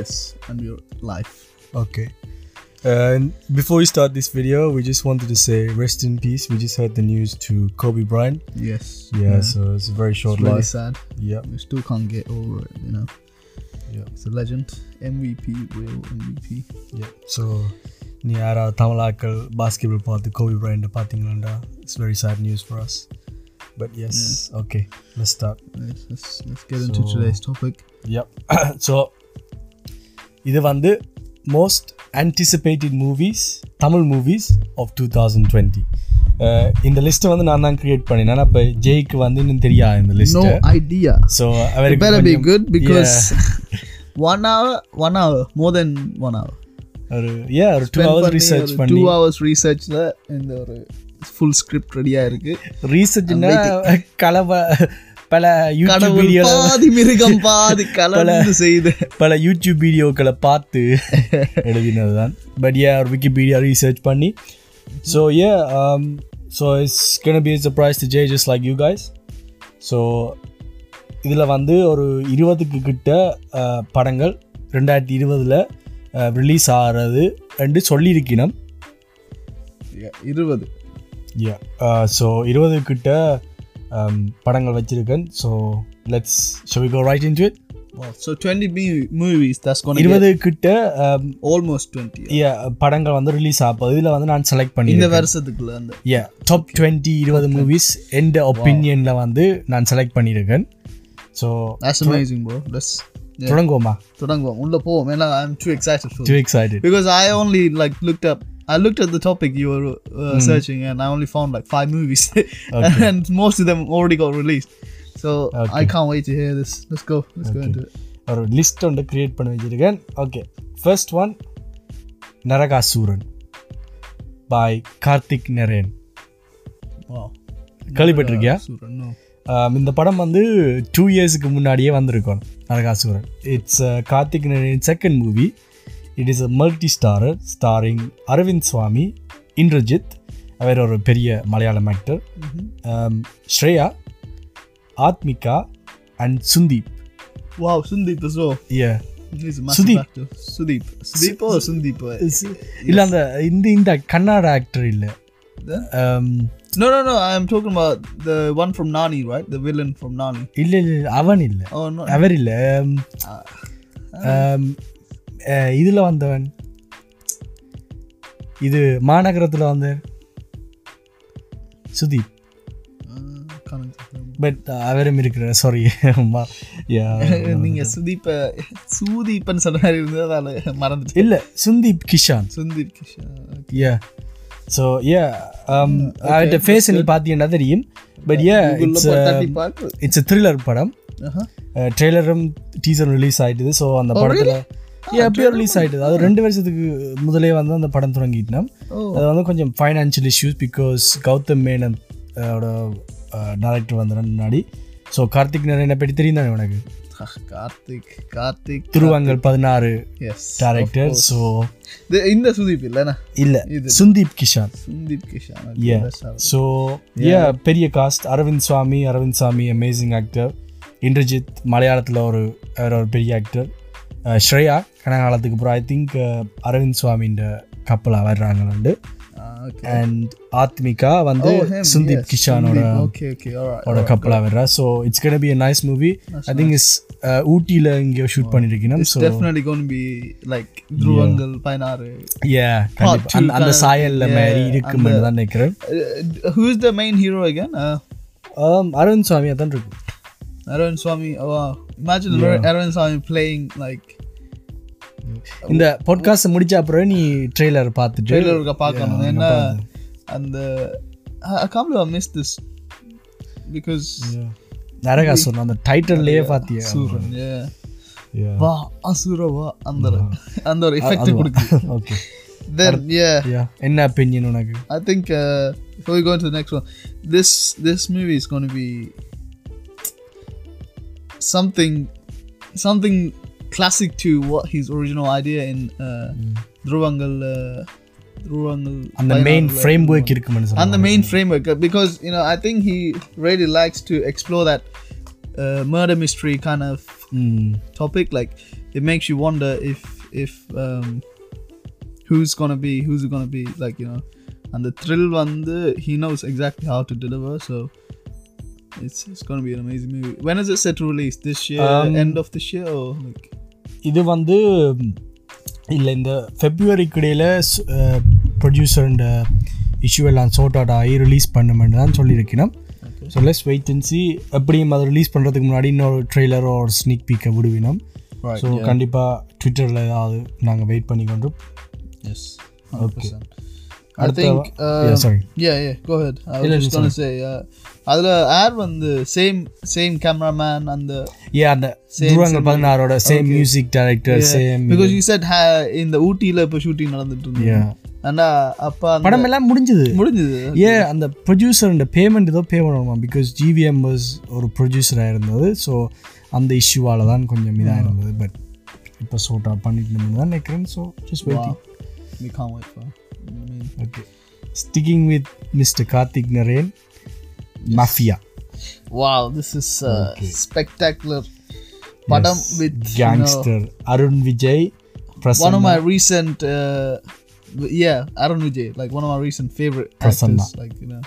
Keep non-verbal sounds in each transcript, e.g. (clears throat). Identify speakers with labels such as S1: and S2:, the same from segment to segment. S1: Yes, and we're live.
S2: Okay. And before we start this video, we just wanted to say rest in peace. We just heard the news to Kobe Bryant.
S1: Yes.
S2: Yeah, so it's a very short
S1: it's really
S2: life.
S1: sad.
S2: Yeah,
S1: We still can't get over it, you know.
S2: yeah,
S1: It's a legend. MVP, real MVP.
S2: yeah. So நீ யாராவது தமிழாக்கள் basketball பார்த்து கோபி பிரைண்டை பார்த்தீங்களாண்டா it's very sad news for us but yes okay let start
S1: Let's, let's, let's get into
S2: So-
S1: today's topic.
S2: (coughs) Yeah so இது வந்து most anticipated movies Tamil movies of two thousand twenty Uh, இந்த லிஸ்ட்டை வந்து நான் தான் கிரியேட் பண்ணினேன் அப்போ ஜெய்க்கு வந்து இன்னும் தெரியாது இந்த
S1: No
S2: list
S1: idea.
S2: So
S1: It
S2: அவருக்கு
S1: better be
S2: கொஞ்சம்-
S1: good because (laughs)
S2: (laughs)
S1: one hour, one hour, more than one hour.
S2: ஒரு ஏ ஒரு டூ
S1: Spend
S2: ஹவர்ஸ்
S1: பண்ணி
S2: ரிசர்ச்
S1: ஒரு
S2: பண்ணி
S1: two hours research ல இந்த ஒரு full script ready ஆ இருக்கு.
S2: ரீசர்ச்னா (laughs) கலவை பல யூடியூப்
S1: கடவுள்
S2: வீடியோ
S1: பாதி மிருகம்
S2: (laughs)
S1: பாதி கலந்து செய்த
S2: பல யூடியூப் வீடியோக்களை பார்த்து எழுதினது தான் பட் ஏ ஒரு விக்கிபீடியா ரீசர்ச் பண்ணி um, so A so it's can be surprise to J just like you guys so இதில் வந்து ஒரு இருபதுக்கு கிட்ட அஹ், படங்கள் ரெண்டாயிரத்தி இருபதில் ரிலீஸ் ஆகிறது என்று சொல்லியிருக்கணும்
S1: இருபது
S2: யா ஸோ Uh, இருபது கிட்ட um, படங்கள் வச்சிருக்கேன் so let's show we go right in it
S1: so twenty movies தஸ் கொண்டு
S2: இருபது கிட்ட um,
S1: ஆல்மோஸ்ட் டுவெண்ட்டி
S2: yeah, படங்கள் வந்து ரிலீஸ் ஆகும் இதில் வந்து நான் செலக்ட்
S1: இந்த
S2: பண்ணியிருக்கேன்
S1: வருஷத்துக்குள்ள அந்த
S2: யா டாப் டுவெண்ட்டி இருபது மூவிஸ் எந்த ஒப்பீனியனில் வந்து நான் செலக்ட் பண்ணியிருக்கேன் so
S1: that's amazing bro let's
S2: தொடங்குவோமா
S1: தொடங்குவோம் உள்ள போவோம் ஏன்னா I am too excited
S2: too excited
S1: because I only like looked up I looked at the topic you were uh, searching and I only found like five movies (laughs) and most of them already got released. So I can't wait to hear this. Let's go. Let's go into it.
S2: ஒரு list ஒன்று create பண்ணி வச்சிருக்கேன் okay first one Naragasooran by Karthick Naren
S1: Wow.
S2: கேள்விப்பட்டிருக்கியா
S1: Super. No.
S2: ஆம், இந்த படம் வந்து two இயர்ஸுக்கு முன்னாடியே வந்திருக்கும் Naragasooran it's Karthick second movie it is a multi starrer starring Arvind சுவாமி இந்திரஜித் அவர் ஒரு பெரிய Malayalam actor Shriya Athmika and Sundeep
S1: Wow, Sundeep as well.
S2: Uh
S1: He's a massive
S2: Sudeep.
S1: actor. Sudeep. Sudeep or Sundeep? uh,
S2: இல்லை அந்த இந்த இந்த கன்னட ஆக்டர் இல்லை
S1: The?
S2: ஆம்,
S1: No, no, no. I'm talking about the one from Nani, right? The villain from Nani.
S2: இல்லை இல்லை அவன் இல்லை
S1: Oh, no.
S2: அவர் இல்லை இதில் வந்தவன் இது மாநகரத்தில் வந்த Sudeep
S1: Uh, can't remember.
S2: But அவரும் இருக்கிறார் (laughs) சாரி
S1: நீங்க சுதீப்ப சுதீப்பன்னு சொல்ற மாதிரி இருந்தது அதால மறந்துட்டேன்
S2: இல்லை Sundeep Kishan
S1: Sundeep கிஷா
S2: yeah so uh அவர்கிட்ட ஃபேஸ் பார்த்தீங்கன்னா தெரியும் பட் ஏ இட்ஸ்
S1: தட்டி பார்த்து
S2: இட்ஸ் த்ரில்லர் படம்
S1: ஆஹா.
S2: Uh, ட்ரெய்லரும் டீசரும் ரிலீஸ் ஆயிட்டுது ஸோ அந்த படத்தில் ஏன் அப்படியே ரிலீஸ் ஆயிட்டுது அது ரெண்டு வருஷத்துக்கு முதலே வந்து அந்த படம் தொடங்கிட்டோம்
S1: ஓ.
S2: அது வந்து கொஞ்சம் financial issues because Gautham Menon uh, ஓட டேரக்டர் வந்த முன்னாடி ஸோ கார்த்திக் நரேனை பற்றி தெரியும் தானே உனக்கு
S1: அஹ், கார்த்திக் கார்த்திக்
S2: திருவாங்கல் பதினாறு
S1: எஸ்
S2: டேரக்டர் ஸோ
S1: இந்த சுதீப் இல்லைண்ணா
S2: இல்லை Sundeep Kishan
S1: Sundeep Kishan
S2: Yeah. So uh பெரிய காஸ்ட் அரவிந்த் சுவாமி அரவிந்த் சாமி அமேசிங் ஆக்டர் இந்திரஜித் மலையாளத்தில் ஒரு அவர் ஒரு பெரிய ஆக்டர் ஸ்ரேயா கனகாலத்துக்கு அப்புறம் uh, ஐ திங்க் அரவிந்த் சுவாமின்ற கப்பலாக வர்றாங்களாண்டு
S1: ஓகே
S2: அண்ட் ஆத்மிகா
S1: Oh,
S2: வந்து Oh, சுந்தீப் கிஷானோட
S1: ஓகே ஓகே
S2: ஓட கப்பலாக வர்றா so it's gate be a nice movie I think is ஊட்டியில் இங்கே ஷூட் பண்ணியிருக்கணும் so
S1: definitely gonna be like Dhuruvangal பதினாறு
S2: ஏ கண்டிப்பாக அந்த அந்த சாயல்ல மாதிரி இருக்குமென்னு தான் நினைக்கிறேன்
S1: who is the main hero again
S2: Um, Arvind சுவாமியாக தான் இருக்கு
S1: அரவிந்த் சுவாமி இமேஜின் அரவிந்த் சுவாமி பிளேயிங் லைக்
S2: இந்த பாட்காஸ்ட் முடிச்ச அப்புறம் நீ ட்ரெய்லர் பார்த்துட்டு
S1: ட்ரெய்லருக்கு பார்க்கணும் ஏன்னா அந்த காம்ல மிஸ் திஸ் பிகாஸ்
S2: நரகா சொன்ன அந்த டைட்டில்லையே பார்த்தியா
S1: சூரன் yeah. வா அசுர வா அந்த ஒரு- (laughs) அந்த ஒரு எஃபெக்ட் கொடுக்கு
S2: (laughs) ஓகே
S1: (laughs) தென் yeah
S2: என்ன opinion உனக்கு
S1: I think uh, before we go into the next one, this this movie is going to be something something classic to what his original idea in uh, Dhruvangal uh, Dhruvangal
S2: அந்த main frame work இருக்குமென்னு சொல்லுவாங்க
S1: and the main framework uh, because you know I think he really likes to explore that uh, murder mystery kind of
S2: ம்
S1: topic like it makes you wonder if if um, who's gonna be who's it gonna be like you know, and the thrill one he knows exactly how to deliver so. It's, it's gonna be an amazing movie. When is it set to release? This year,
S2: Um,
S1: end of this year, or like
S2: இது வந்து இல்லை இந்த ஃபெப்ரவரிக்கு இடையில் ப்ரொடியூசர்ண்ட issue எல்லாம் sort out ஆகி release பண்ணுமென்னு தான் சொல்லியிருக்கணும் so less wait and C எப்படியும் அதை ரிலீஸ் பண்ணுறதுக்கு முன்னாடி இன்னொரு ட்ரெய்லர் ஒரு ஸ்னீக் பீக்கை விடுவினோம் ஸோ கண்டிப்பாக ட்விட்டரில் ஏதாவது நாங்கள் வெயிட் பண்ணி கொண்டு
S1: Yes, hundred percent. I
S2: அடுத்த
S1: think. Uh,
S2: sorry
S1: yeah, yeah. Go ahead. I was
S2: இல்ல,
S1: just gonna say. Uh, அதுல ஆட் வந்து சேம் சேம் கேமராமேன் அந்த
S2: ஏ அந்த துருவங்கள் பதினாறோட same music director same
S1: because you set இந்த ஊட்டியில இப்போ ஷூட்டிங் நடந்துட்டு இருந்தது ஆனா அப்ப அந்த-
S2: படம் எல்லாம் முடிஞ்சது
S1: முடிஞ்சது
S2: ஏ அந்த ப்ரொடியூசரோட பேமெண்ட் ஏதோ பே பண்ணணுமா பிகாஸ் ஜிவிஎம் வாஸ் ஒரு ப்ரொடியூசராக இருந்தது ஸோ அந்த இஷ்யூவால் தான் கொஞ்சம் இதாக இருந்தது பட் இப்போ சோர்ட் அவுட் பண்ணிட்டு தான் நினைக்கிறேன் so just waiting
S1: We can't wait for. I mean,
S2: okay sticking with mister Karthick Naren mafia
S1: wow, this is uh, spectacular. படம் with you know,
S2: gangster Arun Vijay
S1: one of
S2: Prasanna
S1: my recent uh, yeah Arun Vijay like one of my recent favorite actors
S2: Prasanna.
S1: like you know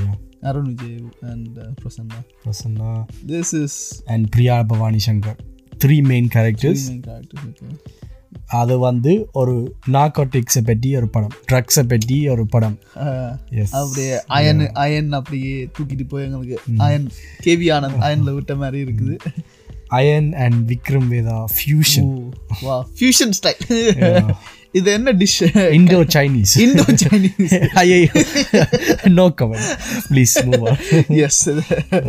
S2: Yeah,
S1: Arun Vijay and uh, Prasanna
S2: Prasanna
S1: this is
S2: and Priya Bhavani Shankar three main
S1: three
S2: characters
S1: main characters okay (laughs)
S2: அது வந்து ஒரு நார்கோட்டிக்ஸை பற்றி ஒரு படம் ட்ரக்ஸை பற்றி ஒரு படம்
S1: Uh,
S2: yes
S1: அப்படியே அயன் அயன் அப்படியே தூக்கிட்டு போய் எங்களுக்கு அயன் கேவி ஆனந்த் அயன்ல விட்ட மாதிரி இருக்குது
S2: அயன் அண்ட் விக்ரம் வேதா ஃபியூஷன்
S1: வா ஃபியூஷன் ஸ்டைல் (laughs) இது என்ன dish
S2: Indo Chinese
S1: Indo Chinese
S2: ஐயோ no comment please move
S1: (laughs) S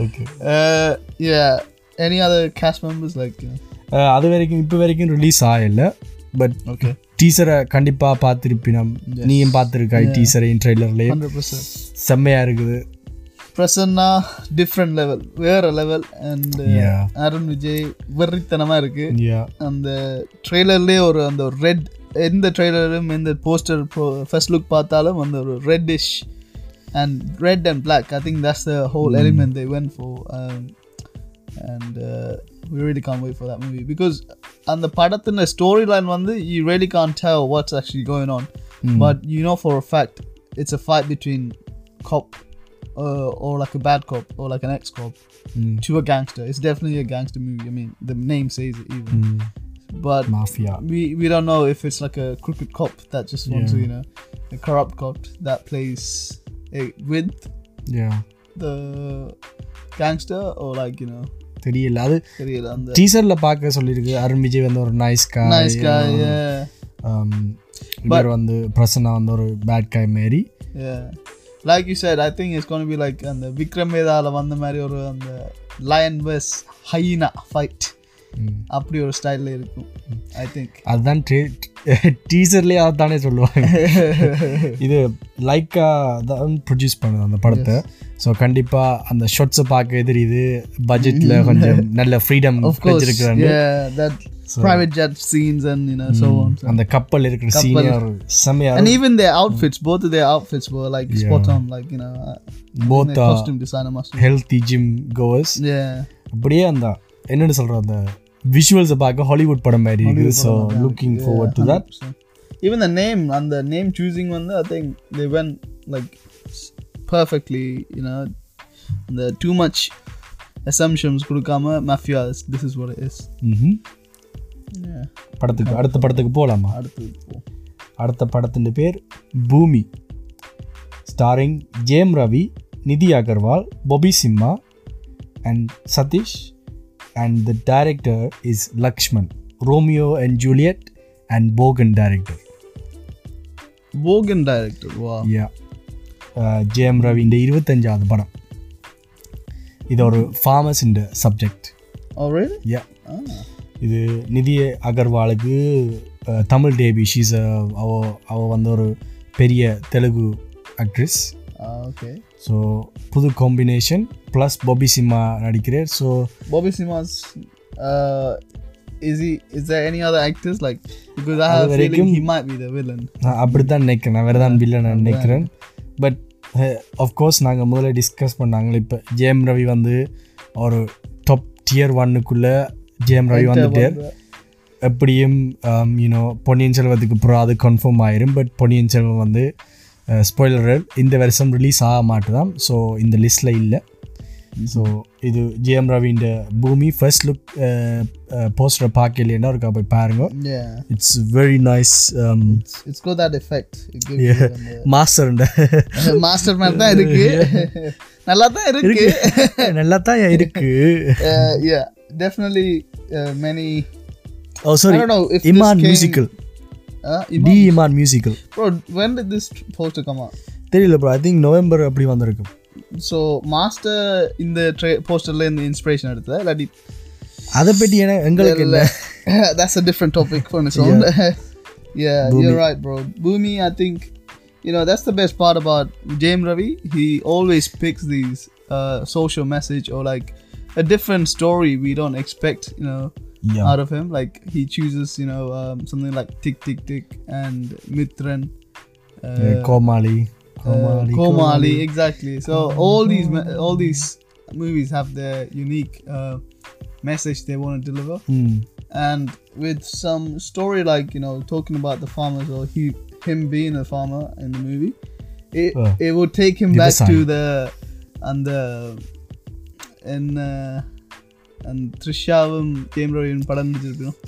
S2: okay
S1: Uh, yeah any other cast members like
S2: Uh, அது வரைக்கும் இப்போ வரைக்கும் ரிலீஸ் ஆகல பட்
S1: ஓகே
S2: டீசரை கண்டிப்பாக பார்த்துருப்பினம் நீயும் பார்த்துருக்காய் டீசரையும் ட்ரெய்லர்லேயே
S1: ஹண்ட்ரட் பர்சன்ட்
S2: செம்மையாக இருக்குது
S1: பிரசன்னா டிஃப்ரெண்ட் லெவல் வேற level and
S2: Yeah.
S1: Arun Vijay வெறித்தனமா இருக்கு
S2: யா
S1: அந்த ட்ரெய்லர்லேயே ஒரு அந்த ரெட் எந்த ட்ரெய்லரும் எந்த போஸ்டர் ஃபர்ஸ்ட் லுக் பார்த்தாலும் அந்த ஒரு reddish and red and black I think that's the whole element they went for and uh, really can't wait for that movie because அந்த படத்தின ஸ்டோரி லைன் வந்து you really can't tell what's actually going on but you know for a fact it's a fight between cop uh, or like a bad cop or like an ex-cop
S2: Mm.
S1: to a gangster it's definitely a gangster movie i mean the name says it even
S2: Mm.
S1: but
S2: mafia
S1: we we don't know if it's like a crooked cop that just wants to you know a corrupt cop that plays it with
S2: yeah
S1: the gangster or like you know
S2: தெரியல அது
S1: தெரியல, அந்த
S2: டீசரில் பார்க்க சொல்லியிருக்கு அருண் விஜய் வந்து ஒரு nice காய்
S1: nice guy yeah
S2: um, இவர் வந்து பிரசன்னா வந்து ஒரு பேட் காய் மாரி
S1: yeah like you said i think it's going to be like அந்த விக்ரம் வேதால வந்த மாதிரி ஒரு அந்த lion vs hyena fight
S2: ம்.
S1: அப்படி ஒரு ஸ்டைல்ல இருக்கும் i think
S2: அதுதான் டீசர்லேயே அதுதானே
S1: (laughs)
S2: சொல்லுவாங்க இது லைக்கா தான் ப்ரொடியூஸ் பண்ணுது அந்த படத்தை ஸோ கண்டிப்பாக அந்த ஷார்ட்ஸை பார்க்க எதிரியுது பட்ஜெட்டில்
S1: (laughs)
S2: கொஞ்சம் நல்ல ஃப்ரீடம்
S1: of course
S2: வச்சிருக்கிறாங்க
S1: Mm. yeah Mm. that private jet scenes and you know so on
S2: அந்த கப்பல் இருக்கிற சீனியர் செம்மையாக
S1: and even their outfits both of their outfits were like spot on like you know uh,
S2: both
S1: their costume designer must have
S2: healthy gym covers
S1: yeah
S2: அப்படியே அந்த என்னென்னு சொல்கிற அந்த விஷுவல்ஸை பார்க்க ஹாலிவுட் படம் மாதிரி இருக்குது so looking forward to that
S1: so. even the name and the name choosing one i think they went like s- perfectly you know the too much assumptions கொடுக்காம mafia is- this is what it is
S2: ம்ஹும்
S1: yeah
S2: படத்துக்கு அடுத்த படத்துக்கு போகலாமா
S1: அடுத்தது போ.
S2: அடுத்த படத்தின் பேர் பூமி ஸ்டாரிங் ஜேம் ரவி நிதி Agarwal Bobby Simha and Sathish and the director is Lakshman Romeo and Juliet and Bogan director
S1: Vogan director wow
S2: yeah Jayam Ravi இந்த இருபத்தஞ்சாவது படம் இது ஒரு ஃபார்மஸ் இந்த subject
S1: oh really
S2: yeah
S1: ah.
S2: இது நிதி அகர்வாலுக்கு அஹ், தமிழ் டேபி ஷீஸ் அவ அவ வந்து ஒரு பெரிய Telugu actress
S1: ah okay
S2: so புது காம்பினேஷன் ப்ளஸ் பொபி சிம்மா நடிக்கிறார் so
S1: Bobby Simmons, uh, is he? Is there any other actors like? Because I have a feeling he might be the villain.
S2: நான் அப்படி தான் நினைக்கிறேன் நான் வேறு தான் வில்லன் நினைக்கிறேன் பட் கோர்ஸ் நாங்கள் முதல்ல டிஸ்கஸ் பண்ணாங்களே இப்போ ஜேம் ரவி வந்து ஒரு டாப் டியர் ஒன்னுக்குள்ளே ஜேம் ரவி வந்துட்டார்
S1: But,
S2: எப்படியும் யூனோ பொன்னியின் செல்வத்துக்கு அப்புறம் அது கன்ஃபார்ம் ஆயிரும் பட் பொன்னியின் செல்வம் வந்து ஸ்பாய்லர் இந்த வருஷம் ரிலீஸ் ஆக மாட்டுதான் ஸோ இந்த லிஸ்ட்டில் இல்லை ஸோ இது ஜிஎம் ரவின்ற பூமி uh, ஃபர்ஸ்ட் லுக் போஸ்டரை பார்க்க இல்லைன்னா இருக்கா போய் பாருங்க
S1: Yeah,
S2: it's very nice
S1: it's, it's got that effect. It gives yeah.
S2: மாஸ்டர்ண்ட
S1: (laughs) you Master மாதிரி தான் இருக்கு (laughs) நல்லா தான் இருக்கு
S2: நல்லா தான் இருக்கு
S1: yeah definitely many
S2: oh sorry
S1: uh, I don't know if this
S2: Imman
S1: came- Uh,
S2: musical D Imman musical
S1: bro when did this poster come ஆ
S2: தெரியல ப்ரோ ஐ திங்க் நவம்பர் அப்படி வந்திருக்கு
S1: ஸோ மாஸ்டர் இந்த ட்ரே போஸ்டர்ல இந்த இன்ஸ்பிரேஷன் எடுத்த இல்லாட்டி
S2: அதை பற்றி என எங்களுக்கு
S1: இல்ல
S2: இல்லை
S1: (laughs) that's a different topic for its own (laughs) yeah, you're right bro boomi i think you know that's the best part about james ravi he always picks these uh, social message or like a different story we don't expect you know
S2: Yeah.
S1: out of him like he chooses you know um, something like tick tick tick and mitran uh,
S2: Comali
S1: Komali,
S2: Comali
S1: Komali, exactly. So all these ma- all these movies have their unique uh, message they want to deliver,
S2: hmm
S1: and with some story like you know talking about the farmers or he him being a farmer in the movie, it
S2: Uh,
S1: it would take him
S2: the
S1: back to
S2: sign.
S1: the and the and uh, and Trishavum Tamro in Padam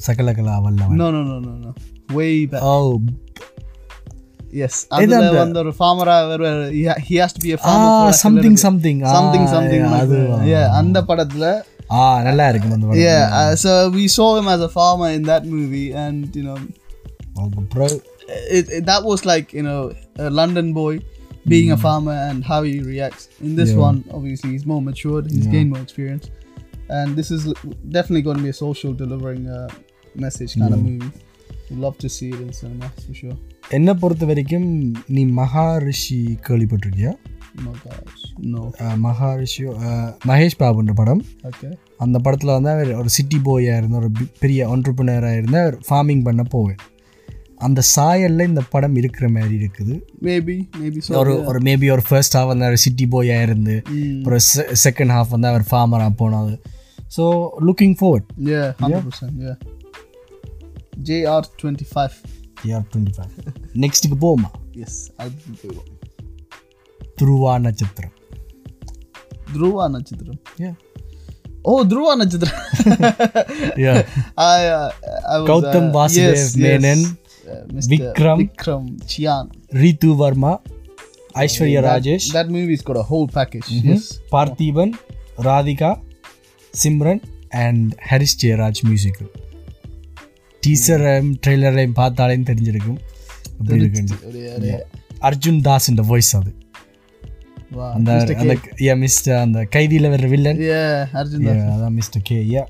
S2: Sakalakala Vallavan
S1: No, no, no, no, no. Way back.
S2: O
S1: Yes,
S2: இது
S1: அதுல
S2: அந்த-
S1: வந்து ஒரு farmer-ஆ வருவாரு. He ha- he has to be a
S2: ah
S1: farmer for like
S2: something
S1: eleven-
S2: something
S1: Ah, something something
S2: அது
S1: like yeah அந்த படத்துல
S2: ஆ நல்லா இருக்கும் அந்த படம்
S1: yeah uh, so we saw him as a farmer in that movie and you know
S2: அதுக்கப்புறம்
S1: it, it that was like you know a london boy being a farmer and how he reacts in this one obviously he's more matured he's gained more experience and this is l- definitely going to be a social delivering uh, message kind of movie Would love to see it in cinema that's for sure
S2: என்னை பொறுத்த வரைக்கும் நீ Maharishi கேள்விப்பட்டிருக்கியா
S1: no Oh gosh no
S2: அஹ் மகாரிஷி அஹ் மகேஷ் பாபுன்ற படம்
S1: okay
S2: அந்த படத்தில் வந்து அவர் ஒரு city பாயாக இருந்த ஒரு பி- பெரிய ஆண்டர்பிரினராக இருந்த ஃபார்மிங் பண்ண போவேன் அந்த சாயல்ல இந்த படம் இருக்கிற மாதிரி இருக்குது
S1: maybe maybe so
S2: ஒரு ஒரு மேபி ஒரு ஃபர்ஸ்ட் ஹாஃப் வந்து அவர் சிட்டி பாயாக இருந்து
S1: Mm,
S2: ஒரு செகண்ட் ஹாஃப் வந்து அவர் ஃபார்மராக போனது so looking forward
S1: yeah 100% yeah jr25
S2: AR twenty
S1: (laughs)
S2: five நெக்ஸ்ட்டுக்கு போமா
S1: Yes, I didn't do it.
S2: Dhruva நட்சத்திரம்
S1: Dhruva Nachitram.
S2: Yeah.
S1: Oh, Dhruva Nachitram. (laughs)
S2: Yeah.
S1: I, uh, I was,
S2: Gautam
S1: uh,
S2: Vasudev
S1: yes,
S2: Menon,
S1: yes. Uh, Mr.
S2: Vikram.
S1: Vikram Chian.
S2: Ritu Varma Aishwarya Rajesh
S1: That movie's got a whole package.
S2: Mm-hmm.
S1: Yes.
S2: Parthiban Radhika Simran and Harris Jayaraj musical டீசரையும் ட்ரெய்லரையும் பார்த்தாலையும் தெரிஞ்சிருக்கும் அப்படி இருக்குன்னு
S1: Yeah.
S2: Arjun Das இந்த voice அது
S1: Wow.
S2: அந்த அந்த ஏ மிஸ்டர் அந்த கைதியில் வர்ற வில்லன்
S1: Yeah, Arjun.
S2: Yeah, அதான் மிஸ்டர் கே யா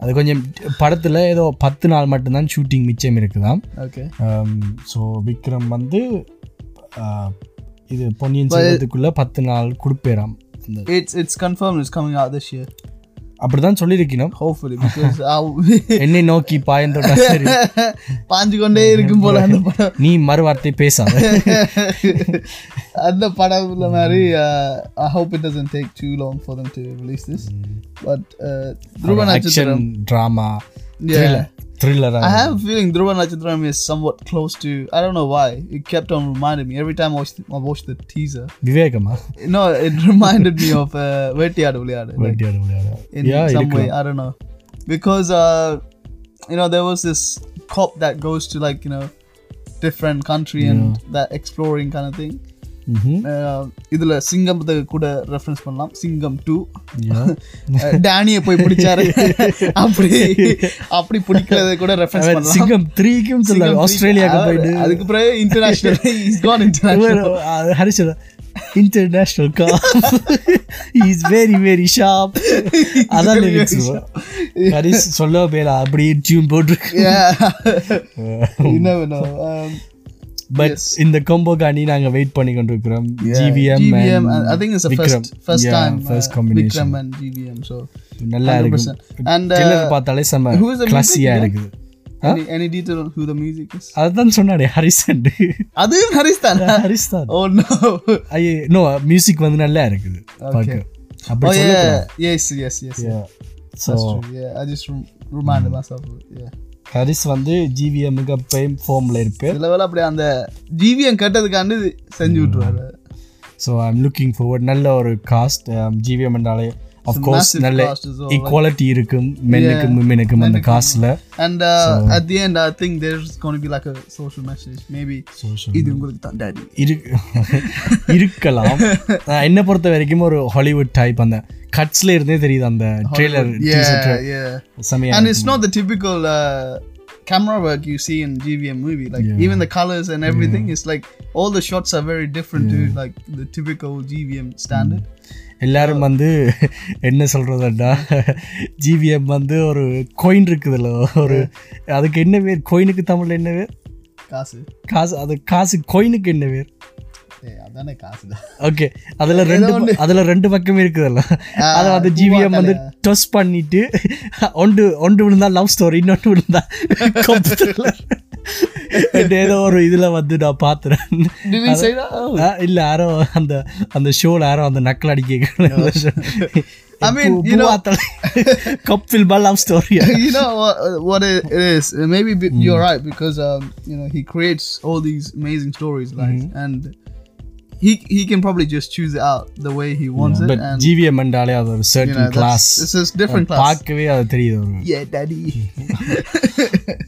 S2: அது கொஞ்சம் படத்தில் ஏதோ பத்து நாள் மட்டும்தான் ஷூட்டிங் மிச்சம் இருக்குதாம்
S1: Okay.
S2: ஸோ விக்ரம் வந்து அஹ், இது பொன்னியின் செல்வத்துக்குள்ள பத்து நாள் கொடுப்பேராம் அந்த
S1: It's it's confirmed it's coming out this year.
S2: அப்படிதான் சொல்லியிருக்கணும்
S1: Hopefully
S2: (laughs)
S1: because I'll (laughs)
S2: என்னை நோக்கி பாயந்தோட்டா சரி
S1: பாஞ்சு கொண்டே இருக்கும் போல அந்த (laughs) படம்
S2: நீ மறுவார்த்தை
S1: (laughs)
S2: பேசாத
S1: அந்த படம்ல மாதிரி I hope it doesn't take too long for them to release this
S2: Mm.
S1: But Dhruva Natchathiram
S2: action drama
S1: uh, yeah
S2: த்ரில்லரா
S1: I have a feeling Dhruva Nachidaram is somewhat close to. I don't know why. It kept on reminding me every time I watched, I watched the teaser.
S2: விவேகமா
S1: No, it (laughs) reminded me of uh, Vettiyadu Vilaiyadu. Like,
S2: வெட்டியாடு விளையாடு
S1: in
S2: yeah
S1: some
S2: இருக்கு
S1: way. I don't know. Because, uh, you know, there was this cop that goes to, like, you know, different country and that exploring kind of thing.
S2: ம்ஹும்.
S1: Uh, இதுல சிங்கம் கூட reference பண்ணலாம் சிங்கம் two
S2: Yeah.
S1: டேனியை போய் பிடிச்சாரு அப்படி அப்படி பிடிக்கிறத கூட ரெஃபரன்ஸ்
S2: அவர்
S1: பண்ணலாம்
S2: சிங்கம் த்ரீக்கும் சொல்ல
S1: சிங்கம்
S2: ஆஸ்திரேலியாவுக்கு
S1: three-
S2: போயிட்டு
S1: அவர் அதுக்கு பிறகு (laughs) இன்டர்நேஷனல் இஸ் கான் இன்டர்நேஷனல்
S2: இவர், அஹ், ஹரிஷர் இன்டர்நேஷனல் (laughs) கா இஸ் வெரி வெரி ஷார்ப் அதான் லிரிக்ஸ் ஹரிஷ் சொல்ல பேரா அப்படியே டியூன் போட்டிருக்கு
S1: (laughs) Oh. Um,
S2: பட் இந்த கோம்போக்காண்டி நாங்க வெயிட் பண்ணி கொண்டிருக்கிறோம் GVM
S1: GVM, and I think it's the first first time
S2: first
S1: uh,
S2: combination
S1: Vikram and GVM. So
S2: நல்லா இருக்கு
S1: 100%. And, uh,
S2: ட்ரெய்லர் பார்த்தாலே செம
S1: who is the music
S2: கிளாஸியா
S1: guy?
S2: இருக்குது
S1: any, any detail on who the music is?
S2: அதான் சொன்னாடே
S1: (laughs)
S2: Harrison
S1: அதுவும் ஹரிஸ் தானா?
S2: ஹரிஸ் தான்
S1: (laughs) Oh no!
S2: ஐயே நோ மியூசிக் வந்து நல்லா இருக்குது பார்க்க
S1: Oh
S2: அப்படி
S1: yeah, yes, yes, yes.
S2: So
S1: That's true. Yeah, I just rem- reminded myself of it. Yeah.
S2: Harris வந்து ஜிவிஎம்முக்கு பெயின் ஃபார்மில் இருக்கு
S1: சில வேளை அப்படி அந்த ஜிவிஎம் கட்டதுக்காண்டு இது செஞ்சு விட்டுருவாரு
S2: ஸோ ஐம் லுக்கிங் ஃபார்வர்ட் நல்ல ஒரு Um, காஸ்ட் ஜிவிஎம் என்றாலே அஃப்கோர்ஸ்
S1: massive
S2: நல்ல
S1: cost as well,
S2: ஈக்குவாலிட்டி இருக்கும் மென்னுக்கும் விமெனுக்கும் அந்த காசில்
S1: And uh, at the end, I think there's going to be like a social message. Maybe.
S2: Social
S1: இது உங்களுக்கு தான் daddy.
S2: இரு (laughs) இருக்கலாம் ஆஹ் என்னை பொறுத்த வரைக்கும் ஒரு ஹாலிவுட் டைப் அந்த கட்ஸ்ல இருந்தே தெரியுது அந்த ட்ரெய்லர்
S1: Yeah, yeah.
S2: செமையா
S1: And it's not the typical uh, camera work you see in GVM movie. Like even the colors and everything, it's like all the shots are very different to like the typical GVM standard.
S2: எல்லாரும் வந்து என்ன சொல்றதுடா GVM வந்து ஒரு going இருக்குதுல்ல ஒரு அதுக்கு என்ன பேர் கோயினுக்கு தமிழ்ல என்ன பேர்
S1: காசு
S2: காசு அது காசு கோயினுக்கு என்ன பேர்
S1: ஏய், அதானே காசு (laughs) தான்
S2: ஓகே அதுல ரெண்டு ப- அதுல ரெண்டு பக்கம் இருக்குதுல்ல அதை வந்து ஜிவிஎம் வந்து டொஸ் பண்ணிட்டு ஒன்று ஒன்று விழுந்தா லவ் ஸ்டோரி இன்னொன்று விழுந்தா கொப்பு thriller. என்ன ஏதோ ஒரு இதுல வந்து நான் பார்த்துறேன்
S1: Did he say that? Oh.
S2: இல்ல யாரோ அந்த அந்த ஷோல யாரோ அந்த நக்கல் அடிக்க
S1: I mean, you know-
S2: கப்பில் பால் லவ் ஸ்டோரியா
S1: (laughs) you know what, uh, what it it is Uh, maybe b- you're right because um you know he creates all these amazing stories like and he he can probably just choose it out the way he wants it
S2: but
S1: and
S2: GVM என்றாலே அது ஒரு
S1: you know
S2: certain class
S1: that's, it's just different class
S2: பார்க்கவே அது தெரியுது ஒரு
S1: yeah
S2: (laughs)
S1: daddy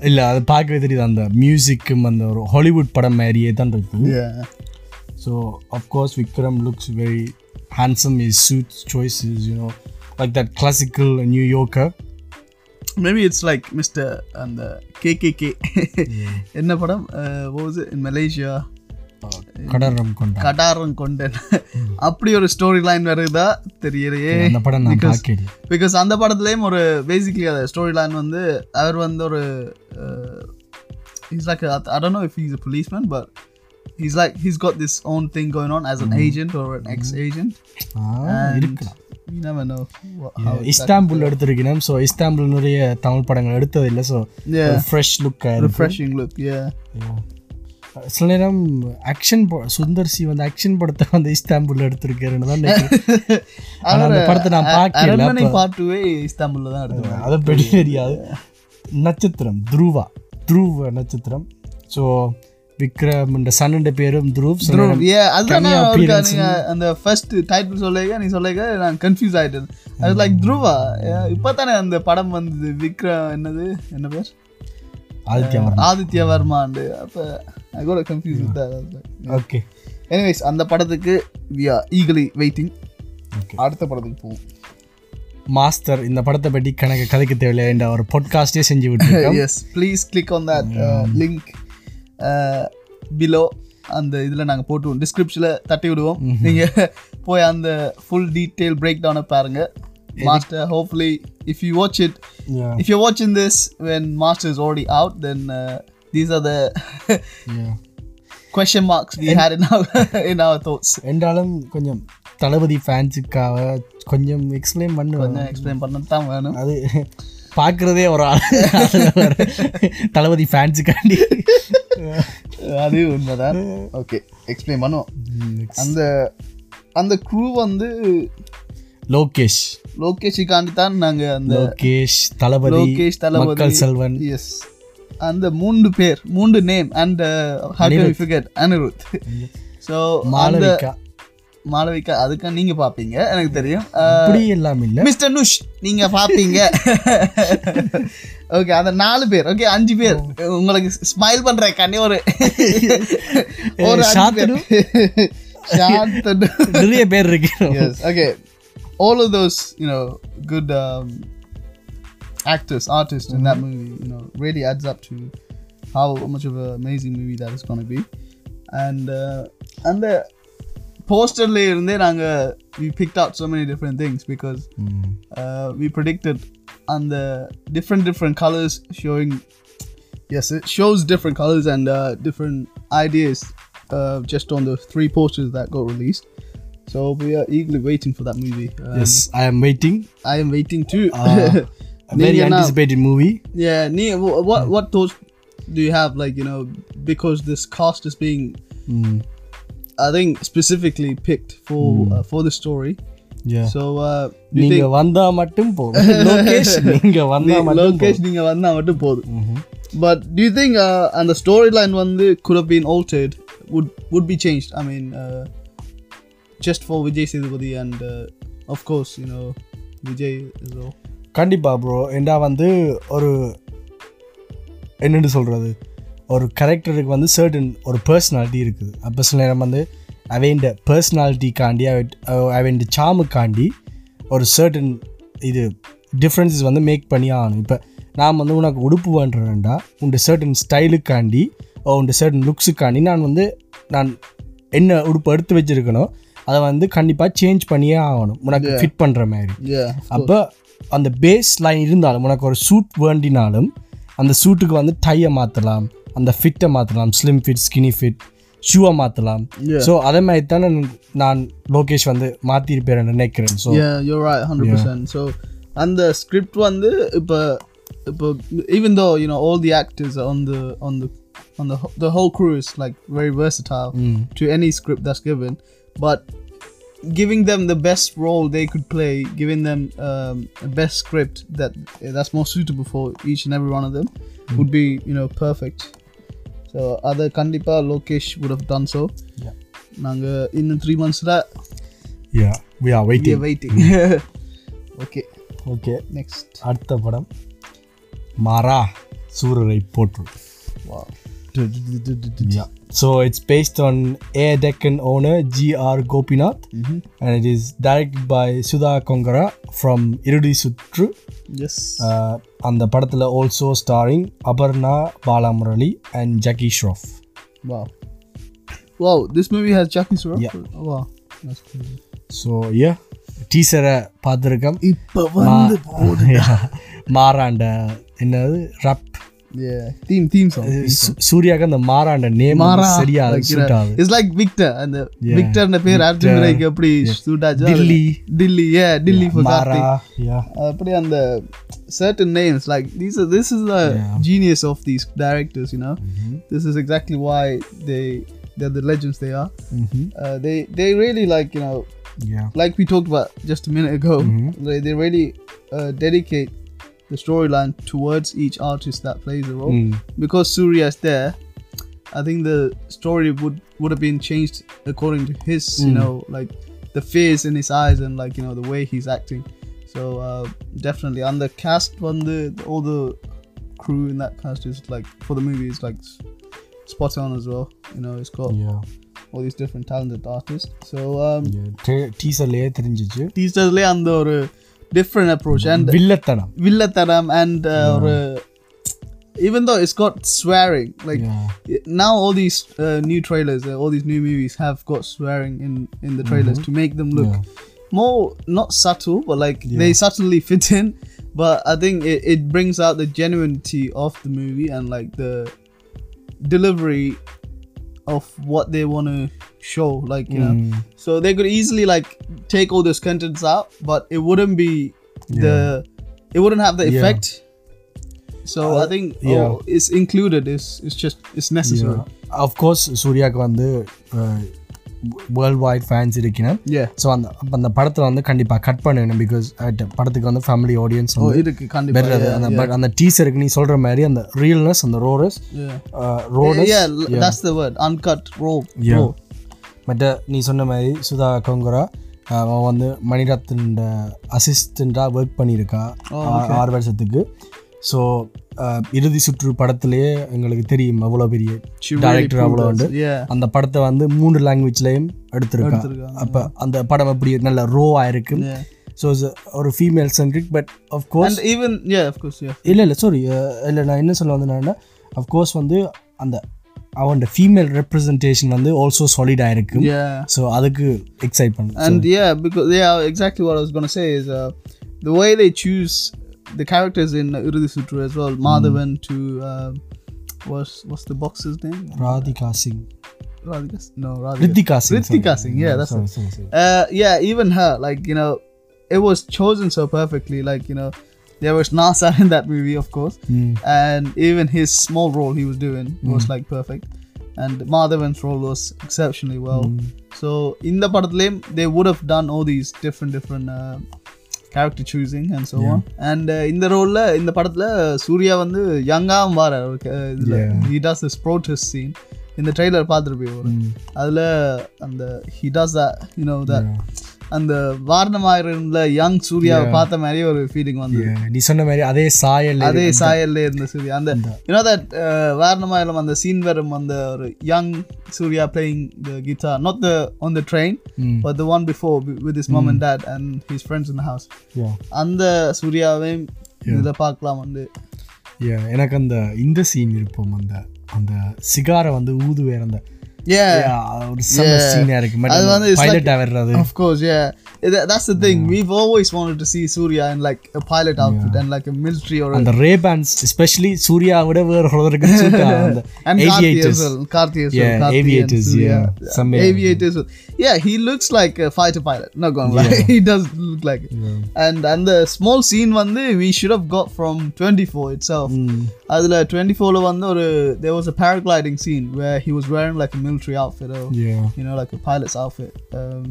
S2: இல்ல அது பார்க்கவே தெரியுது அந்த மியூசிக்கும் அந்த ஒரு ஹாலிவுட் படம் மாதிரியே தான் இருக்கு
S1: yeah
S2: So of course Vikram looks very handsome. His suit choices, you know, like that classical New Yorker.
S1: maybe it's like mr and the kkk என்ன படம் Uh, what was it in malaysia
S2: Kadaram கொண்டா
S1: கடாரம் கொண்டன் அப்படி ஒரு story line வருதா தெரியலையே
S2: Hmm. அந்த படம் நான்
S1: Because-
S2: பார்க்கல
S1: பிகாஸ் அந்த படத்துலேயும் ஒரு பேசிக்லி அந்த ஸ்டோரி லைன் வந்து அவர் வந்து ஒரு uh, is like I know if is a policeman but he's like he's got this own thing going on as an agent or an ex agent
S2: ah, Hmm. Oh, இருக்கலாம்
S1: you never know what, how
S2: Yeah, Istanbul எடுத்திருக்கணும் so Istanbul நிறைய தமிழ் படங்கள் எடுத்தது இல்லை so
S1: yeah
S2: fresh look
S1: refreshing look yeah
S2: சில நேரம் action Sundar C வந்து action படத்தை வந்து இஸ்தாம்புல் எடுத்திருக்காருன்னு தான் நினைக்கிறேன் ஆனா அந்த படத்தை நான் பார்க்கல
S1: (laughs) அரண்மனை பார்ட் டூவே இஸ்தாம்புல்ல தான் எடுத்தோம்
S2: அதை பெரிய தெரியாது நட்சத்திரம் துருவா துருவ நட்சத்திரம் ஸோ விக்ரம் இந்த சன்னுடைய பேரும் துருவ் so நம்ம-
S1: yeah அதுதான் நான் அவருக்கு நீங்க அந்த ஃபர்ஸ்ட் டைட்டில் சொல்லுங்க நீ சொல்லுங்க நான் கன்ஃபியூஸ் ஆயிட்டேன் அது லைக் த்ருவா இப்போ தானே அந்த படம் வந்தது விக்ரம் என்னது என்ன பேர்
S2: ஆதித்யா
S1: ஆதித்ய வர்மாண்டு அப்போ I got confuse with
S2: okay
S1: anyways அந்த படத்துக்கு வி ஆர் ஈகலி வெயிட்டிங் அடுத்த படத்துக்கு போவோம்
S2: மாஸ்டர் இந்த படத்தை பற்றி கணக்கு கதைக்க தேவையில்லை என்ற ஒரு பாட்காஸ்டே செஞ்சு விட்டு
S1: (laughs) yes please click on that link below uh, அந்த இதில் நாங்கள் போட்டுவோம் டிஸ்கிரிப்ஷனில் தட்டி விடுவோம் நீங்கள் போய் அந்த ஃபுல் டீட்டெயில் பிரேக் டவுனை பாருங்கள் Master hopefully if you watch it if you watch in this when Master is already out then these (laughs) are the question marks we had in (laughs) in our thoughts
S2: என்றாலும் கொஞ்சம் தளபதி ஃபேன்ஸுக்காக கொஞ்சம் explain பண்ணுவேன்
S1: கொஞ்சம் explain பண்ண தான் வேணும்
S2: அது பார்க்குறதே ஒரு ஆள் அதுல வேற தளபதி ஃபேன்ஸுக்காண்டி
S1: அது உண்மைதான் ஓகே எக்ஸ்பிளைன் பண்ணுவோம் அந்த அந்த க்ரூ வந்து
S2: லோகேஷ்
S1: லோகேஷுக்காண்டி தான் நாங்கள் அந்த
S2: லோகேஷ் தளபதி
S1: லோகேஷ் தளபதி.
S2: மக்கள் செல்வன்
S1: எஸ் அந்த மூன்று பேர் மூன்று uh, name and figure Anirudh so அந்த
S2: மாளவிகா
S1: மாளவிகா அதுக்கு நீங்க பாப்பீங்க எனக்கு தெரியும்
S2: அப்படி எல்லாம் இல்ல
S1: மிஸ்டர் நுஷ் நீங்க பாப்பீங்க ஓகே அந்த நாலு பேர் ஓகே அஞ்சு பேர் உங்களுக்கு ஸ்மைல் பண்ற கண்ணி ஒரு ஒரு அஞ்சு பேர் (laughs) சாந்தனு
S2: நிறைய பேர்
S1: (laughs)
S2: இருக்கு
S1: yes okay all of those you know good um, actors artists in that movie you know really adds up to how much of an amazing movie that is going to be and uh, and the poster layer and then uh, we picked out so many different things because uh, we predicted on the different different colors showing yes it shows different colors and uh, different ideas uh, just on the three posters that got released so we are eagerly waiting for that movie uh,
S2: yes I am waiting
S1: i am waiting too (laughs)
S2: very
S1: Neelanam.
S2: Anticipated movie
S1: yeah Nia, wh- what what thoughts do you have like you know because this cast is Hmm. being i think specifically picked for uh, for the story
S2: Yeah.
S1: So uh, you
S2: நீங்க
S1: think
S2: வந்தா மட்டும் போதும் லோகேஷ் நீங்க வந்தா மட்டும்
S1: Lokesh நீங்க வந்தா மட்டும் போதும்
S2: Mhm.
S1: But do you think uh, and the storyline வந்து could have been altered would would be changed I mean uh, just for Vijay Sethupathi and uh, of course you know Vijay as well
S2: கண்டிப்பா bro ஏண்டா வந்து ஒரு என்னென்னு சொல்கிறது ஒரு கேரக்டருக்கு வந்து சர்டன் ஒரு பர்சனாலிட்டி இருக்குது அப்போ சில நேரம் வந்து அவன்ட பர்சனாலிட்டிக்காண்டி அவன்ட சாமுக்காண்டி ஒரு சர்டன் இது டிஃப்ரென்சஸ் வந்து மேக் பண்ணி ஆகணும் இப்போ நான் வந்து உனக்கு உடுப்பு பண்ணுறேன்டா உன் சர்டன் ஸ்டைலுக்காண்டி உன் சர்டன் லுக்ஸுக்காண்டி நான் வந்து நான் என்ன உடுப்பு எடுத்து வச்சிருக்கணும் அதை வந்து கண்டிப்பாக சேஞ்ச் பண்ணியே ஆகணும் உனக்கு ஃபிட் பண்ணுற மாதிரி
S1: yeah
S2: அப்போ அந்த பேஸ் லைன் இருந்தாலும் உனக்கு ஒரு சூட் வேண்டினாலும் அந்த சூட்டுக்கு வந்து டையை மாற்றலாம் அந்த ஃபிட்டை மாற்றலாம் ஸ்லிம் ஃபிட் ஸ்கினி ஃபிட் ஷூவை மாற்றலாம்
S1: Yeah.
S2: ஸோ அதே மாதிரி தானே நான் லோகேஷ் வந்து மாற்றிருப்பேன் நினைக்கிறேன் so
S1: yeah you're right 100% so and the script வந்து இப்போ இப்போ even though you know all the actors are on the on the on the ho- the whole crew is like very versatile to any script that's given but giving them the best role they could play giving them um, a best script that that's more suitable for each and every one of them would be you know perfect so other kandipa lokesh would have done so
S2: Yeah.
S1: நாங்க இன்னும் three மந்த்ஸில்
S2: yeah we are
S1: we are
S2: waiting
S1: waiting (laughs) okay
S2: okay
S1: next
S2: அடுத்த படம் மாறா சூரரை போற்று
S1: wow
S2: so it's based on a Deccan owner GR Gopinath
S1: mm-hmm.
S2: and it is directed by Sudha Kongara from Irudi Sutru.
S1: yes
S2: Uh, அந்த படத்தில் also starring Aparna Balamurali and Jackie Shroff
S1: wow wow this movie has jackie Suraf
S2: Yeah.
S1: oh, wow that's crazy
S2: so uh டீசரை பார்த்துருக்கோம்
S1: இப்ப வந்து
S2: (laughs) மாறாண்ட என்னது ரப்
S1: yeah theme theme song
S2: Eh, சூர்யாக்கு அந்த மாறாண்ட நேம் சரியா சூட் ஆகுது
S1: இட்ஸ் லைக் விக்டர் அந்த
S2: Yeah.
S1: விக்டர்ன்ற பேர் அர்ஜுன் ரேக்கு எப்படி சூட் ஆச்சு
S2: டில்லி.
S1: டில்லி ஏ டில்லி ஃபார்
S2: மாறா
S1: கார்த்திக்
S2: யா
S1: அப்படி அந்த certain names like these are this is the genius of these directors you know this is exactly why they they're the legends they are uh, they they really like you know
S2: yeah
S1: like we talked about just a minute ago, they, they really uh, dedicate the storyline towards each artist that plays the role.
S2: Mm.
S1: Because Surya is there, I think the story would would have been changed according to his, you know, like the fears in his eyes and like you know the way he's acting. So uh, definitely, and the cast, one the all the crew in that cast is like for the movie is like s- spot on as well. You know, it's got
S2: yeah
S1: all these different talented artists. So um,
S2: டீசர்லேயே தெரிஞ்சிச்சு
S1: டீச்சர்ஸ்லேயே அந்த ஒரு different approach and
S2: வில்லத்தனம்
S1: வில்லத்தனம் and uh, ஒரு even though it's got swearing like
S2: Yeah.
S1: now all these uh, new trailers uh, all these new movies have got swearing in in the trailers to make them look more not subtle but like they subtly fit in but i think it, it brings out the genuinity of the movie and like the delivery of what they want to show like you know
S2: hmm
S1: so they could easily like take all those contents out, but it wouldn't be the it wouldn't have the
S2: Yeah.
S1: effect. So I think
S2: yeah.
S1: oh, it's included. It's it's just it's necessary.
S2: Of course சூர்யாவுக்கு வந்து world wide fans இருக்கணும்
S1: Yeah.
S2: So அந்த அப்ப அந்த படத்தில் வந்து கண்டிப்பாக cut பண்ணணும் பிகாஸ் படத்துக்கு வந்து ஃபேமிலி ஆடியன்ஸ்
S1: Oh,
S2: வந்து
S1: it can't be
S2: பெறுறது அந்த பட் அந்த டீசருக்கு நீ சொல்கிற மாதிரி அந்த ரியல்னஸ் அந்த ரோரஸ்
S1: Yeah.
S2: ரோடஸ்
S1: Yeah, l- that's the word. Uncut raw.
S2: Yeah.
S1: raw.
S2: மற்ற நீ சொன்ன மாதிரி சுதா கங்குரா அவன் வந்து மணிரத்ன அசிஸ்டண்ட்டாக ஒர்க் பண்ணியிருக்கா
S1: Oh,
S2: ஆ- ஆறு வருஷத்துக்கு ஸோ இறுதி சுற்று படத்துலேயே எங்களுக்கு தெரியும் அவ்வளோ பெரிய
S1: She really
S2: டைரக்டர்
S1: proved
S2: அவ்வளோ
S1: us.
S2: உண்டு
S1: Yeah.
S2: அந்த படத்தை வந்து மூன்று லாங்குவேஜ்லேயும் எடுத்திருக்கா
S1: எடுத்திருக்காங்க.
S2: அப்போ அந்த படம் அப்படி நல்ல ரோவாக இருக்கு
S1: Yeah.
S2: ஸோ ஒரு female centric but of course
S1: And even yeah, of course, yeah.
S2: இல்லை இல்லை சாரி இல்லை uh, நான் என்ன சொல்ல வந்தேன்னா அஃப்கோர்ஸ் வந்து அந்த அவனோட ஃபீமேல் ரெப்ரசன்டேஷன் வந்து ஆல்சோ சாலிடாக இருக்கு
S1: Yeah.
S2: ஸோ அதுக்கு எக்ஸைட் பண்ணு
S1: and yeah because yeah exactly what i was going to say is uh, the way they choose the characters in Urudi Sutra as well
S2: Hmm.
S1: madhavan to um what's what's the boxer's name
S2: Radhika Singh
S1: radhika S- no radhika
S2: Ritika Singh
S1: Ritika Singh, yeah, that's
S2: sorry, sorry, sorry.
S1: uh, yeah even her like you know it was chosen so perfectly like you know there was nasa (laughs) in that movie of course
S2: Mm.
S1: and even his small role he was doing was like perfect and madhavan's role was exceptionally well so இந்த படத்துலேயும் they would have done oh these different different character choosing and so and இந்த ரோலில் இந்த படத்தில் Suriya uh, வந்து யங்காகவும் வார இதில் he does this protest scene இந்த ட்ரெய்லர் பார்த்துருப்பேன்
S2: Mm.
S1: ஒரு அதில் அந்த he does the you know the அந்த வாரணமாயிருந்த யங் சூர்யாவை பார்த்த மாதிரி ஒரு ஃபீலிங் வந்து
S2: நீ சொன்ன மாதிரி அதே சாயல்
S1: அதே சாயல்ல இருந்த சூர்யா அந்த யூனோ தட் வாரணமாயிலம் uh, அந்த சீன் வரும் அந்த ஒரு young Suriya playing the guitar not the on the train but the one before with is mum and dad and his friends in house அந்த சூர்யாவையும் இதில் பார்க்கலாம் வந்து
S2: எனக்கு அந்த இந்த சீன் இருப்போம் அந்த அந்த சிகாரை வந்து ஊது வேற அந்த ஒரு சீனா இருக்கு அது வந்து பைலட் ஆவறது
S1: Of course, yeah. That, that's the thing. We've always wanted to see Surya in like a pilot outfit and like a military or a
S2: அந்த ரேபான்ஸ் எஸ்பெஷலி சூர்யா விட வேற ஒருவருக்கு
S1: (laughs) and Karthi as well. Karthi as well.
S2: Yeah,
S1: Karthi
S2: aviators,
S1: and Surya.
S2: yeah. Some-
S1: aviators. Yeah, he looks like a fighter pilot. Not gonna lie, (laughs) he does look like it.
S2: Mm.
S1: And and the small scene one day we should have got from 24 itself.
S2: Mm.
S1: அதுல 24 ல வந்து ஒரு there was a paragliding scene where he was wearing like a military outfit or you know like a pilot's outfit. Um,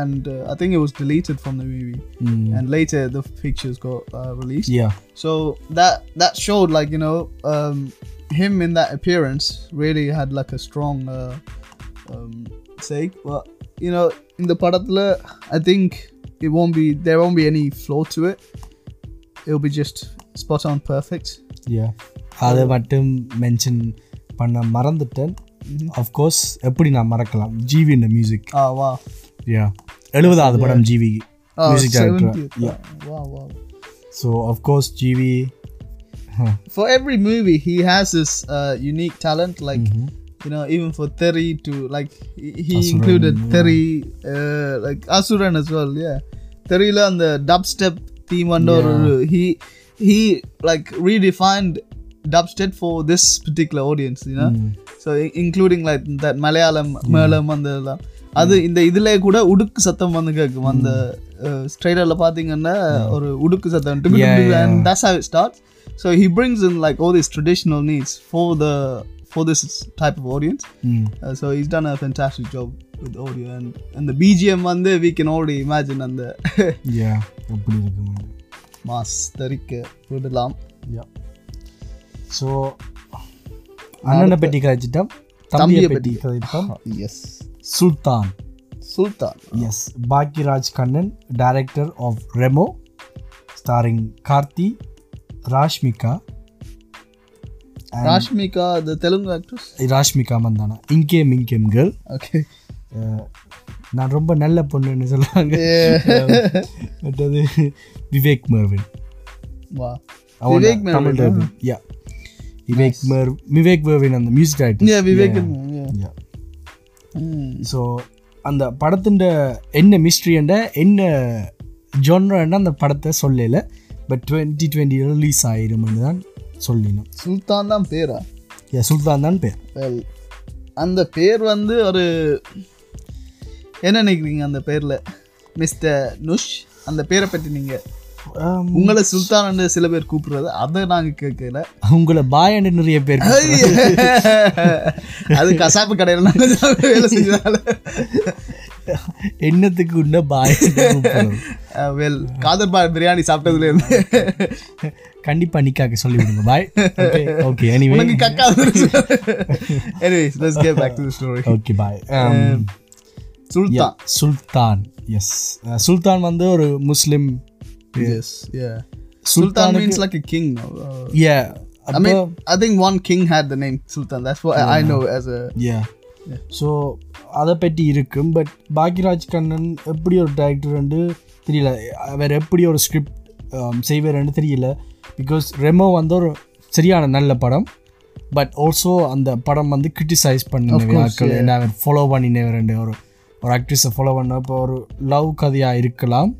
S1: and uh, I think it was deleted from the movie. Mm. And later the pictures got uh, released.
S2: Mm. yeah
S1: So that that showed like you know um, him in that appearance really had like a strong uh, um, say. But you know in the paratla, I think it won't be there won't be any flaw to it. It'll be just spot on perfect.
S2: yeah அதை மட்டும் mention பண்ண மறந்துட்டேன்
S1: Mm-hmm.
S2: Of course எப்படி நான் மறக்கலாம் GV இந்த music
S1: Ah wow.
S2: Yeah எழுபதாவது படம் GV
S1: Oh,
S2: music director
S1: 70th. Wow wow.
S2: So course GV
S1: for every movie he has his uh, unique talent like
S2: Mm-hmm.
S1: you know even for Terry to like he, he included Terry uh, like Asuran as well yeah Terry on the dubstep theme and or he he like redefined dubstep for this particular audience you
S2: Mm.
S1: know so i- including like that Malayalam Malayalam and the அது இந்த இதுல கூட உடுக்கு சத்தம் வந்து கேட்கும் அந்த ஸ்ட்ரைடர்ல பாத்தீங்கன்னா ஒரு உடுக்கு சத்தம் டுக்கு டுக்கு டுக்கு and that's how it starts so he brings in like all these traditional needs for the for this type of audience
S2: Mm.
S1: uh, so he's done a fantastic job with audio and and the bgm on there we can already imagine (laughs) on the
S2: யா எப்படி இருக்கு
S1: mass தரிக்க விடலாம்
S2: yeah so அண்ணனை பெட்டி கதைச்சிட்டோம் தம்பியை
S1: தம்பியை
S2: பெட்டி கதைச்சிட்டோம்
S1: yes
S2: Sultan
S1: Sultan
S2: yes Bhagyaraj Kannan director of Remo starring Karthi Rashmika
S1: Rashmika the Telugu actress
S2: Rashmika Mandanna இங்கே மிங்கேம் கேர்ள்
S1: okay
S2: நான் ரொம்ப நல்ல பொண்ணுன்னு சொல்லுவாங்க மற்றது விவேக் மர்வின்
S1: wow
S2: அவன்
S1: விவேக்
S2: தான் தமிழ்
S1: மர்வினா?
S2: டப்பிங். Yeah. விவேக் மர் விவேக் மர்வின் அந்த music director
S1: yeah Vivek yeah. yeah.
S2: Yeah
S1: Mm.
S2: So அந்த படத்தின் என்ன மிஸ்ட்ரின்ற என்ன ஜோன்ரன்னா அந்த படத்தை சொல்லல பட் டுவெண்ட்டி டுவெண்ட்டி ரிலீஸ் ஆயிரும்னு தான் சொல்லினோம்
S1: சுல்தான் தான் பேரா
S2: யா சுல்தான் தான் பேர்
S1: Well, அந்த பேர் வந்து ஒரு என்ன நினைக்கிறீங்க அந்த பேர்ல மிஸ்டர் நுஷ் அந்த பேரை பற்றி நீங்க
S2: ஆம்,
S1: உங்களை சுல்தான்னு சில பேர் கூப்பிடுறது அதை நாங்க கேட்கல
S2: உங்களை பாயன்னு நிறைய பேர்
S1: அது கசாப்பு கடையில் நாங்க வேலை செஞ்சதால
S2: என்னத்துக்கு உன்ன பாய்
S1: வெல் காதர்பால் பிரியாணி சாப்பிட்டதுல இருந்து
S2: கண்டிப்பா நிக்காக்க சொல்லி விடுங்க பாய் ஓகே எனிவே
S1: உனக்கு கக்காது anyways let's get back to the story
S2: okay bye
S1: Um, Sultan
S2: Um, Sultan yes Sultan வந்து ஒரு Muslim
S1: yes yeah Sultan means like a king
S2: yeah
S1: Uh, I
S2: Oh.
S1: mean, I think one king had the name Sultan. That's what I I know as a.
S2: Yeah so அதை பற்றி இருக்கும் but Bhagyaraj Kannan எப்படி ஒரு director வந்து தெரியல வேறு எப்படி ஒரு ஸ்கிரிப்ட் செய்வார்னு தெரியல பிகாஸ் ரெமோ வந்து ஒரு சரியான நல்ல படம் பட் ஆல்சோ அந்த படம் வந்து கிரிட்டிசைஸ் பண்ணினவே ஆட்கள் என்ன ஃபாலோ பண்ணினவே ரெண்டு ஒரு ஒரு ஆக்ட்ரஸை ஃபாலோ பண்ண இப்போ ஒரு லவ் கதையாக இருக்கலாம்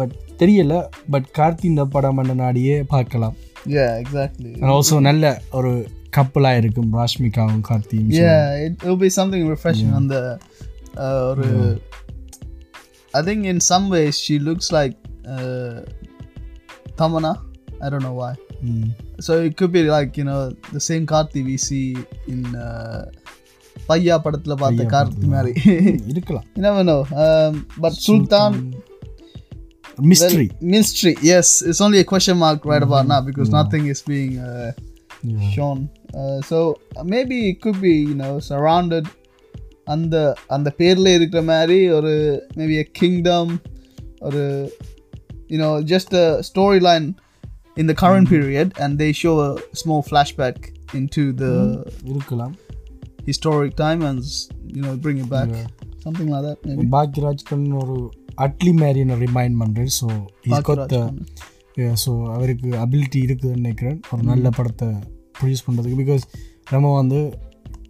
S2: பட் தெரியல பட் கார்த்தி இந்த படம் பண்ண நாடியே பார்க்கலாம்
S1: Yeah, exactly.
S2: ஆல்சோ நல்ல ஒரு கப்பலாக இருக்கும் ராஷ்மிகாவும் கார்த்தியும்
S1: Yeah, it, it'll be something refreshing on the. Uh, or, uh, I think in some ways she looks like uh, Tamana. I don't know why.
S2: ம்
S1: So it could be like you know the same Karti we see in uh, பையா படத்துல பார்த்த கார்த்தி மாதிரி
S2: இருக்கலாம்
S1: (laughs) you never know um, but sultan
S2: mystery
S1: ministry yes it's only a question mark right about now because nothing is being uh, shown uh, so uh, maybe it could be you know surrounded அந்த அந்த பேர்ல இருக்கிற மாதிரி ஒரு maybe a kingdom ஒரு you know just a storyline in the current period and they show a small flashback into the
S2: Mm-hmm. இருக்கலாம்
S1: historic time and s- you know bring it back something like that maybe
S2: பாக்யராஜ்கன் ஒரு அட்லி மாதிரி நான் remind பண்ணுறேன் so இஸ்கொத்த so அவருக்கு ability இருக்குதுன்னு நினைக்கிறேன் ஒரு நல்ல படத்தை ப்ரொடியூஸ் பண்ணுறதுக்கு பிகாஸ் நம்ம வந்து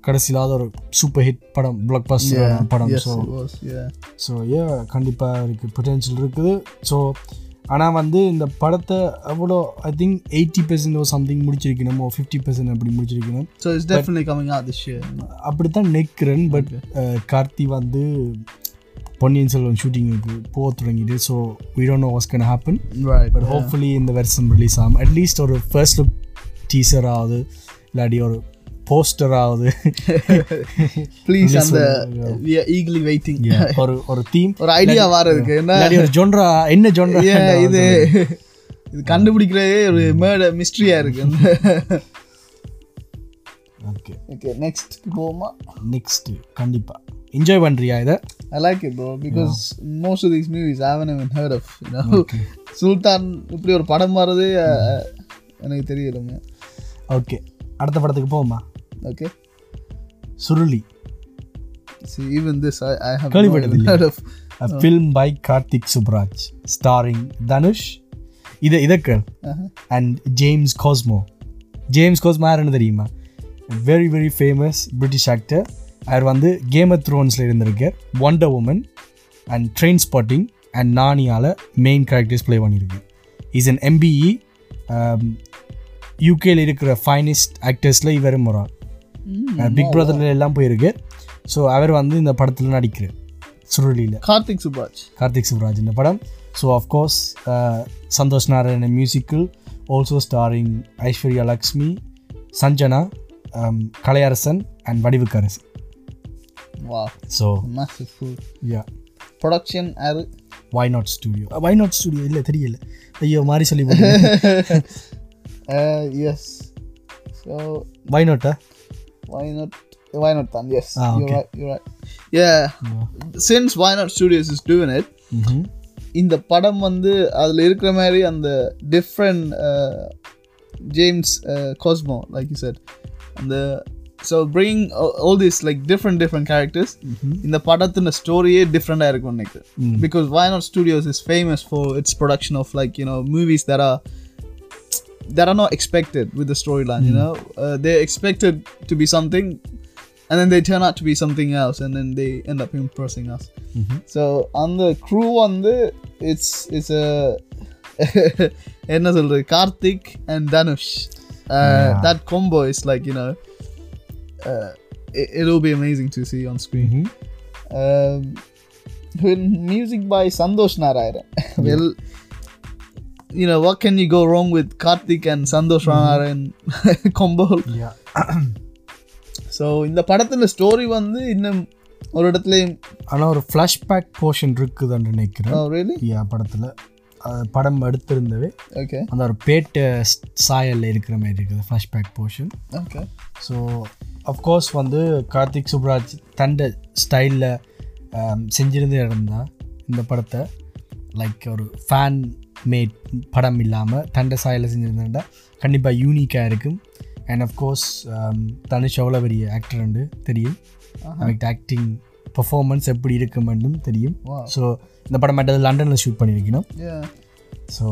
S2: கடைசியில் அது ஒரு சூப்பர் ஹிட் படம் பிளாக் பாஸ்டர் படம்
S1: yes
S2: so
S1: it was yeah
S2: so ஏ கண்டிப்பாக இருக்குது பொட்டென்ஷியல் இருக்குது ஸோ ஆனால் வந்து இந்த படத்தை அவ்வளோ I think eighty percent or something முடிச்சிருக்கணும் ஓ ஃபிஃப்டி பர்சன்ட் அப்படி முடிச்சிருக்கணும்
S1: so it's definitely coming out this year you know.
S2: அப்படித்தான் நிற்கிறேன் பட் கார்த்தி வந்து பொன்னியின் செல்வன் ஷூட்டிங்குக்கு போக தொடங்கிட்டு so we don't know was can happen
S1: right
S2: but hopefully இந்த வருஷம் ரிலீஸ் ஆகும் அட்லீஸ்ட் ஒரு ஃபர்ஸ்ட் லுக் டீசர் ஆகுது இல்லாட்டி ஒரு போஸ்டர் ஆகுது
S1: ப்ளீஸ் அந்த we are eagerly waiting
S2: ஒரு ஒரு தீம்
S1: ஒரு ஐடியா வாரதுக்கு என்ன
S2: இல்லாட்டி ஒரு ஜொன்ரா என்ன ஜொன்ரா
S1: ஏன் இது இது கண்டுபிடிக்கிறதே ஒரு மேர்டர் மிஸ்ட்ரியா இருக்கு
S2: ஓகே
S1: ஓகே நெக்ஸ்ட் போமா
S2: நெக்ஸ்ட்டு கண்டிப்பாக என்ஜாய் பண்ணுறியா இதை
S1: I like it bro because most of these movies I haven't even heard of you know (laughs) சுல்தான் இப்படி ஒரு படம் வர்றது அஹ், எனக்கு தெரியலங்க
S2: ஓகே அடுத்த படத்துக்கு போவோமா
S1: okay
S2: Suruli
S1: see even this I, I have not
S2: கேள்விப்பட்டது
S1: even heard of
S2: film by Karthik Subbaraj starring Dhanush இதை இதக்கல்
S1: Uh-huh.
S2: And James Cosmo James Cosmo யாருன்னு தெரியுமா very very famous British actor அவர் வந்து கேம் ஆஃப் த்ரோன்ஸில் இருந்திருக்கார் wonder woman and train spotting and நானியால் மெயின் கேரக்டர்ஸ் ப்ளே பண்ணியிருக்கு இஸ் அன் எம்பிஇ um, யூகேல இருக்கிற ஃபைனஸ்ட் ஆக்டர்ஸில் இவரும் ஒரு ஆள் பிக் பிரதர்ல எல்லாம் போயிருக்கு ஸோ அவர் வந்து இந்த படத்தில் நடிக்கிறார் சுருளியில்
S1: கார்த்திக் சுப்ராஜ்
S2: கார்த்திக் சுப்ராஜ் இந்த படம் so of course uh, Santhosh Narayana மியூசிக்கில் also starring Aishwarya Lakshmi Sanjana um, Kalaiyarasan and Vadivukkarasi
S1: வா
S2: so
S1: massive full
S2: yeah
S1: production ஆறு
S2: why not studio why not studio இல்லை தெரியல ஐயோ மாறி சொல்லி (laughs)
S1: (laughs) எஸ் ஸோ
S2: வாய் நாட்டா
S1: why not why not done yes
S2: Ah,
S1: you're
S2: okay.
S1: right you're right yeah since why not studios is doing it
S2: Mm-hmm.
S1: இந்த படம் வந்து அதில் இருக்கிற மாதிரி அந்த uh, different James Cosmo like you said அந்த so bring all this like different different characters
S2: Mm-hmm.
S1: இந்த படத்தின ஸ்டோரியே டிஃப்ரெண்டாக இருக்கும் நினைக்கிறேன் because Y Not studios is famous for its production of like you know movies that are that are not expected with the storyline. You know, uh, they're expected to be something, and then they turn out to be something else, and then they end up impressing us. So on the crew on the it's it's a (laughs) என்ன சொல்றது Karthik and Dhanush that combo is like you know uh, it, it'll be amazing to see on screen
S2: Mm-hmm.
S1: um, with music by Sandosh Narayan well you know what can you go wrong with Karthik and Sandosh Narayan (laughs) combo
S2: yeah
S1: so இந்த படத்துல story வந்து இன்னும் ஒரு இடத்துலயும்
S2: ஆனால் ஒரு flashback portion இருக்குதுன்னு நினைக்கிறேன்
S1: oh really
S2: யா படத்தில் படம் எடுத்திருந்தவே
S1: okay
S2: அந்த ஒரு பேட்டை சாயலில் இருக்கிற மாதிரி இருக்குது flashback portion
S1: okay
S2: so of course வந்து கார்த்திக் சுப்ராஜ் தண்ட um, ஸ்டைலில் செஞ்சிருந்து இருந்தா இந்த படத்தை லைக் ஒரு ஃபேன் மேட் படம் இல்லாமல் தண்ட சாயில் செஞ்சிருந்தா கண்டிப்பாக யூனிக்காக இருக்கும் அண்ட் அஃப்கோர்ஸ் um, தனுஷ் எவ்வளோ பெரிய ஆக்டர்ண்டு தெரியும் அவருக்கு ஆக்டிங் பெர்ஃபார்மன்ஸ் எப்படி இருக்குமென்றும் தெரியும்
S1: Wow.
S2: ஸோ இந்த படம் மட்டும் லண்டனில் ஷூட் பண்ணியிருக்கணும்
S1: yeah
S2: so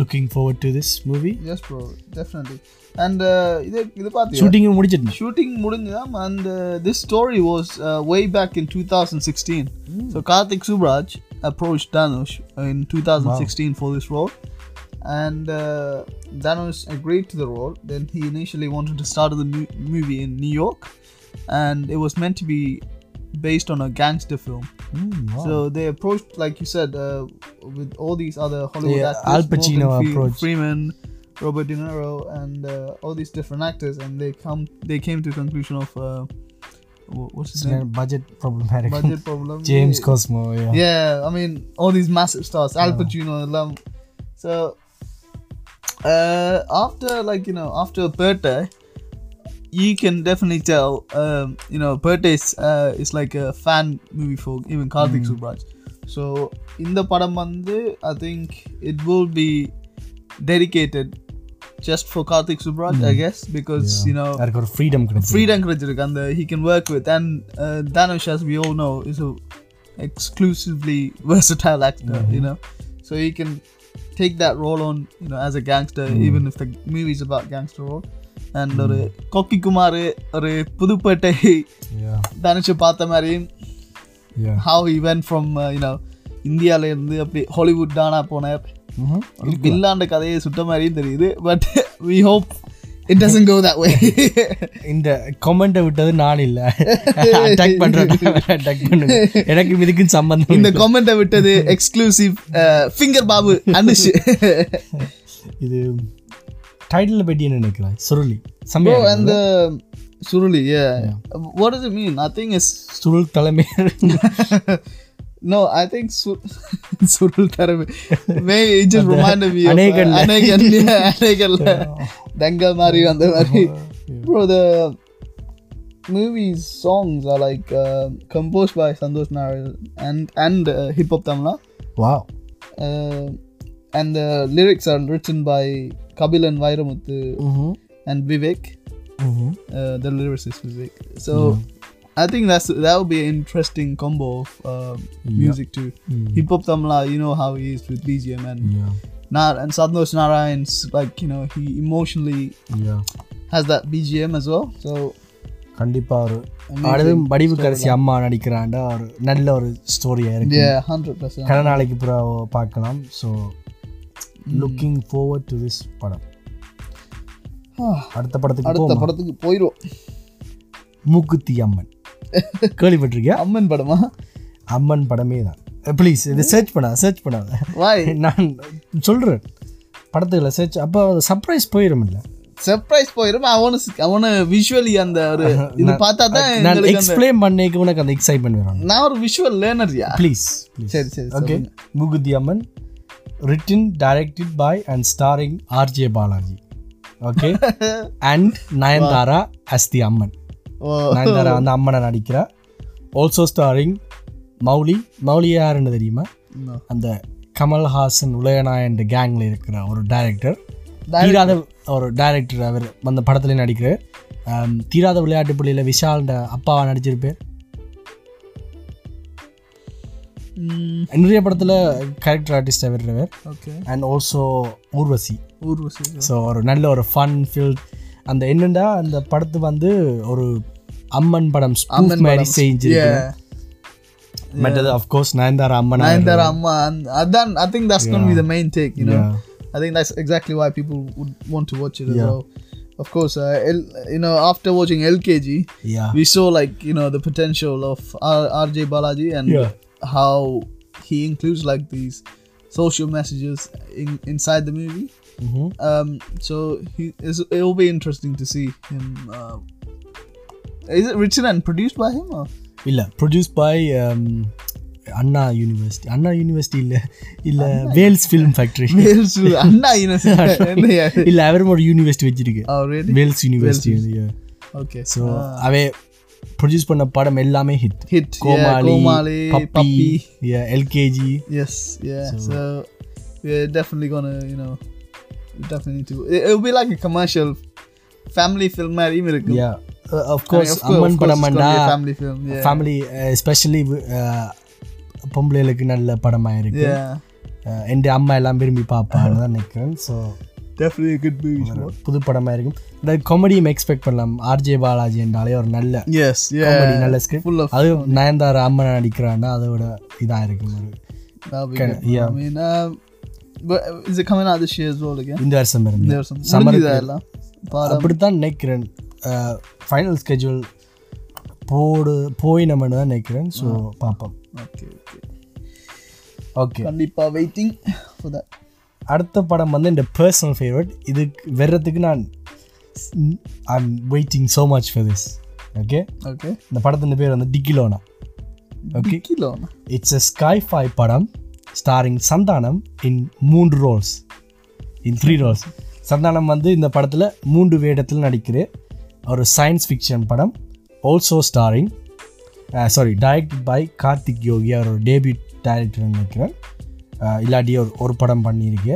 S2: looking forward to this movie
S1: yes bro definitely and uh, இது இது பார்த்தியா
S2: ஷூட்டிங்கும் முடிச்சிட்டேன்
S1: ஷூட்டிங் முடிஞ்சுதான் and this story was way back in two thousand sixteen so Karthik Subbaraj approach Dhanush in two thousand sixteen for this role And uh, Thanos agreed to the role. Then he initially wanted to start the mu- movie in New York, and it was meant to be based on a gangster film.
S2: Oh.
S1: So they approached, like you said, uh, with all these other Hollywood
S2: Yeah,
S1: actors,
S2: Al Pacino
S1: Morgan Fre-
S2: approached.
S1: Freeman, Robert De Niro, and uh, all these different actors, and they come they came to the conclusion of uh, wh- what's his
S2: It's
S1: name?
S2: a budget problematic.
S1: Budget problem.
S2: James
S1: Yeah.
S2: Cosmo, yeah.
S1: Yeah, I mean all these massive stars, Al Pacino, Lum. So uh, after like you know after birthday, you can definitely tell um, you know birthday is, uh, is like a fan movie for even Karthik Subraj. So in the Padamandu, I think it will be dedicated just for Karthik Subraj, I guess, because you know
S2: அதுக்கு ஒரு freedom கிடைச்சது.
S1: Freedom கிடைச்சிருக்கு அந்த he can work with and Dhanush uh, as we all know is a exclusively (laughs) versatile actor you know so he can take that role on you know as a gangster even if the movie is about gangster role and ஒரு கொக்கி குமார் ஒரு Puduppettai
S2: Yeah,
S1: தனுஷை பார்த்த மாதிரியும்
S2: yeah.
S1: how he went from uh, you know இந்தியால இருந்து அப்படி Hollywood தானா போன
S2: Mhm.
S1: ஒரு வில்லாண்ட கதையை சுட்ட மாதிரியும் தெரியுது but (laughs) we hope it doesn't go that way (laughs)
S2: இந்த comment அ விட்டது நான் இல்ல. Attack பண்றது நான் வேற attack
S1: (laughs)
S2: பண்ணுங்க. எனக்கும் இதுக்கும் சம்பந்தம்
S1: இந்த
S2: இல்லை.
S1: கமெண்ட்டை விட்டது எக்ஸ்க்ளூசிவ் ஃபிங்கர் பாபு அனுஷ்
S2: இது title பத்தி என்ன நினைக்கிறாய்? சுருளி. செம்மையா இருக்கு.
S1: அந்த Suruli what is mean I think is
S2: சுருள்
S1: (laughs)
S2: தலைமை.
S1: நோ ஐ திங்க் (laughs) சுருள் தரவு may it just remind me
S2: அநேகன்ல.
S1: uh, அநேகன் அநேகன்ல தங்க மாதிரி அந்த
S2: (laughs)
S1: மாதிரி bro the movies songs are like uh, composed by santosh narayan and and uh, hip hop tamla
S2: Wow.
S1: uh, and the lyrics are written by Kabilan Vairamuthu
S2: Mhm.
S1: and Vivek.
S2: Mhm.
S1: Uh, the lyricist Vivek. So I think that's that would be an interesting combo of um music too.
S2: Mm.
S1: Hip hop Tamla, you know how he is with BGM and
S2: Yeah,
S1: Nar and Sadnosh Narayan's like you know he emotionally
S2: yeah.
S1: has that BGM as well. So
S2: கண்டிப்பா ஒரு
S1: Amazing
S2: அதுவும் வடிவு கடைசி அம்மா நடிக்கிறாண்டா ஒரு நல்ல ஒரு ஸ்டோரியா இருக்கு
S1: yeah, hundred percent.
S2: கடை நாளைக்கு புறா பார்க்கலாம் so looking forward to this படம்
S1: Ah,
S2: அடுத்த படத்துக்கு
S1: அடுத்த
S2: போவோமா?
S1: படத்துக்கு போயிடும்
S2: மூக்குத்தி அம்மன் கேள்விப்பட்டிருக்கியா
S1: அம்மன் படமா
S2: அம்மன் படமே தான் Eh, ப்ளீஸ் இது சர்ச் பண்ணாத சர்ச் பண்ணாத
S1: வாய்
S2: நான் சொல்கிறேன் படத்துக்குள்ள சர்ச் அப்போ சர்ப்ரைஸ் போயிடும் இல்லை
S1: சர்ப்ரைஸ் போயிரும் அவனு அவனு விஷுவலி அந்த ஒரு இது பார்த்தா தான்
S2: நான்
S1: எங்களுக்கு அந்த-
S2: எக்ஸ்பிளைன் பண்ணிக்க உனக்கு அந்த எக்ஸைட்மெண்ட் வேணும்
S1: நான் ஒரு விஷுவல் லேர்னர்யா
S2: ப்ளீஸ் ப்ளீஸ்
S1: சரி சரி
S2: okay Mookuthi Amman written directed by and starring RJ Balaji okay
S1: (laughs)
S2: and Nayanthara அஸ்தி அம்மன்
S1: ஓ
S2: நயன்தாரா அந்த அம்மனை நடிக்கிறா ஆல்சோ ஸ்டாரிங் மௌலி மௌலி யாருன்னு தெரியுமா
S1: No.
S2: அந்த கமல்ஹாசன் உலகநாயன் கேங்கில் இருக்கிற ஒரு டைரக்டர்
S1: Director.
S2: தீராத ஒரு டைரக்டர் அவர் அந்த படத்துல நடிக்கிறார் ஆம், தீராத விளையாட்டு புள்ளியில் விஷால்ட அப்பாவை நடிச்சிருப்பார்
S1: ம்,
S2: நிறைய படத்தில் கேரக்டர் ஆர்டிஸ்ட் அவர்
S1: okay
S2: and also Urvashi
S1: Urvashi
S2: so ஒரு நல்ல ஒரு ஃபன் ஃபீல்ட் அந்த என்னண்டா அந்த படத்து வந்து ஒரு அம்மன் படம் அம்மன் மாதிரி செஞ்சு மற்றது அஃப்கோர்ஸ் நயன்தாரா அம்மன்
S1: நயன்தாரா அம்மா and அதான் I think that's going to be the main take you know
S2: Yeah.
S1: I think that's exactly why people would want to watch it as well of course uh, L, you know after watching LKG
S2: yeah
S1: we saw like you know the potential of R, RJ Balaji and
S2: yeah
S1: how he includes like these social messages in, inside the movie.
S2: Mm-hmm.
S1: Um, so he is, it'll be interesting to see him. Uh, is it written and produced by him? Or?
S2: இல்லை produce by Anna university Anna university இல்லை இல்லை Vels film
S1: (laughs)
S2: factory (laughs)
S1: Anna, you (laughs) know,
S2: இல்லை அவரும் ஒரு university வச்சிருக்கு
S1: oh really?
S2: Vels university
S1: Okay. uh,
S2: so அவே produce பண்ண படம் எல்லாமே hit
S1: Hit. yeah,
S2: Comali
S1: Komali,
S2: Puppy
S1: Puppy.
S2: LKG
S1: Yes. Yeah. So, we're definitely gonna, you know, we definitely need to. It, will be like a commercial family film. மாதிரி இருக்கும்.
S2: Yeah
S1: I mean,
S2: of course
S1: of course- of
S2: Uh, Amman
S1: course it's gonna
S2: படம்னா
S1: be a family film. Yeah.
S2: Family especially uh, பொம்பளைகளுக்கு நல்ல படமாக இருக்கு
S1: Yeah.
S2: என் அம்மா எல்லாம் விரும்பி பார்ப்பான்னு தான் நினைக்கிறேன் so
S1: Definitely a good movie. bro.
S2: புது படமாக இருக்கும் இந்த காமெடியும் எக்ஸ்பெக்ட் பண்ணலாம் ஆர்ஜே பாலாஜி என்றாலே ஒரு நல்ல
S1: Yes,
S2: comedy,
S1: yeah.
S2: நல்ல ஸ்கிரிப்ட்
S1: Full of
S2: அது நயன்தாரா அம்மன் நடிக்கிறான்னா அதோட இதாக இருக்கும் ஒரு
S1: that'll be
S2: Kind
S1: good.
S2: of, yeah.
S1: I mean, uh, but uh, is it coming out this year as well again?
S2: இந்த வருஷம் இருந்து
S1: There's some
S2: Summer
S1: முடிஞ்சுதா எல்லாம்? பாரா-
S2: அப்படித்தான் நினைக்கிறேன் ஃபைனல் ஸ்கெட்யூல் போடு போய் நம்மன்னு தான் நினைக்கிறேன் ஸோ பார்ப்போம்
S1: Okay, okay.
S2: ஓகே
S1: கண்டிப்பா waiting for that.
S2: அடுத்த படம் வந்து என் பர்சனல் ஃபேவரட் இதுக்கு வர்றதுக்கு நான் I am waiting so much for this okay
S1: Okay.
S2: இந்த படத்தின் பேர் வந்து Dikkiloona okay
S1: Kilo.
S2: It's a sky five படம் ஸ்டாரிங் சந்தானம் இன் மூன்று roles in three roles Santhanam வந்து இந்த படத்தில் மூன்று வேடத்தில் நடிக்கிற ஒரு சயின்ஸ் ஃபிக்ஷன் படம் also starring sorry direct by Karthik Yogi அவர் ஒரு டேபியூ டைரக்டர் நினைக்கிறேன் அஹ் இல்லாட்டி ஒரு ஒரு படம் பண்ணியிருக்கு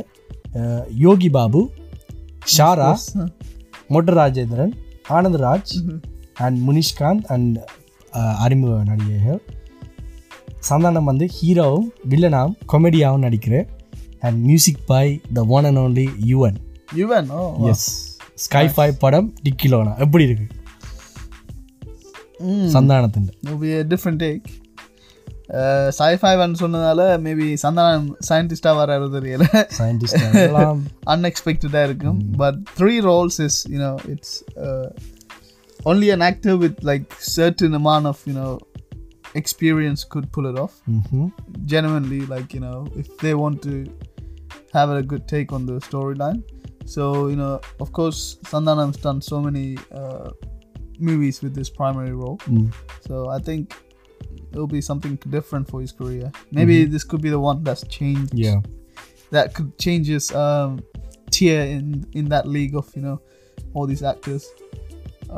S2: அஹ் யோகி பாபு ஷாரா மொட்டு ராஜேந்திரன் ஆனந்தராஜ் அண்ட் முனிஷ்காந்த் அண்ட் அறிமுக நடிகைகள் சந்தானம் வந்து ஹீரோவும் வில்லனாகவும் காமெடியாகவும் நடிக்கிறேன் and music by the one and only Yuvan
S1: You went. Oh.
S2: Yes sky five படம் டிக்கிலோனா எப்படி இருக்கு
S1: Mm.
S2: சந்தானத்தின்
S1: It'll be a different take. Sci-fi வந்து சொன்னதால மேபி சந்தானம் சயின்டிஸ்டாக வராது தெரியல (laughs)
S2: (laughs) சயின்டிஸ்ட்
S1: அன்எக்ஸ்பெக்டடாக இருக்கும் but three roles is you know it's only an actor with like certain amount of you know experience good pull it off genuinely like you know if they want to have a good take on the storyline so you know of course sandanam's done so many uh, movies with this primary role so i think it'll be something different for his career maybe this could be the one that's changed
S2: yeah
S1: that could change his um, tier in in that league of you know all these actors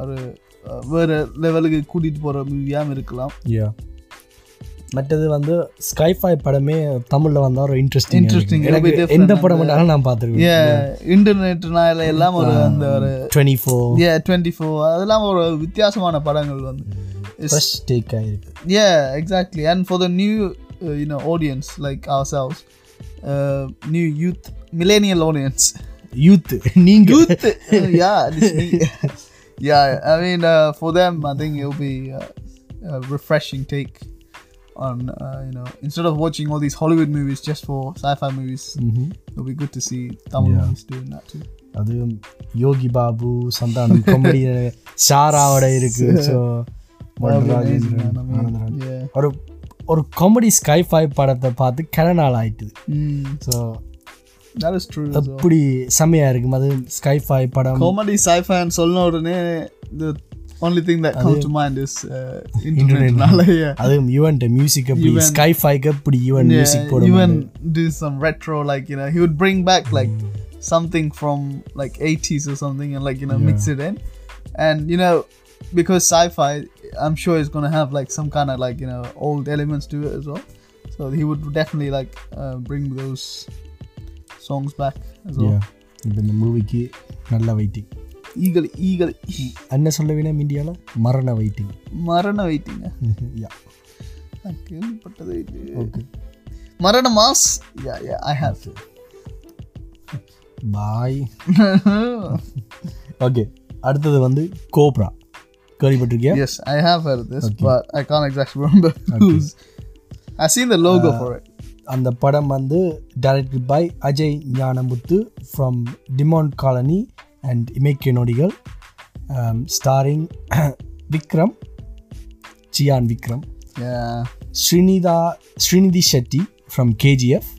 S1: or uh, வேற லெவலுக்கு கூட்டிட்டு போற மூவியாகவும் இருக்கலாம்
S2: யா மற்றது வந்து sky five படமே தமிழ்ல வந்தா ஒரு இன்ட்ரெஸ்டிங்
S1: Interesting, it'll be
S2: எனக்கு
S1: different
S2: எந்த படம் பண்ணாலும் நான் பார்த்துருக்கேன்
S1: இன்டர்நெட்னால எல்லாம் ஒரு அந்த ஒரு
S2: டுவெண்ட்டி ஃபோர்
S1: ஏ டுவெண்ட்டி ஃபோர் அதெல்லாம் ஒரு வித்தியாசமான படங்கள் வந்து
S2: ஃப்ரெஷ் டேக் ஆகிருக்கு
S1: ஏ exactly and for the new you know audience like அவர் shows new youth millennial audience
S2: youth (laughs) நீங்க
S1: (laughs) youth yeah yeah I mean for them I think you be refreshing take on uh, you know instead of watching all these hollywood movies just for sci-fi movies it'll be good to see tamil movies doing that too
S2: அது Yogi Babu Santhanam comedy சாராவோட இருக்கு so Rajendran Anandaraj
S1: yeah
S2: ஒரு ஒரு comedy sci-fi படத்தை பார்த்து கனநாள் ஆயிட்டுது
S1: mm,
S2: so
S1: that is true as well.
S2: அப்படி செம்மையா இருக்கும் அது ஸ்கை ஃபை படம்
S1: comedy sci-fi and சொல்ல உடனே the only thing that comes to mind is uh, internetனால (laughs) yeah.
S2: அது யுவன் மியூசிக் அப்படி ஸ்கை ஃபைக்கு அப்படி யுவன் மியூசிக்
S1: Yeah,
S2: போடும்
S1: even do some retro like you know he would bring back like something from like 80s or something and like you know mix it in and you know because sci-fi I'm sure it's gonna have like some kind of like you know old elements to it as well so he would definitely like uh, bring those songs back as well
S2: Yeah. இப்போ இந்த மூவிக்கு நல்ல waiting
S1: eagle eagle
S2: என்ன சொல்ல வேணும் இந்தியாவில் மரண waiting
S1: மரண வெயிட்டிங்க
S2: யா
S1: நான் கேள்விப்பட்டதே இல்லையே
S2: ஓகே
S1: மரண mass yeah yeah I have
S2: bye
S1: (laughs)
S2: okay அடுத்தது வந்து கோப்ரா கேள்விப்பட்டிருக்கியா
S1: yes I have heard this but I can't (laughs) exact remember whose I seen the logo for it
S2: அந்த படம் வந்து directed by Ajay Gnanamuthu from demand colony and Imaikkaa Nodigal starring (clears throat) Vikram Chiyaan Vikram
S1: yeah
S2: Srinitha Srinidhi Shetty from KGF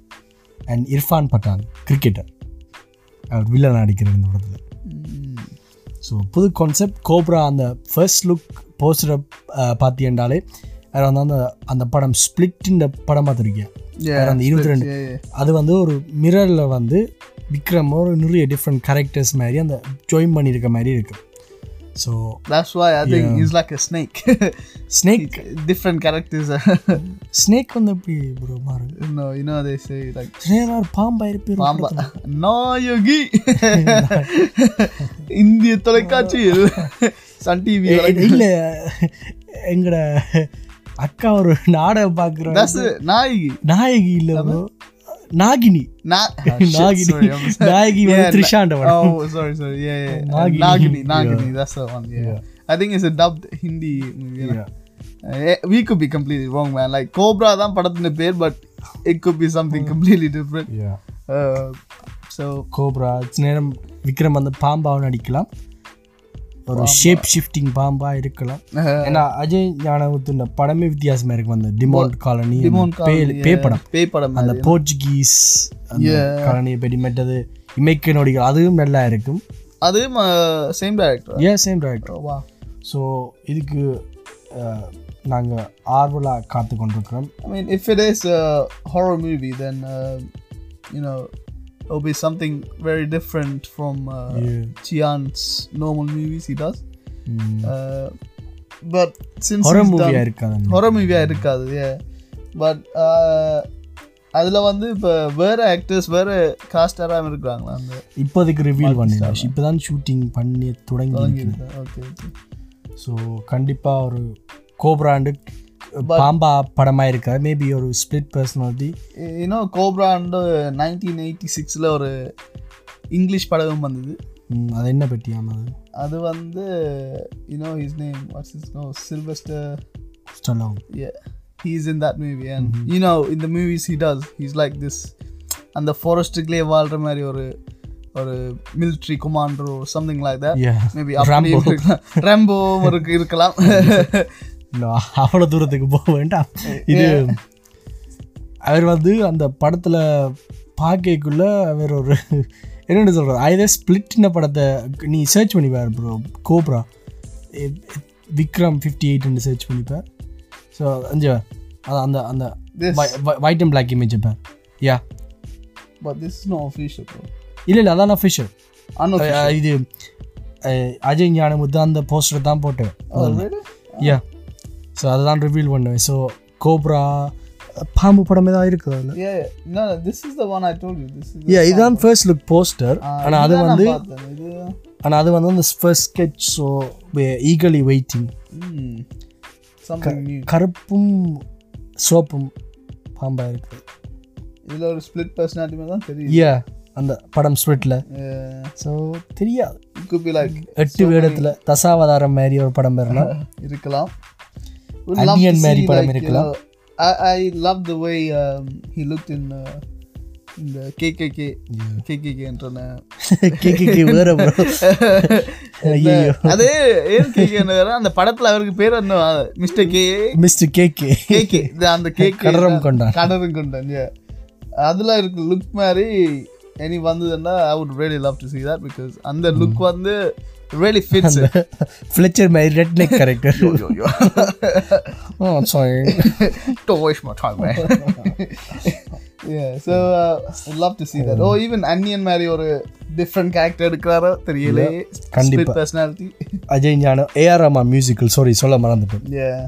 S2: and Irfan Pathan cricketer அவர் villain நடிக்கிறார் இந்த படத்தில் so புது concept Cobra அந்த first look போஸ்டரை பார்த்தீங்கன்னாலே வேறு வந்து அந்த அந்த படம் ஸ்பிளிட்ன்ற படம் பார்த்துருக்கேன்
S1: Yeah,
S2: வேறு அந்த இருபத்தி ரெண்டு அது வந்து ஒரு மிரரில் வந்து விக்ரம் ஒரு நிறைய டிஃப்ரெண்ட் கேரக்டர்ஸ் மாதிரி அந்த ஜாயின் பண்ணியிருக்க மாதிரி இருக்கு so
S1: That's why I think he's like a snake. (laughs)
S2: Snake
S1: Different characters. (laughs)
S2: Snake வந்து எப்படி ப்ரோ மாறு
S1: no, you know they say like
S2: snake ஒரு பாம்பாக இருப்பேன் (laughs)
S1: பாம்பா நாயகி (laughs) இந்திய தொலைக்காட்சியில் (laughs) சன்
S2: Eh,
S1: டிவி (laughs)
S2: இல்லை எங்கட அக்கா ஒரு நாடகம்
S1: (laughs)
S2: பார்க்குறோம்
S1: நாயகி
S2: நாயகி இல்லை bro Nagini
S1: (laughs) Na-
S2: Nagini.
S1: oh, Sorry, I'm (laughs) sorry.
S2: Nagi
S1: Yeah,
S2: வந்து Trishan
S1: Oh, sorry, sorry. Yeah, yeah.
S2: Nagini.
S1: Nagini. Nagini, Nagini. That's the one. Yeah.
S2: Yeah.
S1: I think it's a dubbed Hindi movie. you know. Uh, yeah, we could be completely wrong, man. Like Cobra, தான் படத்தின பேர், but it could be something completely different. Uh, so,
S2: Cobra நேரம் விக்ரம் அந்த பாம்பாவும் நடிக்கலாம் ஒரு shape shifting பாம்பா இருக்கலாம்
S1: uh,
S2: ஏன்னா அஜய் ஞானவுத்துன படமே வித்தியாசமா இருக்கும் அந்த டிமாண்ட் காலனி
S1: Demon Colony,
S2: பே
S1: yeah,
S2: படம்
S1: பேய் படம்
S2: அந்த
S1: மாதிரி.
S2: போர்ச்சுகீஸ் அந்த
S1: Yeah.
S2: காலனியை படி மெட்டது இமைக்க நொடிகள் அதுவும் நல்லா இருக்கும்
S1: uh, அது சேம் டைரக்டர்
S2: ஏ சேம் டைரக்டர்
S1: வா
S2: ஸோ இதுக்கு நாங்கள் ஆர்வலாக காத்து கொண்டிருக்கிறோம்
S1: I mean, if it is a horror movie, then uh, you know it'll be something very different from uh,
S2: Yeah.
S1: Chian's normal movies he does. Uh, but since
S2: horror
S1: he's
S2: மூவியாக
S1: done,
S2: இருக்காது
S1: horror movie இருக்காது yeah. but uh, அதுல வந்து இப்போ வேற actors வேற cost யாராவது இருக்கிறாங்களா அந்த
S2: இப்போதைக்கு ரிவீல் பண்ணிடுச்சு இப்போ தான் ஷூட்டிங் பண்ணி தொடங்கி
S1: ஓகே ஓகே
S2: ஸோ கண்டிப்பாக ஒரு கோப்ராண்டு பாம்பா படமாக இருக்காது மேபி ஒரு ஸ்பிளிட் பர்சனாலிட்டி
S1: இன்னும் கோப்ராண்டு நைன்டீன் எயிட்டி சிக்ஸில் ஒரு இங்கிலீஷ் படமும் வந்தது
S2: அது என்ன பற்றியாம அது
S1: அது வந்து you know his name what's is no Sylvester
S2: Stallone
S1: Oh, he's in that movie and
S2: Mm-hmm.
S1: you know in the movies he does he's like this அந்த ஃபாரஸ்ட்டுக்குள்ளே வாழ்கிற மாதிரி ஒரு ஒரு military commander or something like that
S2: Yeah.
S1: Maybe அப்படியும்
S2: Rambo.
S1: இருக்கலாம் Rambo இருக்கு
S2: (laughs)
S1: இருக்கலாம்
S2: இல்லை அவ்வளோ தூரத்துக்கு போக வேண்டாம் இது அவர் வந்து அந்த படத்தில் பார்க்கக்குள்ள அவர் ஒரு என்னென்னு சொல்கிறது ஐதர் ஸ்பிளிட்ன படத்தை நீ சர்ச் பண்ணி பாரு ப்ரோ கோப்ரா விக்ரம் ஃபிஃப்டி எயிட்னு சர்ச் பண்ணி பார் ஸோ அஞ்சு அது அந்த அந்த
S1: This-
S2: white and black image பார் yeah
S1: but this is no official bro
S2: இல்லை இல்லை அதான் ஃபிஷர் Oh,
S1: அன்அஃபிஷியல்
S2: இது அஹ், அஜய் ஞானமுத்து அந்த போஸ்டர் தான் போட்டேன்
S1: Oh,
S2: யா ஸோ அதுதான் ரிவீல் பண்ணுவேன் ஸோ கோப்ரா பாம்பு படம் ஏதாவது இருக்குது அதில்
S1: yeah yeah. no no this is the one i told you this is
S2: yeah இதுதான் ஃபர்ஸ்ட் லுக் போஸ்டர் ஆனால் அது வந்து
S1: பார்த்தேன் இது
S2: ஆனால் அது வந்து அந்த first sketch so eagerly waiting
S1: ம் சம்திங் நியூ
S2: கருப்பும் சோப்பும் பாம்பாக இருக்குது
S1: இதில் ஒரு ஸ்பிளிட் பர்சனாலிட்டி மாதிரி தான் தெரியுது
S2: யா அந்த படம் ஸ்பிரிட்டில்
S1: Yeah.
S2: ஸோ தெரியாது
S1: it could be like
S2: எட்டு வேடத்தில் தசாவதாரம் மாதிரி ஒரு படம் (laughs) பெறலாம்
S1: இருக்கலாம் Would
S2: Onion
S1: love to
S2: Mary
S1: see,
S2: படம்
S1: like, you
S2: இருக்கலாம்.
S1: know, I I love the way um, he looked in uh, in the KKK KKK ன்றன.
S2: கேக்கு வேற bro. ஐயையோ
S1: அதே ஏன் KK ன்னுறாரு? அந்த படத்துல அவருக்கு பேர் என்ன மிஸ்டர் கே
S2: மிஸ்டர் கேக்கு
S1: KK இது அந்த
S2: (laughs)
S1: KK
S2: கடரம் கொண்டான்.
S1: கடரம் கொண்டான் yeah. அதுல இருக்கு லுக் மாதிரி இனி வந்ததுன்னா I would really love to see that because அந்த லுக் வந்து ரியலி ஃபிட்ஸ்
S2: ஃப்ளெச்சர் மாதிரி red neck character oh sorry
S1: (laughs) Don't waste my time, man. (laughs) yeah, so uh, I'd love to see that. Or even Onion Mary or a different character இருக்கிறாரோ தெரியல split
S2: கண்டிப்பா.
S1: (laughs) personality.
S2: Ajay Gnanam AR Rahman musical sorry சொல்ல மறந்துட்டேன்
S1: yeah.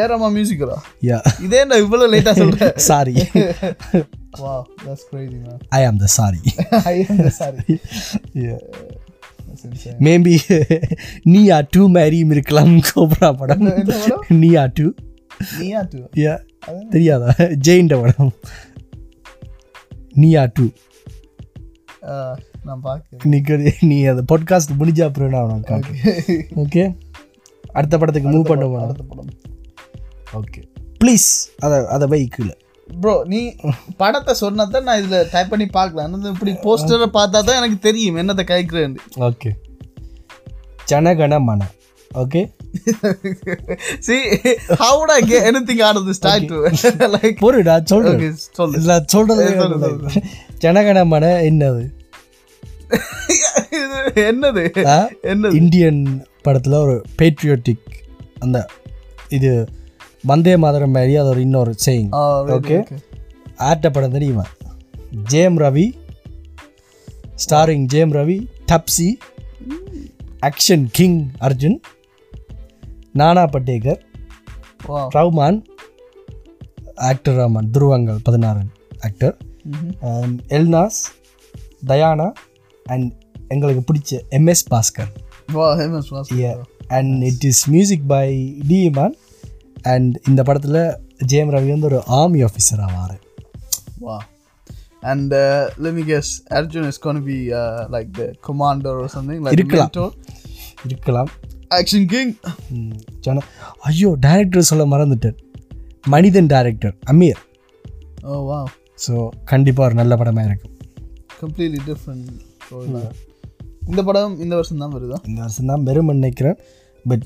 S1: ஏராமா மியூசிக்கரா
S2: யா
S1: இதே நான் இவ்வளோ லேட்டாக (laughs) சொல்கிறேன்
S2: சாரி
S1: வா that's Crazy (laughs) ma'am
S2: I am the sorry
S1: I am sorry
S2: (laughs) maybe நீயா டூ மேரியும் இருக்கலாம் கோப்ரா படம்
S1: என்ன படம்?
S2: நீயா டூ
S1: நீயா டூ
S2: யா தெரியாதா ஜெயின்ட படம் நீயா டூ
S1: Uh, நான் பார்க்குறேன்
S2: நிக்க நீ அந்த பாட்காஸ்ட் முடிஞ்சா அப்புறம் நான் உனக்கு காட்டுறேன் ஓகே அடுத்த படத்துக்கு மூவ் பண்ண போனோம்
S1: (laughs) அடுத்த படம்
S2: ஓகே ப்ளீஸ் அதை அதை வை கீழே
S1: ப்ரோ நீ படத்தை சொன்னதான் நான் இதுல டைப் பண்ணி பார்க்கலாம் ஆனா, இப்படி போஸ்டரை பார்த்தா தான் எனக்கு தெரியும் என்னத்தை கேட்குறேன்னு
S2: ஓகே ஜனகண மன okay
S1: (laughs) See, how would I get anything out of this title? (laughs) like,
S2: பொருடா சொல்கிறேன்
S1: okay, told it.
S2: இல்லை சொல்கிறது ஜனகணமன என்னது
S1: (laughs) என்னது
S2: ஆ?
S1: என்னது
S2: இந்தியன் படத்தில் ஒரு பேட்ரியோட்டிக் அந்த இது வந்தே மாதரம் மாதிரி அது ஒரு இன்னொரு செய்யுங்
S1: Oh, really?
S2: Okay. ஆட்ட படம் தெரியுமா Jayam Ravi starring Jayam Ravi Taapsee action king Arjun Nana Patekar
S1: Wow.
S2: Rahman actor Rahman Dhuruvangal Pathinaaru actor
S1: Mhm.
S2: Elnaaz தயானா அண்ட் எங்களுக்கு பிடிச்ச MS Bhaskar
S1: Wow, MS was.
S2: And it is music by demon and இந்த படத்தில் ஜேம் ரவி வந்து ஒரு ஆர்மி ஆஃபீஸர் ஆவார்
S1: Wow. And uh, let me guess, Arjun is going to be uh, like the commander or something, like the
S2: இருக்கலாம்.
S1: mentor.
S2: இருக்கலாம்
S1: Action King.
S2: ம், சொன்ன ஐயோ டைரக்டர் சொல்ல மறந்துட்டேன் Manithan director Ameer
S1: Oh, wow.
S2: So கண்டிப்பாக ஒரு நல்ல படமாக இருக்கும்
S1: Completely different. story.
S2: Hmm.
S1: இந்த படம் இந்த வருஷம் தான் வருதா
S2: இந்த வருஷம் தான் வெறும் நினைக்கிறேன் பட்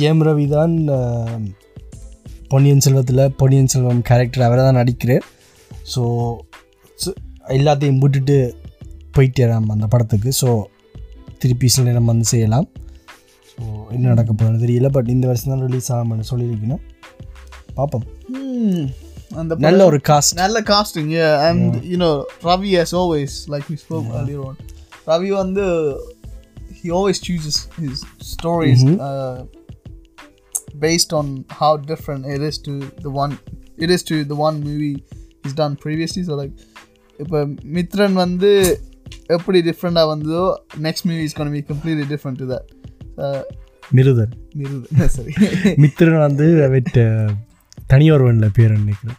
S2: ஜேம் ரவி தான் ஆம், பொன்னியின் செல்வத்தில் பொன்னியின் செல்வம் கேரக்டர் அவரை தான் நடிக்கிறார் ஸோ எல்லாத்தையும் விட்டுட்டு போயிட்டேன் அந்த படத்துக்கு ஸோ திருப்பி சில நேரம் வந்து செய்யலாம் ஸோ என்ன நடக்க போகுதுன்னு தெரியல பட் இந்த வருஷம் தான் ரிலீஸ் ஆகும்னு சொல்லியிருக்கணும் பார்ப்போம்
S1: Hmm. And the
S2: நல்ல ஒரு காஸ்ட்
S1: நல்ல casting and you know Ravi as always like we spoke earlier on Ravi வந்து he always chooses his stories uh, based on how different it is to the one it is to the one movie he's done previously so like இப்போ மித்ரன் வந்து எப்படி டிஃப்ரெண்டாக வந்ததோ next movie is கொண்டு be completely different to that Uh,
S2: மிருதர்
S1: (laughs) மிருது சரி
S2: மித்ரன் வந்து வித் தனியொருவன்ல பேர் (laughs) நினைக்கிறேன்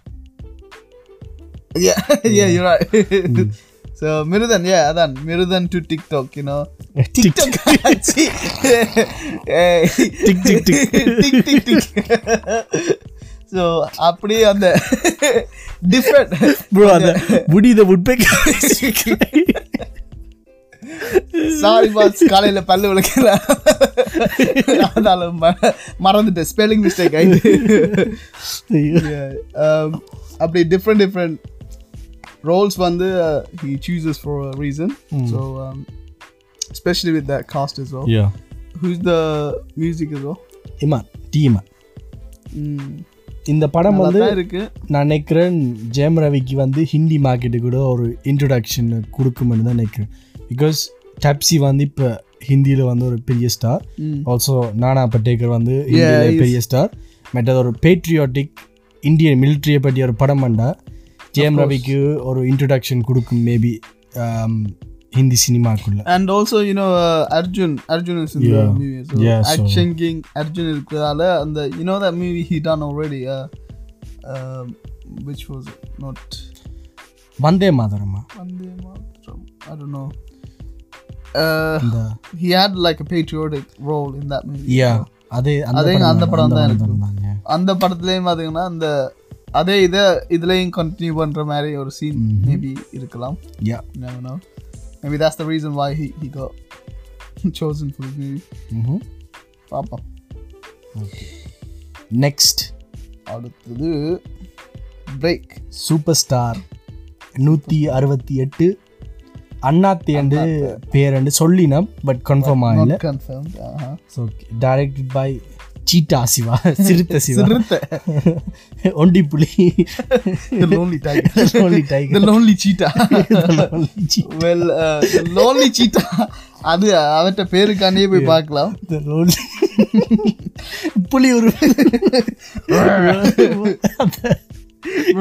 S1: yeah, (laughs) yeah, you're right. (laughs) so Mirudan, yeah, Adan, Mirudan to TikTok, you know. (laughs)
S2: Tick,
S1: TikTok. hey.
S2: Tick, tick,
S1: (laughs)
S2: tick.
S1: tick, tick, tick. so அப்படியே (laughs) அந்த (laughs) different
S2: bro (laughs) அந்த முடித உட்பேக்
S1: sorry boss காலையில பல்லு விளக்கல (laughs) அதனால ம- மறந்துட்டேன் ஸ்பெல்லிங் மிஸ்டேக் ஆயிட்டு Yeah, um, அப்படி டிஃப்ரெண்ட் டிஃப்ரெண்ட் ரோல்ஸ் வந்து uh, he chooses for a reason
S2: Hmm.
S1: So specially with that cast is
S2: yeah
S1: whose the music is
S2: இமா டீமா இந்த படம் வந்து
S1: நல்லா Hmm, இருக்கு
S2: நான் நினைக்கிறேன் ஜெயம் ரவிக்கு வந்து ஹிந்தி மார்க்கெட்டு கூட ஒரு இன்ட்ரடக்ஷன் கொடுக்கும்னு தான் நினைக்கிறேன் பிகாஸ் டப்சி வந்து இப்போ ஹிந்தியில் வந்து ஒரு பெரிய ஸ்டார்
S1: Mm.
S2: ஆல்சோ நானா பட்டேக்கர் வந்து ஹிந்தியில
S1: he's-
S2: பெரிய ஸ்டார் மற்றது ஒரு பேட்ரியாட்டிக் இந்தியன் மிலிட்ரியை பற்றி ஒரு படம் பண்ணா ஜெயம் ரவிக்கு ஒரு இன்ட்ரடக்ஷன் கொடுக்கும் மேபி ஹிந்தி சினிமாக்குள்ள
S1: and also you know Arjun Arjun is இந்த
S2: Yeah.
S1: Movie so
S2: Yeah, so-
S1: action king Arjun இருக்கிறதால அந்த you know the movie he done already uh, um, which was not
S2: Vande மாதரமா
S1: Vande Mataram I don't know uh,
S2: இந்த
S1: he had like a patriotic role in that movie.
S2: Yeah அதே
S1: அதே
S2: அந்த
S1: அந்த படம் தான்
S2: படம் தான், yeah.
S1: அந்த படத்துலயும் பாத்தீங்கன்னா அந்த அதே இதை இதுலயும் கண்டினியூ பண்ற மாதிரி ஒரு சீன் மேபி இருக்கலாம்
S2: Yeah.
S1: No maybe that's the reason why he he got (laughs) chosen for this movie
S2: ம்ஹும்.
S1: பாப்போம்
S2: நெக்ஸ்ட்
S1: அடுத்தது பிரேக்
S2: சூப்பர் ஸ்டார் நூற்றி அறுபத்தி எட்டு அண்ணாத்தி அண்டு பேரண்டு சொல்லினம் பட் கன்ஃபார்ம் ஆகல
S1: நாட் கன்ஃபர்ம்ட் ஆஹா
S2: so directed by cheetah Siva (laughs) Siruthai Siva
S1: திருத்த
S2: ஒண்டி புலி
S1: the lonely tiger
S2: Lonely tiger.
S1: the lonely cheetah
S2: (laughs)
S1: well uh, the lonely cheetah அது அவட்ட பேருக்காண்டியே போய் பார்க்கலாம்
S2: The lonely- (laughs) புலி ஒரு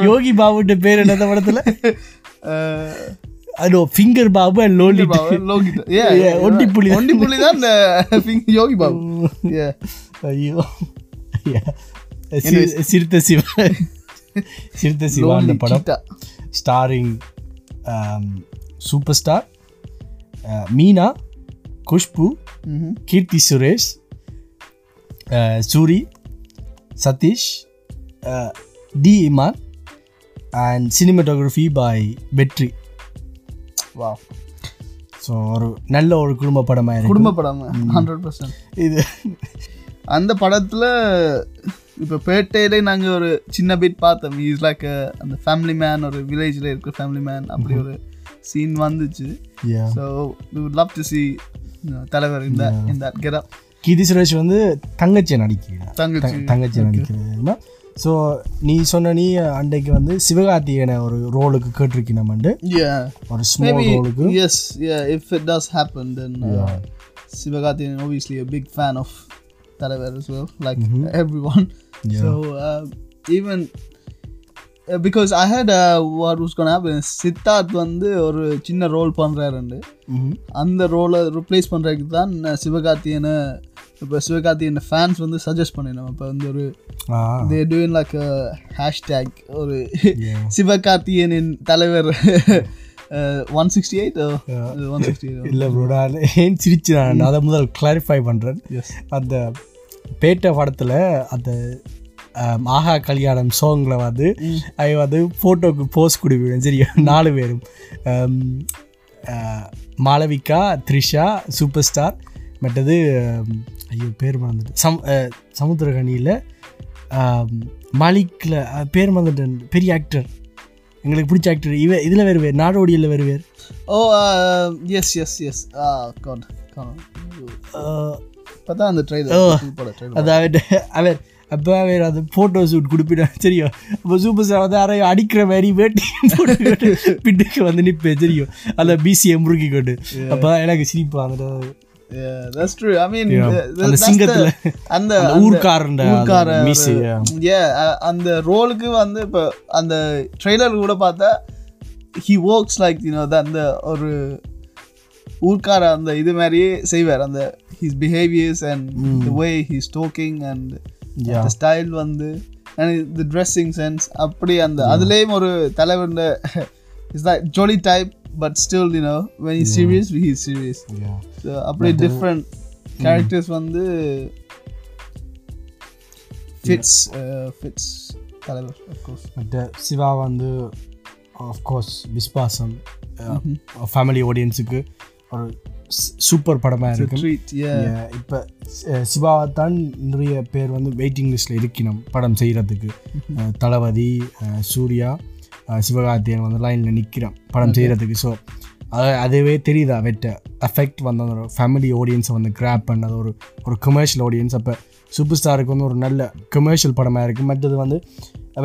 S2: யோகி பாபுட்ட பேர் என்ன அந்த படத்துல
S1: Uh,
S2: அதோ finger Babu and lonely
S1: Babu, Lohith. Yeah,
S2: Yeah,
S1: yeah, you're
S2: ஒண்டி
S1: right.
S2: புலி.
S1: ஒண்டி புலி தான் இந்த thing- யோகி பாபு.
S2: (laughs)
S1: Yeah.
S2: ஐயோ Yeah. சி- சிறுத்தை சிவா சிறுத்தை சிவா அந்த
S1: Lonely
S2: படம்
S1: cheetah.
S2: Starring um, super star uh, Meena Khushbu
S1: Mhm.
S2: Keerthy Suresh அஹ், சூரி சதீஷ் அஹ், D Imman and cinematography by Vetri
S1: Wow.
S2: So ஒரு நல்ல ஒரு குடும்ப படமாக இருக்கு
S1: குடும்ப படம் 100%
S2: இது
S1: அந்த படத்துல இப்போ பேட்டையிலே நாங்க ஒரு சின்ன பீட் பார்த்தோம் இஸ் லைக் அந்த ஃபேமிலி மேன் ஒரு வில்லேஜ்ல இருக்கிற ஃபேமிலி மேன் அப்படி ஒரு சீன் வந்துச்சு
S2: Yeah.
S1: So we would love to see தலைவர் இந்த இந்த கெரப்
S2: கீர்த்தி சுரேஷ் வந்து தங்கச்சியை நடிக்கிறார்
S1: தங்கச்சி
S2: தங்கச்சி நடிக்கிறதுனா ஸோ நீ சொன்ன நீ அன்றைக்கு வந்து சிவகார்த்திகேயனை ஒரு ரோலுக்கு கேட்டிருக்கணும்ண்டு
S1: Yeah.
S2: ஒரு ஸ்மால்
S1: Maybe
S2: ரோலுக்கு
S1: yes, yeah. If it does happen, then uh, Sivagatin obviously a big fan of Talaver as well, like (laughs) everyone. So uh, even uh, because I heard uh, what was going to happen, Siddharth வந்து ஒரு சின்ன role பண்ணுறாருண்டு அந்த ரோலை replace பண்ணுறதுக்கு தான் நான் சிவகார்த்தியனை இப்போ Sivakarthikeyan fans வந்து சஜஸ்ட் பண்ணிடணும் இப்போ வந்து ஒரு
S2: ஆ
S1: தே டூயின் லைக் ஹேஷ்டேக் ஒரு சிவகார்த்தியனின் தலைவர் (laughs) one sixty eight one sixty
S2: (laughs)
S1: eight
S2: இல்லை ப்ரோ நான் ஏன் சிரிச்சு நான் அதை முதல் கிளாரிஃபை பண்ணுறேன்
S1: எஸ்
S2: அந்த பேட்டை படத்தில் அந்த ஆம், ஆஹா கல்யாணம் சோங்கில் வந்து அது வந்து ஃபோட்டோக்கு போஸ் கொடுப்பிடும் சரியா நாலு பேரும் ஆம், ஆ, மாளவிகா த்ரிஷா சூப்பர் ஸ்டார் மற்றது ஆம், ஐயோ பேர் மறந்துட்டு சம் சமுத்திரகனியில் மாலிக்கில் பேர் மறந்துட்டேன் பெரிய ஆக்டர் எங்களுக்கு பிடிச்ச
S1: Oh, uh,
S2: ஆக்டர் இவ இதில் வருவேர் நாடோடியில் வருவேர்
S1: Ah, ஓ எஸ் எஸ் எஸ் ஆ காட் இப்பதான் அந்த
S2: ஓ. (laughs)
S1: ட்ரெய்லர்
S2: அது அவன் அவன் அப்போ அவன் அந்த ஃபோட்டோ ஷூட் கொடுப்பிட்டான் தெரியும் அப்போ சூப்பர் ஸ்டார் வந்து யாரையும் அடிக்கிற மாதிரி வேட்டி போட்டுக்கிட்டு பின்னுக்கு வந்து நிற்பேன் தெரியும் அந்த பிசியை முறுக்கி கொண்டு அப்போ எனக்கு சிரிப்பு அந்த
S1: Yeah, that's true. I mean,
S2: Yeah.
S1: the- the-
S2: அந்த
S1: that's
S2: சிங்கத்துல,
S1: the- அந்த
S2: அந்த
S1: அந்த
S2: ஊர்க்காரன்ட அந்த
S1: ஊர்க்கார
S2: miss,
S1: ஒரு-
S2: yeah.
S1: yeah, அ- அந்த ரோலுக்கு வந்து இப்போ அந்த ட்ரெய்லர் கூட பார்த்தா ஹி ஒர்க்ஸ் லைக் யூனோ அந்த ஒரு ஊர்க்கார அந்த இது மாதிரியே செய்வார் அந்த his behaviours and
S2: Mm.
S1: The way his talking and
S2: Yeah.
S1: அந்த ஸ்டைல் வந்து அண்ட் தி ட்ரெஸ்ஸிங் சென்ஸ் அப்படி அந்த அதுலேயும் ஒரு தலைவன் is like jolly type but still you know when is serious he is serious So, அப்படியே டிஃப்ரெண்ட் கேரக்டர்ஸ் வந்து fits fits uh, தலைவர் அஃப்கோர்ஸ்
S2: பட் சிவா வந்து ஆஃப்கோர்ஸ் விஸ்வாசம் uh, ஃபேமிலி ஆடியன்ஸுக்கு ஒரு சூப்பர் படமாக இருக்கும்
S1: ட்ரீட் ஏ
S2: இப்போ சிவாவை தான் நிறைய பேர் வந்து வெயிட்டிங் லிஸ்ட்டில் இருக்கணும் படம் செய்கிறதுக்கு தளபதி அஹ், சூர்யா அஹ், சிவகார்த்தியன் வந்து லைனில் நிற்கிறான் படம் செய்கிறதுக்கு ஸோ அது அதுவே தெரியுதா வெட்ட அஃபெக்ட் வந்து அந்த ஒரு ஃபேமிலி ஆடியன்ஸை வந்து கிராப் பண்ணது ஒரு ஒரு கமர்ஷியல் ஆடியன்ஸ் அப்போ சூப்பர் ஸ்டாருக்கு வந்து ஒரு நல்ல கமர்ஷியல் படமாக இருக்குது மற்றது வந்து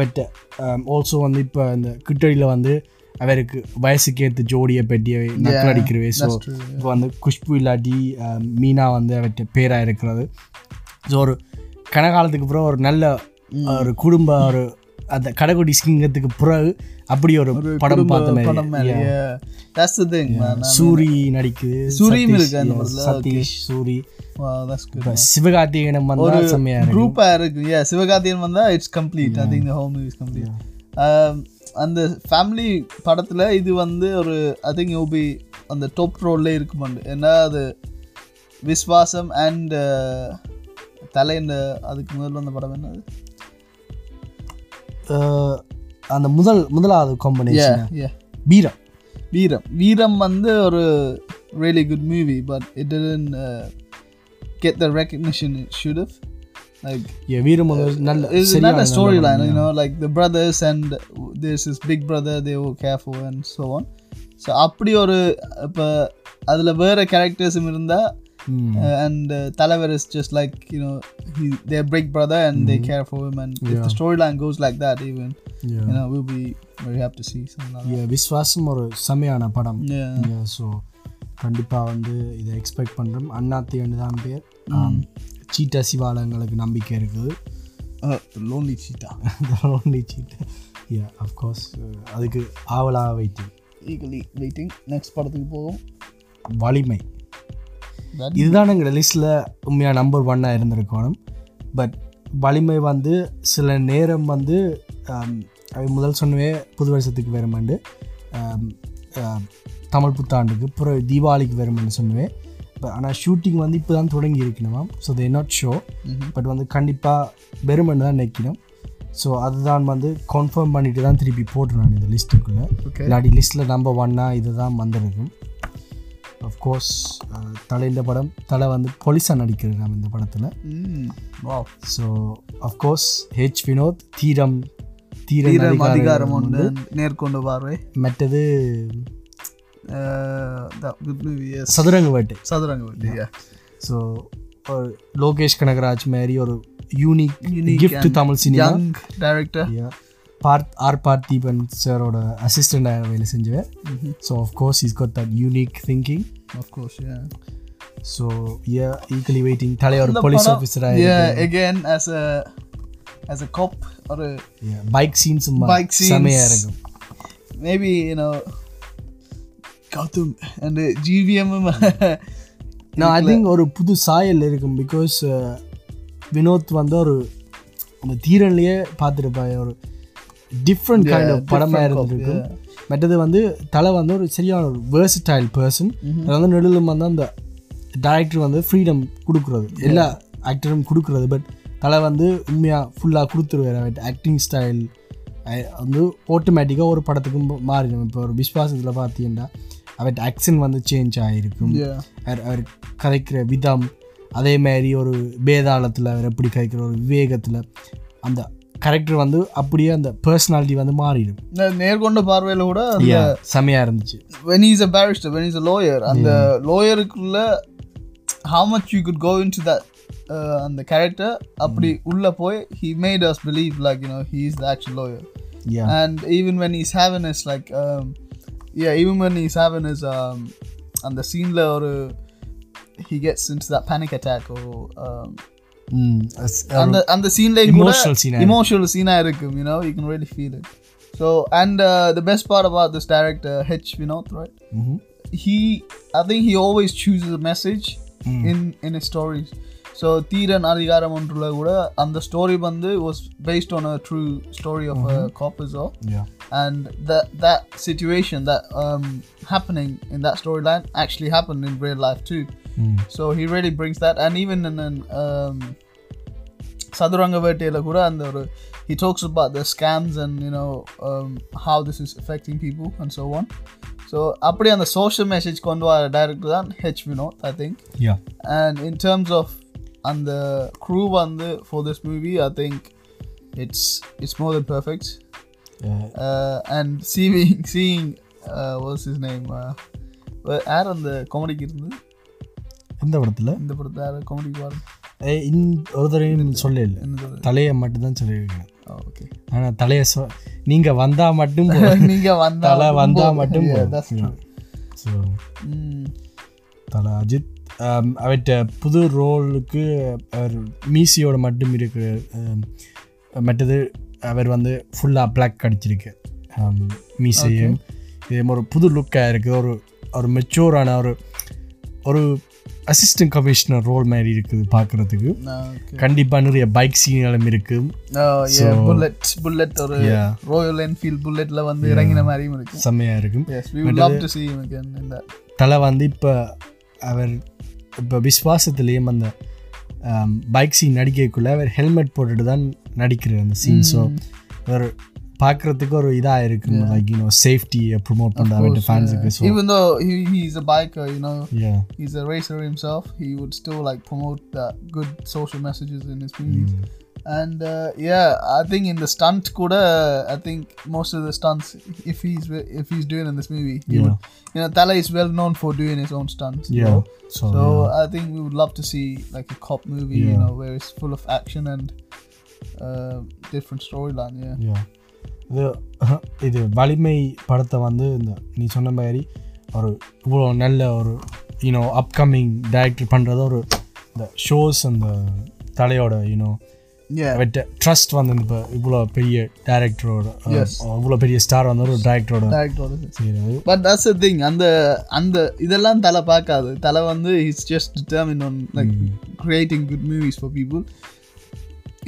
S2: வெட்ட ஆல்சோ வந்து இப்போ இந்த கிட்டடியில் வந்து அவருக்கு வயசுக்கு ஏற்ற ஜோடியை பெட்டியை நக்கல் அடிக்கிறவே ஸோ இப்போ வந்து குஷ்பு இல்லாட்டி அஹ், மீனா வந்து அவற்ற பேராக இருக்கிறது ஸோ ஒரு கனகாலத்துக்கு பிறகு ஒரு நல்ல ஒரு குடும்ப ஒரு அந்த கடைக்குடி சிங்கத்துக்கு பிறகு அப்படி ஒரு படம் பார்த்த மாதிரி
S1: படம் மாதிரி that's the thing man
S2: Soori நடிக்குது
S1: சூரியும்
S2: சதீஷ்,
S1: இருக்கு அந்த
S2: yeah,
S1: படத்துல,
S2: Sathish Soori
S1: wow that's good
S2: இப்ப சிவகார்த்திகேயனும் வந்தா செம்மையா இருக்கு
S1: குரூப்பா இருக்கு ஏ சிவகார்த்தியன் வந்தா it's complete I think the whole movie is complete Um, அந்த ஃபேமிலி படத்துல இது வந்து ஒரு ஐ திங்க் யூ பி அந்த டாப் ரோல்ல இருக்குமாண்டு ஏன்னா அது விஸ்வாசம் அண்ட் தலை இந்த அதுக்கு முதல்ல வந்த படம் என்னது
S2: அஹ், அந்த முதல் முதலாவது காம்பினேஷன்
S1: ஏ
S2: பீரா
S1: வீரம் வீரம் வந்து ஒரு really good movie but it didn't get the recognition it should like
S2: Veeram வந்து நல்ல
S1: it's
S2: சரியான
S1: another
S2: நல்ல
S1: storyline,
S2: படம்.
S1: you know, like the brothers and there's this big brother they will care for and so on. So அப்படி ஒரு இப்போ அதில் வேறு கேரக்டர்ஸும் இருந்தால்
S2: ம்.
S1: அண்ட் uh, தலைவர் is just like you know their big brother and they care for him and if the story line goes like that even
S2: Yeah.
S1: You know will be very happy to see
S2: Yeah, Viswasam ஒரு செம்மையான படம் so கண்டிப்பாக வந்து இதை expect பண்ணுறோம் அண்ணாத்தேன்னு தான் பேர் சீட்டா சிவால எங்களுக்கு நம்பிக்கை இருக்குது (laughs) Uh,
S1: lonely cheetah
S2: only cheetah yeah of course அதுக்கு ஆவலாக வைத்து
S1: ஈகலி வெயிட்டிங் நெக்ஸ்ட் படத்துக்கு போகும்
S2: வலிமை
S1: That-
S2: இதுதான் எங்கள் லிஸ்ட்டில் உண்மையாக நம்பர் ஒன்னாக இருந்திருக்கணும் பட் வலிமை வந்து சில நேரம் வந்து ஆம், அது முதல் சொன்னவே புது வருஷத்துக்கு வருமாண்டு ஆம், ஆம், தமிழ் புத்தாண்டுக்கு பிற தீபாவளிக்கு வருமாண்டு சொன்னவேன் ஆனால் ஷூட்டிங் வந்து இப்போ தான் தொடங்கி இருக்கணுமா so they not show but வந்து கண்டிப்பாக வெறுமன்னு தான் நிற்கணும் ஸோ அதுதான் வந்து கன்ஃபார்ம் பண்ணிட்டு தான் திருப்பி போட்டுறேன் நான் இந்த லிஸ்ட்டுக்குள்ளே
S1: Okay.
S2: இல்லாட்டி லிஸ்ட்டில் நம்பர் ஒன்னாக இதுதான் வந்திருக்கும் அஃப்கோர்ஸ் uh, தலை இந்த படம் தலை வந்து போலீஸாக நடிக்கிறார் நம்ம இந்த படத்தில்
S1: Mm. Wow.
S2: So of course H Vinoth தீரம் தீரம்
S1: தீரம்
S2: அதிகாரம்
S1: அதிகாரம் ஒன்று நேர்கொண்டு பார்வை
S2: மற்றது
S1: Uh, that good movie, yes.
S2: சதுரங்க வேட்டை
S1: சதுரங்க வெட்டி, yeah.
S2: ஸோ லோகேஷ் கனகராஜ் மாதிரி ஒரு unique
S1: Unique
S2: gift
S1: and
S2: Tamil cinema
S1: young director.
S2: பார்த் ஆர் பார்த்தீபன் சாரோட அசிஸ்டண்டாக வேலை செஞ்சவர்
S1: Mhm.
S2: So of course is got that unique thinking
S1: Of course, yeah.
S2: So A equally waiting தலை ஒரு போலீஸ் ஆஃபீஸராக
S1: Yeah, again, as a as a cop or a
S2: bike scenes
S1: Bike scenes.
S2: செமையாக இருக்கும்
S1: maybe you know Gautham and uh, GVM um,
S2: நான் I think ஒரு புது சாயல் இருக்கும் பிகாஸ் வினோத் வந்து ஒரு அந்த தீரன்லயே பார்த்துருப்பாங்க ஒரு டிஃப்ரெண்ட் கைண்ட் ஆஃப் படமாக இருந்திருக்கும் மற்றது வந்து தலை வந்து ஒரு சரியான ஒரு வேர்ஸ்டைல் பர்சன் அது வந்து நெடுலும் வந்து அந்த டேரக்டர் வந்து ஃப்ரீடம் கொடுக்குறது எல்லா ஆக்டரும் கொடுக்குறது பட் தலை வந்து உண்மையாக ஃபுல்லாக கொடுத்துருவார் ஆக்டிங் ஸ்டைல் வந்து ஆட்டோமேட்டிக்காக ஒரு படத்துக்கும் மாறிடும் இப்போ ஒரு விஸ்வாசத்தில் பார்த்தீங்கன்னா அவர்கிட்ட ஆக்சன் வந்து சேஞ்ச் ஆகிருக்கும்
S1: (laughs) yeah
S2: அவர் அவர் கதைக்கிற விதம் அதே மாதிரி ஒரு வேதாளத்தில் அவர் எப்படி கதைக்கிற ஒரு விவேகத்தில் அந்த கேரக்டர் வந்து அப்படியே அந்த பர்சனாலிட்டி வந்து மாறிடும்
S1: நே- நேர்கொண்ட பார்வையில கூட அந்த
S2: செமையாக இருந்துச்சு
S1: when he's a barrister when he's a lawyer அந்த lawyer க்குள்ள how much you could go into that uh, அந்த கேரக்டர் அப்படி உள்ள போய் he made us believe like you know he is the actual lawyer
S2: yeah
S1: and even when he's having his like um, yeah even when he's having his um, அந்த சீன்ல ஒரு he gets into that panic attack or um,
S2: mm, that's-
S1: அந்த அந்த சீன்லயும் கூட
S2: Emotional scene ஆ இருக்கு.
S1: Emotional சீனா இருக்கும் you know you can really feel it so and uh, the best part about this director H Vinod right
S2: Mhm.
S1: he I think he always chooses a message
S2: Mm.
S1: in in his stories. So தீரன் அதிகாரம் ஒன்றுல கூட அந்த story வந்து was based on a true story of a
S2: Mm-hmm.
S1: cop as well.
S2: yeah
S1: And that that situation that um, happening in that storyline actually happened in real life too.
S2: Mm.
S1: So he really brings that and even in an um, சதுரங்க வேட்டையில கூட அந்த ஒரு he talks about the scams and you know um, how this is affecting people and so on. So அப்படி அந்த social message கொண்டு வர director தான் H Vinoth I think.
S2: yeah
S1: And in terms of and the crew on the for this movie, I think it's it's more than perfect.
S2: yeah
S1: Uh, and seeing seeing uh, what's his name? Uh, யார் அந்த காமெடிக்கு இருந்தது
S2: இந்த படத்துல
S1: இந்த படத்தை யார் காமெடிக்கு வர
S2: ஏய், இந்த ஒரு தடவையும் சொல்ல இல்லை
S1: என்னது
S2: தலையை மட்டும்தான் சொல்லியிருக்கேன்
S1: (laughs) ஓகே
S2: ஆனா தலையை சொ நீங்க வந்தா மட்டும்
S1: (laughs)
S2: போதும்.
S1: Oh, நீங்க வந்தா
S2: தலை வந்தா மட்டும்
S1: Yeah,
S2: போதும்.
S1: that's true. Mm,
S2: So,
S1: ம்
S2: தலை அஜித் ஆம், அவர்ட்ட புது ரோலுக்கு அவர் மீசியோட மட்டும் இருக்கு ஆம், மற்றது அவர் வந்து ஃபுல்லாக பிளாக் அடிச்சிருக்கு ஆம், மீசையும் இதே ஒரு புது லுக்காக இருக்குது ஒரு ஒரு மெச்சூரான ஒரு ஒரு அசிஸ்டன்ட் கமிஷனர் ரோல் மாதிரி இருக்குது பார்க்குறதுக்கு
S1: நான் okay.
S2: கண்டிப்பாக நிறைய பைக் சீன்களும் இருக்குது
S1: Oh, yeah, bullet bullet ஒரு
S2: Yeah.
S1: Royal Enfield bulletல வந்து இறங்கின மாதிரியும் இருக்கு
S2: செம்மையாக இருக்கும்
S1: Yes, we
S2: uh,
S1: would love to see him again in that.
S2: தலை வந்து இப்போ அவர் இப்போ விஸ்வாசத்துலேயும் அந்த பைக் சீன் நடிக்கக்குள்ள அவர் ஹெல்மெட் போட்டுட்டு தான் நடிக்கிறார் அந்த சீன் ஸோ அவர் பார்க்குறதுக்கு ஒரு இதாக இருக்கும் லைக் யூனோ சேஃப்டியை ப்ரொமோட் பண்ணுற uh, அவர்கிட்ட ஃபேன்ஸுக்கு so
S1: Even though he, he's a biker, you know,
S2: yeah
S1: he's a racer himself. He would still like promote that good social messages in his movies.
S2: Mm.
S1: And uh, yeah, I think in the stunt kuda, I think most of the stunts, if he's if he's doing in this movie, he would, you know, Tala is well known for doing his own stunts. you
S2: yeah
S1: know.
S2: So
S1: So I think we would love to see like a cop movie, you
S2: Oh, Yeah.
S1: know, where it's full of action and uh, different storyline. Yeah.
S2: Yeah. இது uh-huh, இது வலிமை படத்தை வந்து இந்த நீ சொன்ன மாதிரி ஒரு இவ்வளோ நல்ல ஒரு யூனோ அப்கமிங் டைரக்டர் பண்ணுறது ஒரு இந்த ஷோஸ் அந்த தலையோட யூனோ
S1: Yeah.
S2: அவர்கிட்ட ட்ரஸ்ட் வந்து இந்த இப்ப இவ்வளோ பெரிய டேரக்டரோட
S1: Yes.
S2: இவ்வளோ பெரிய ஸ்டார் வந்து ஒரு டேரக்டரோட
S1: Director of it.
S2: செய்கிறது
S1: பட் தட்ஸ் த திங் அந்த அந்த இதெல்லாம் தலை பார்க்காது தலை வந்து it's just determine on like creating good movies for people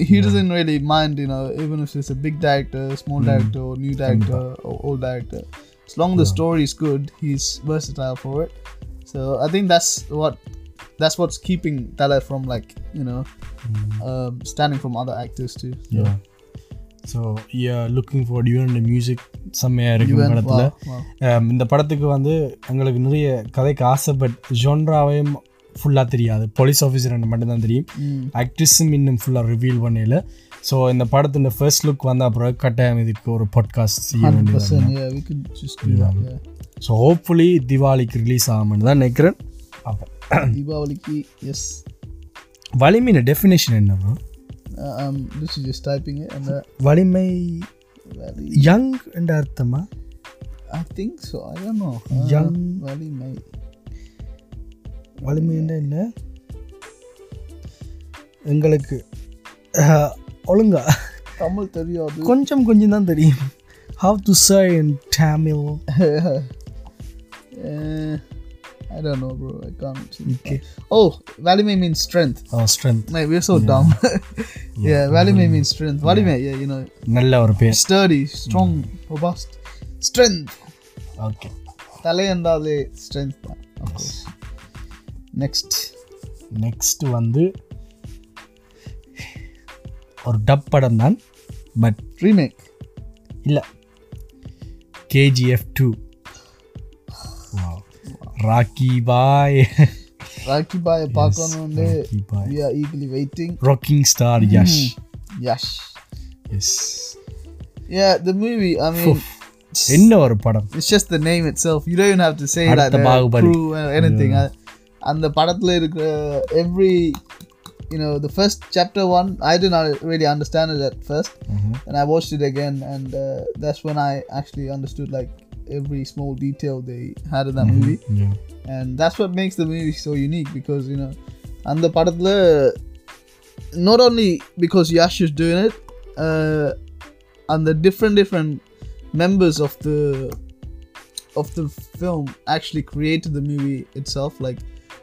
S1: He doesn't really mind, you know, even if it's a big director, small director, or new director, or old director. As long as the story is good, he's versatile for it. So I think that's what that's what's keeping Tala from like you know um, standing from other actors too.
S2: So looking for you and music செம்மையாக இருக்கும்
S1: Even-
S2: படத்தில்
S1: wow, wow.
S2: Um, இந்த படத்துக்கு வந்து எங்களுக்கு நிறைய கதைக்கு ஆசைப்பட் ஜோன்ராவையும் ஃபுல்லாக தெரியாது போலீஸ் ஆஃபீஸர் மட்டும்தான் தெரியும்
S1: Mm.
S2: ஆக்ட்ரஸும் இன்னும் ஃபுல்லாக ரிவீல் பண்ணல ஸோ இந்த படத்தோட ஃபர்ஸ்ட் லுக் வந்த அப்புறம் கட்டாயம் இதுக்கு ஒரு பாட்காஸ்ட் செய்ய வேண்டியது
S1: 100%, yeah, we could just do that. Yeah.
S2: So hopefully திவாலிக்கு ரிலீஸ் ஆகும்னு தான் நினைக்கிறேன் அப்போ
S1: Deepavali, yes.
S2: வலிமையின டெஃபினேஷன் என்ன bro?
S1: Uh, I'm literally just typing it and uh, that
S2: Valimai
S1: Valley.
S2: Young என்ற அர்த்தமா
S1: I think so. I don't know. Um,
S2: Young.
S1: Valley May.
S2: வலிமை என்ற என்ன எங்களுக்கு அஹ், ஒழுங்கா
S1: Tamil தெரியாது
S2: கொஞ்சம் கொஞ்சம் தான் தெரியும் how to say in Tamil
S1: Uh, I don't know, bro. I can't. Okay. Oh, Valimay means strength.
S2: Strength
S1: Mate, we're so (laughs) dumb. yeah, Valimay means strength. Valimay, yeah, Mm. you know,
S2: நல்ல ஒரு பேர்
S1: sturdy, strong, robust. Strength.
S2: Okay
S1: தலையந்தாலே strength தான் of course. Next.
S2: Next வந்து ஒரு dub படம் தான் but
S1: Remake.
S2: இல்லை KGF two Rocky Bhai
S1: Rocky பாயை பார்க்கணுன்னு
S2: Rocky Bhai
S1: we are eagerly waiting.
S2: Rocking star Yash
S1: Mm-hmm. Yash.
S2: Yes
S1: Yeah, the movie, I mean,
S2: என்ன ஒரு படம்
S1: It's just the name itself. You don't even have to say
S2: Bharat
S1: that
S2: the
S1: they're
S2: Bahubali.
S1: crew or anything. Uh, I, அந்த படத்தில் இருக்கிற every you know the first chapter one I did not really understand it at first
S2: Mm-hmm.
S1: And I watch it again and that's one I actually understood like every small detail they had in that
S2: Mm-hmm.
S1: movie
S2: Yeah.
S1: and that's what makes the movie so unique because you know அந்த படத்தில் not only because Yash is doing it uh, and the different different members of the of the film actually created the movie itself like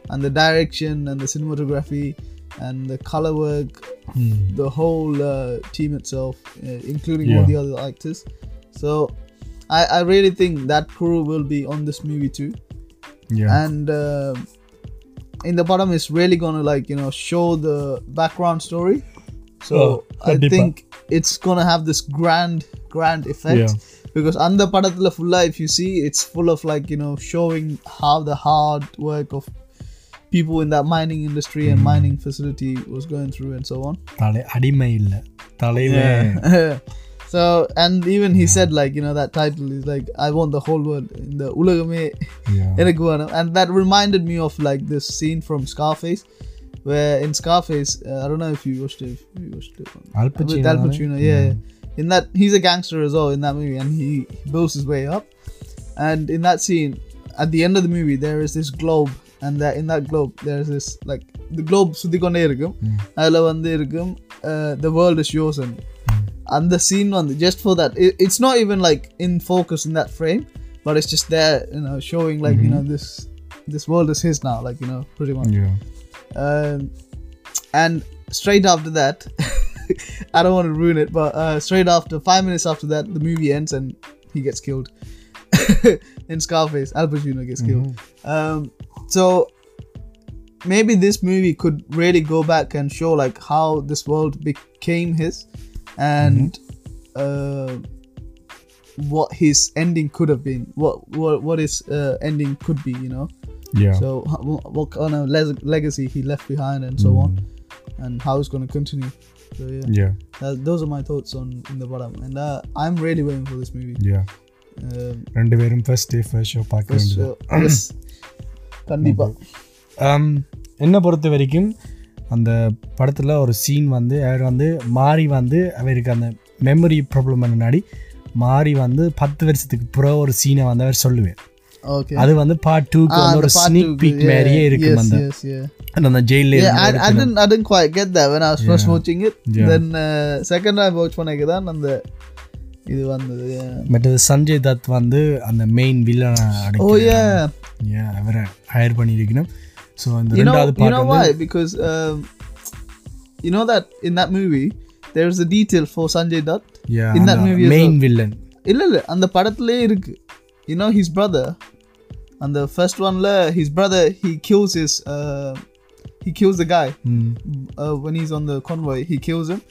S1: and the direction and the cinematography and the color work
S2: Mm-hmm.
S1: the whole uh, team itself uh, including all
S2: Yeah.
S1: the other actors so I, I really think that crew will be on this movie too
S2: Yeah.
S1: and uh, in the bottom is really gonna like you know show the background story so
S2: Oh,
S1: i
S2: கண்டிப்பா.
S1: think it's gonna have this grand grand effect
S2: Yeah.
S1: because அந்த படத்துல full if you see it's full of like you know showing how the hard work of people in that mining industry
S2: Mm.
S1: and mining facility was going through and so on
S2: தலை அடிமை இல்ல தலையில
S1: (laughs) so and even he said like you know that title is like i want the whole world in the உலகமே
S2: Yeah.
S1: எனக்கு வேணும் and that reminded me of like this scene from Scarface where in Scarface uh, I don't know if you watched it if you watched it or not.
S2: Al
S1: with Al
S2: Pacino,
S1: Pacino yeah, yeah. in that he's a gangster as well in that movie and he builds his way up and in that scene at the end of the movie there is this globe and that in that globe there's this like the globe சுத்தி கொண்டே இருக்கும்
S2: Mm.
S1: அதுல வந்து இருக்கும் uh, the world is yours and
S2: Mm.
S1: அந்த scene வந்து just for that it's not even like in focus in that frame but it's just there you know showing like
S2: Mm-hmm.
S1: You know this this world is his நான் like you know pretty much
S2: Yeah.
S1: Um, and straight after that (laughs) I don't want to ruin it, but uh, straight after five minutes after that, the movie ends and he gets killed. (laughs) In Scarface, Al Pacino gets
S2: Mm-hmm.
S1: killed. Um, so maybe this movie could really go back and show like how this world became his, and uh, what his ending could have been what what, what his uh, ending could be you know
S2: Yeah.
S1: so h- wh- what kind of le- legacy he left behind and so on and how it's going to continue so yeah
S2: Mm. Yeah.
S1: that, those are my thoughts on in the bottom and uh, i'm really waiting for this movie
S2: Yeah.
S1: um,
S2: ரெண்டு பேரும் first day first show பார்க்க
S1: first,
S2: வேண்டியது
S1: uh,
S2: (coughs)
S1: yes கண்டிப்பா
S2: Um, என்னை பொறுத்த வரைக்கும் அந்த படத்தில் ஒரு சீன் வந்து அவர் வந்து மாறி வந்து அவருக்கு அந்த மெமரி ப்ராப்ளம் முன்னாடி மாறி வந்து பத்து வருஷத்துக்கு புற ஒரு சீனை வந்து அவர் சொல்லுவார்
S1: okay
S2: அது வந்து பார்ட் டூக்கு
S1: Ah,
S2: வந்து
S1: the
S2: ஒரு
S1: part
S2: sneak
S1: two,
S2: peek
S1: yeah,
S2: மாதிரியே இருக்கும்
S1: yes,
S2: அந்த
S1: yes, yeah.
S2: அந்த ஜெயிலில்
S1: Yeah, I, I didn't I didn't quite get that when I was first watching it.
S2: Yeah.
S1: Then uh, second time watch பண்ணக்கு தான் அந்த இது வந்தது. Yeah.
S2: மற்றது சஞ்சய் தத் வந்து அந்த மெயின் வில்லனை அடக்கி
S1: Oh yeah.
S2: ஏன் அவரை ஹையர் பண்ணியிருக்கணும் ஸோ அந்த
S1: You know
S2: ரெண்டாவது
S1: you
S2: பார்ட்
S1: know
S2: வந்து
S1: why? Because um, you know that in that movie there's a detail for Sanjay Dutt.
S2: Yeah,
S1: in that
S2: அந்த
S1: movie as
S2: மெயின் வில்லன்
S1: இல்ல இல்ல அந்த படத்திலே இருக்கு. You know his brother on the first one la his brother he kills his uh, he kills the guy.
S2: ம்
S1: uh, when he's on the convoy, he kills him.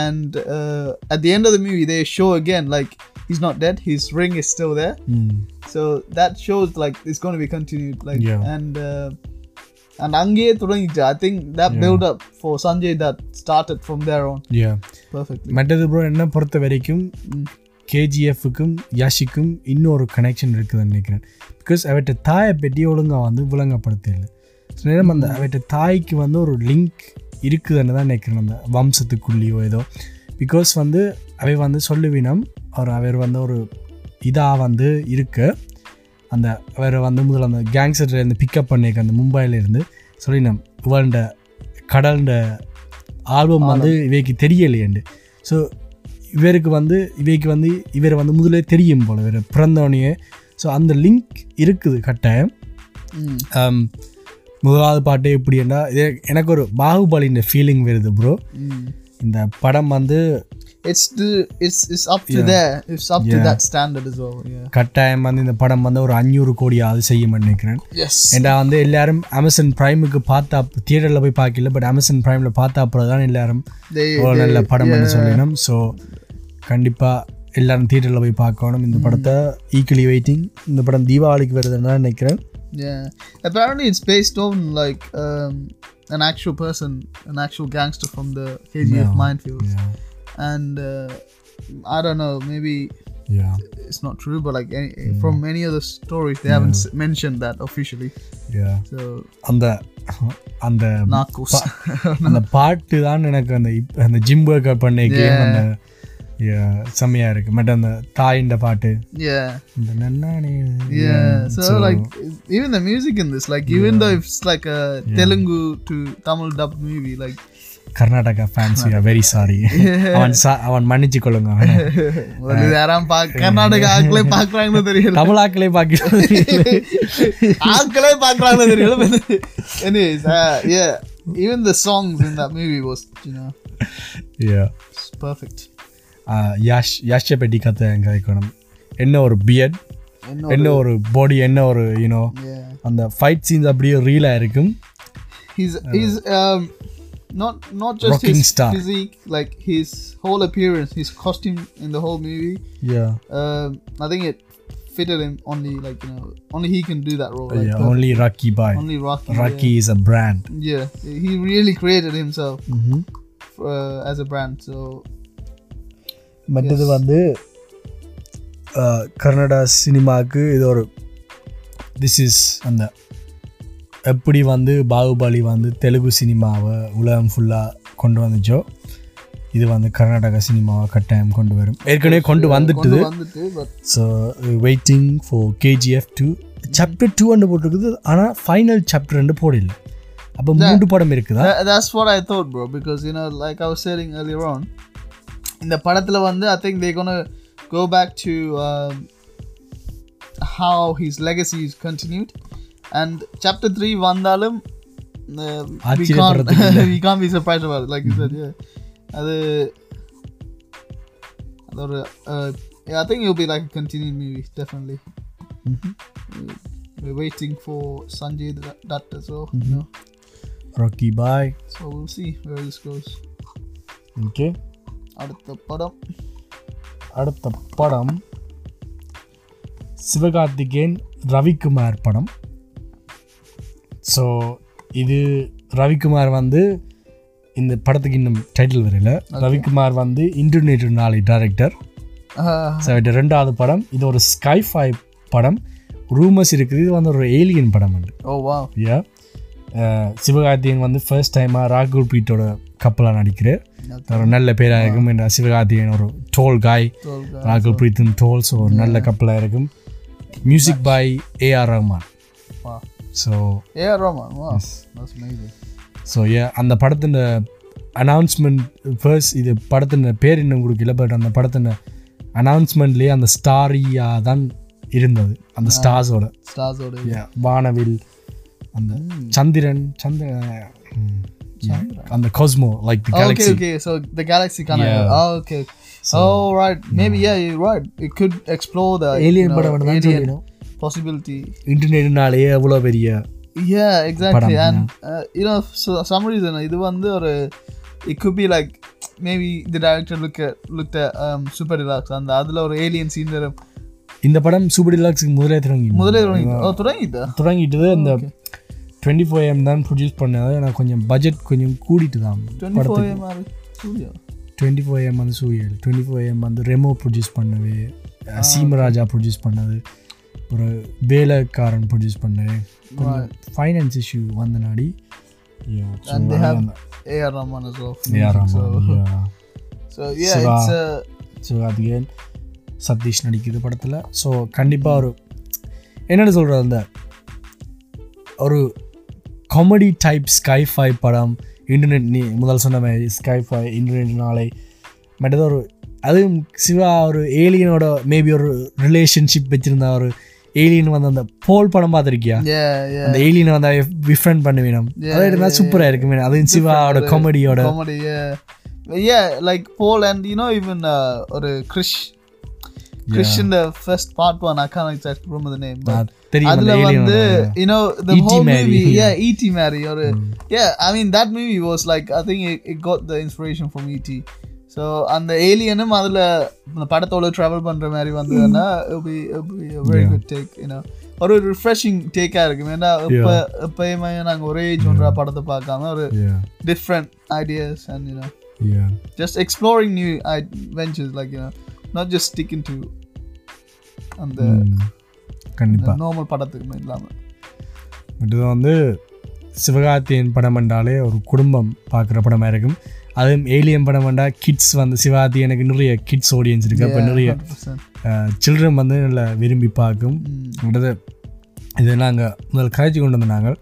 S1: And uh, at the end of the movie, they show again like he's not dead; his ring is still there.
S2: ம்
S1: So that shows like it's going to be continued. Like
S2: Yeah.
S1: and uh, and Ange Turanija, I think that build up for Sanjay that started from there on
S2: yeah
S1: perfectly.
S2: மற்றது bro என்ன பொறுத்த வரைக்கும் கேஜிஎஃப்க்கும் யாஷிக்கும் இன்னொரு connection இருக்குதுன்னு நினைக்கிறேன் because அவற்றை தாயை பற்றி ஒழுங்காக வந்து விளங்கப்படுத்தல சில நேரம் அந்த அவற்றை தாய்க்கு வந்து ஒரு லிங்க் இருக்குதுன்னு தான் நினைக்கிறேன் அந்த வம்சத்துக்குள்ளேயோ ஏதோ பிகாஸ் வந்து அவை வந்து சொல்லுவினம் அவர் அவர் வந்து ஒரு இதாக வந்து இருக்க அந்த அவர் வந்து முதல்ல அந்த கேங்ஸ்டர் இருந்து பிக்கப் பண்ணியிருக்க அந்த மும்பையிலேருந்து சொல்லினோம் இவண்ட கடல்ண்ட ஆல்பம் வந்து இவைக்கு தெரியலையண்டு ஸோ இவருக்கு வந்து இவைக்கு வந்து இவர் வந்து முதலே தெரியும் போல் இவர் பிறந்தோடனே ஸோ அந்த லிங்க் இருக்குது கட்டாயம்
S1: Mm.
S2: ஆம், முதலாவது பாட்டு எப்படின்னா இது எனக்கு ஒரு பாகுபலின்ற ஃபீலிங் வருது ப்ரோ
S1: Mm.
S2: இந்த படம் வந்து
S1: It's the it's it's up to there. It's up to that standard as well. Yeah.
S2: கட்டாயம் வந்து இந்த படம் வந்து ஒரு அஞ்சூறு கோடியாவது செய்யும் நினைக்கிறேன்
S1: Yes.
S2: ஏன்டா வந்து எல்லாரும் அமேசான் பிரைமுக்கு பார்த்தா தியேட்டரில் போய் பார்க்கல பட் அமேசான் பிரைமில் பார்த்தா அப்புறம் தான் எல்லாரும்
S1: They
S2: ஒரு நல்ல படம் என்று சொல்லணும் ஸோ கண்டிப்பாக எல்லாரும் தியேட்டரில் போய் பார்க்கணும் இந்த படத்தை ஈக்குவலி வெயிட்டிங் இந்த படம் தீபாவளிக்கு வருதுன்னு தான் நினைக்கிறேன்
S1: Yeah. Apparently, it's based on like um, an actual person, an actual gangster from the KGF minefields, and uh, I don't know, maybe
S2: yeah,
S1: it's not true, but like any, from many other stories, they haven't s- mentioned that officially.
S2: yeah.
S1: So
S2: அந்த அந்த
S1: Narcos.
S2: அந்த பாட்டு தான் எனக்கு அந்த இப்- அந்த gym work out பண்ண கேம்
S1: Yeah.
S2: அந்த yeah, செம்மையா இருக்கு பட் அந்த தாயிண்ட பாட்டு
S1: (laughs) yeah,
S2: இந்த நன்னானே
S1: yeah. So, like even the music in this, like even though it's like a Telugu to Tamil dubbed movie, (laughs) like
S2: Karnataka fans you very
S1: (laughs)
S2: sorry அவன் சா- அவன் மன்னிச்சு கொள்ளுங்க அவனை.
S1: ஒரு இது யாராம் பா- கர்நாடக ஆட்களே பாக்குறாங்கன்னு தெரியல
S2: தமிழாக்களே பார்க்க
S1: (laughs) ஆட்களே பாக்குறாங்கன்னு தெரியல but (laughs) anyways uh, yeah even the songs in that movie was you know
S2: yeah.
S1: it's perfect
S2: Yash யாஷை பெட்டி கத்தை எங்க வைக்கணும் என்ன ஒரு பியட்
S1: என்ன
S2: என்ன ஒரு பாடி என்ன ஒரு யூனோ
S1: yeah
S2: அந்த ஃபைட் சீன்ஸ் அப்படியே ரீலாக இருக்கும்
S1: he's he's um not not just
S2: Rocking
S1: his
S2: star.
S1: physique like his whole appearance his costume in the whole movie
S2: yeah
S1: um I think it fitted him only like you know only he can do that role like,
S2: yeah,
S1: perfect.
S2: only Rocky Bhai.
S1: only Rocky
S2: Rocky is a brand.
S1: yeah. yeah he really created himself
S2: Mm-hmm.
S1: uh, as a brand. So
S2: மற்றது வந்து அஹ், கன்னடா சினிமாவுக்கு இது ஒரு this is அந்த எப்படி வந்து பாகுபலி வந்து தெலுங்கு சினிமாவை உலகம் ஃபுல்லாக கொண்டு வந்துச்சோ இது வந்து கர்நாடகா சினிமாவை கட்டாயம் கொண்டு வரும் ஏற்கனவே கொண்டு வந்துட்டுது
S1: கொண்டு வந்துட்டு but
S2: so waiting for KGF two chapter டூன்னு போட்டிருக்குது ஆனால் ஃபைனல் சாப்டர் ரெண்டு போடல அப்போ மூன்று படம் இருக்குதா
S1: tha- that's what I thought, bro. Because you know, like I was saying earlier on, in the படத்துல வந்து I think they're gonna go back to um, how his legacy is continued. And chapter three வந்தாலும் uh, we can't
S2: ஆச்சரியப்படுறதுக்கு
S1: (laughs) we can't be surprised about it. Like you said, yeah. அது அது ஒரு uh, yeah, I think it'll be like a continued movie, definitely. We're waiting for Sanjay Dutt- Dutt as well. You know?
S2: Rakhi bye
S1: So we'll see where this goes.
S2: Okay
S1: அடுத்த படம் (laughs)
S2: அடுத்த படம் சிவகார்த்திகேயன் ரவிக்குமார் படம் so இது ரவிக்குமார் வந்து இந்த படத்துக்கு இன்னும் டைட்டில் வரல ரவிக்குமார் வந்து இன்டர்நேட் நாளை டைரக்டர்
S1: Uh,
S2: ஸோ இது ரெண்டாவது படம் இது ஒரு ஸ்கைஃபை படம் ரூமர்ஸ் இருக்குது இது வந்து ஒரு ஏலியன் படம் உண்டு
S1: oh wow.
S2: யா சிவகார்த்திகேயன் வந்து ஃபர்ஸ்ட் டைமாக ராகுல் பீட்டோட கப்பலாக நடிக்கிறார்
S1: Okay.
S2: ஒரு நல்ல பேராக இருக்கும் என்ற சிவகார்த்திகேயன் ஒரு டோல் காய்
S1: So, uh,
S2: ராகுல் பிரீத்தம் டோல்ஸ் ஒரு நல்ல கப்பலாக இருக்கும் music by AR Rahman
S1: wow.
S2: So
S1: Yeah, Roman. Wow. That's amazing.
S2: So ஏ அந்த படத்தின் அனௌன்ஸ்மெண்ட் ஃபர்ஸ்ட் இது படத்தின் பேர் இன்னும் கொடுக்கல பட் அந்த படத்தின் அனௌன்ஸ்மெண்ட்லேயே அந்த ஸ்டாரியாக தான் இருந்தது அந்த ஸ்டார்ஸோட
S1: Stars ஓட
S2: வானவில் அந்த சந்திரன் சந்திரன் ம், yeah, அந்த cosmo like the
S1: Oh, okay,
S2: galaxy
S1: okay. So the galaxy kind of.
S2: Yeah.
S1: Oh, okay. oh, right. Maybe yeah, you're right. It could explore the
S2: Alien
S1: you know,
S2: படம் வேணும்னா
S1: alien
S2: சொல்லிடும்.
S1: possibility.
S2: இன்டர்நெட்னாலேயே எவ்வளோ பெரிய
S1: Yeah, exactly. And uh, you know, so some reason இது வந்து ஒரு it could be like maybe the director look at looked at um, super deluxe and அதுல ஒரு alien scene வரும்
S2: இந்த படம் சூப்பர் டிலாக்ஸுக்கு முதலே தொடங்கி
S1: முதலே Oh, தொடங்கிட்டு ஓ தொடங்கிட்டா
S2: தொடங்கிட்டது அந்த டுவெண்ட்டி ஃபோர் எம் தான் ப்ரொடியூஸ் பண்ணது ஆனால் கொஞ்சம் பட்ஜெட் கொஞ்சம் கூடிட்டு தான்
S1: twenty four M R Surya
S2: twenty four M வந்து சூரியல் டுவெண்ட்டி ஃபோர் எம் வந்து ரெமோ ப்ரொடியூஸ் பண்ணது அஹ், சீமராஜா ப்ரொடியூஸ் பண்ணது ஒரு வேலைக்காரன் ப்ரொடியூஸ் பண்ணது கொஞ்சம் ஃபைனான்ஸ் இஷ்யூ வந்த நாடி
S1: and they have AR Rahman as well. for music, (laughs) so, so yeah,
S2: Siva.
S1: it's uh,
S2: Sivakarthikeyan Satish நடிக்குது படத்தில் ஸோ கண்டிப்பாக ஒரு என்னென்னு சொல்கிறது அந்த ஒரு காமெடி டைப் ஸ்கைஃபை படம் இன்டர்நெட் நீ முதல் சொன்ன மாதிரி ஸ்கைஃபை இன்டர்நெட் நாளை மற்றது ஒரு அதுவும் சிவா ஒரு ஏலியனோட மேபி ஒரு ரிலேஷன்ஷிப் வச்சுருந்த ஒரு ஏலியன் வந்து அந்த போல் படம் பார்த்துருக்கியா
S1: yeah, yeah,
S2: அந்த ஏலியனை வந்து டிஃப்ரெண்ட் பண்ண வேணும் அது இருந்தால் சூப்பராக இருக்கு வேணும் அதுவும் சிவாவோட காமெடியோட
S1: comedy, yeah, But yeah, like Paul and you know even uh, or Krish, Krish in the first part one. I can't exactly remember the name, but.
S2: தெரியும் அந்த
S1: அதுல
S2: ஏலியனோட
S1: வந்து you know the
S2: E.T.
S1: whole
S2: Mary,
S1: movie
S2: yeah.
S1: yeah et mary or uh, yeah i mean that movie was like i think it, it got the inspiration from et so அந்த ஏலியனும் அதுல அந்த படத்தோட travel பண்ற மாதிரி வந்ததுன்னா it'll be it'll be a very good take you know ஒரு refreshing டேக்கா இருக்கும் ஏன்னா இப்ப எப்பயுமே நாங்க ஒரே ஜோன்ரா படத்தை பார்க்காம ஒரு
S2: Yeah,
S1: different ideas and you know
S2: yeah.
S1: just exploring new i- ventures like you know not just sticking to அந்த
S2: Mm. கண்டிப்பா
S1: நார்மல் படத்துக்குமே இல்லாமல்
S2: இதுதான் வந்து சிவகார்த்தியின் படம் என்றாலே ஒரு குடும்பம் பார்க்குற படமாக இருக்கும் அதுவும் ஏலியன் படம் என்றால் கிட்ஸ் வந்து சிவகார்த்தி எனக்கு நிறைய கிட்ஸ் ஆடியன்ஸ் இருக்குது அப்போ நிறைய சில்ட்ரன் வந்து நல்லா விரும்பி பார்க்கும்
S1: Mm.
S2: அடுத்தது இது நாங்கள் முதல் கதைச்சி கொண்டு வந்த நாங்கள்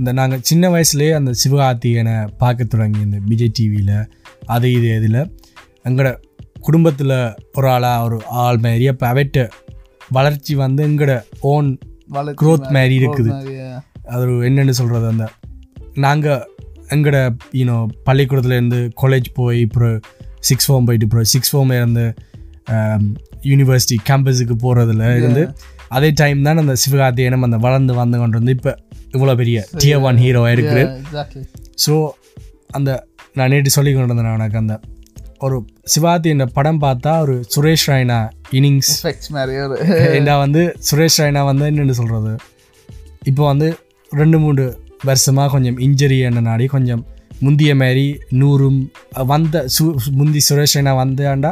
S2: இந்த நாங்கள் சின்ன வயசுலேயே அந்த சிவகார்த்திகனை பார்க்க தொடங்கி இந்த விஜய் டிவியில் அது இது இதில் எங்களோட குடும்பத்தில் ஒரு ஆளாக ஒரு ஆள் மாரி அப்போ அவட்ட வளர்ச்சி வந்து எங்களோட ஓன் growth மாதிரி இருக்குது. அது ஒரு என்னென்னு சொல்கிறது அந்த நாங்கள் எங்களோட யூனோ பள்ளிக்கூடத்துலேருந்து காலேஜ் போய் அப்புறம் சிக்ஸ் ஃபார்ம் போயிட்டு அப்புறம் சிக்ஸ் ஃபார்ம்ல இருந்து um, யூனிவர்சிட்டி கேம்பஸுக்கு போகிறதுல இருந்து அதே டைம் தான் அந்த சிவகார்த்தியனம் அந்த வளர்ந்து வந்து கொண்டு வந்து இப்போ இவ்வளோ பெரிய டியர் ஒன் ஹீரோ இருக்கிற
S1: எக்ஸாக்ட்லி
S2: ஸோ அந்த நான் நேற்று சொல்லி கொண்டு வந்தேன் உனக்கு அந்த ஒரு சிவாத்தி என்ற படம் பார்த்தா ஒரு சுரேஷ் ராய்னா இன்னிங்ஸ்
S1: எஃபெக்ட்ஸ் மாதிரி ஒரு
S2: ஏண்டா வந்து சுரேஷ் ராய்னா வந்து என்னென்னு சொல்கிறது இப்போ வந்து ரெண்டு மூணு வருஷமாக கொஞ்சம் இன்ஜரி என்ன நாடி கொஞ்சம் முந்திய மாதிரி நூறும் வந்த சு முந்தி சுரேஷ் ராய்னா வந்தாண்டா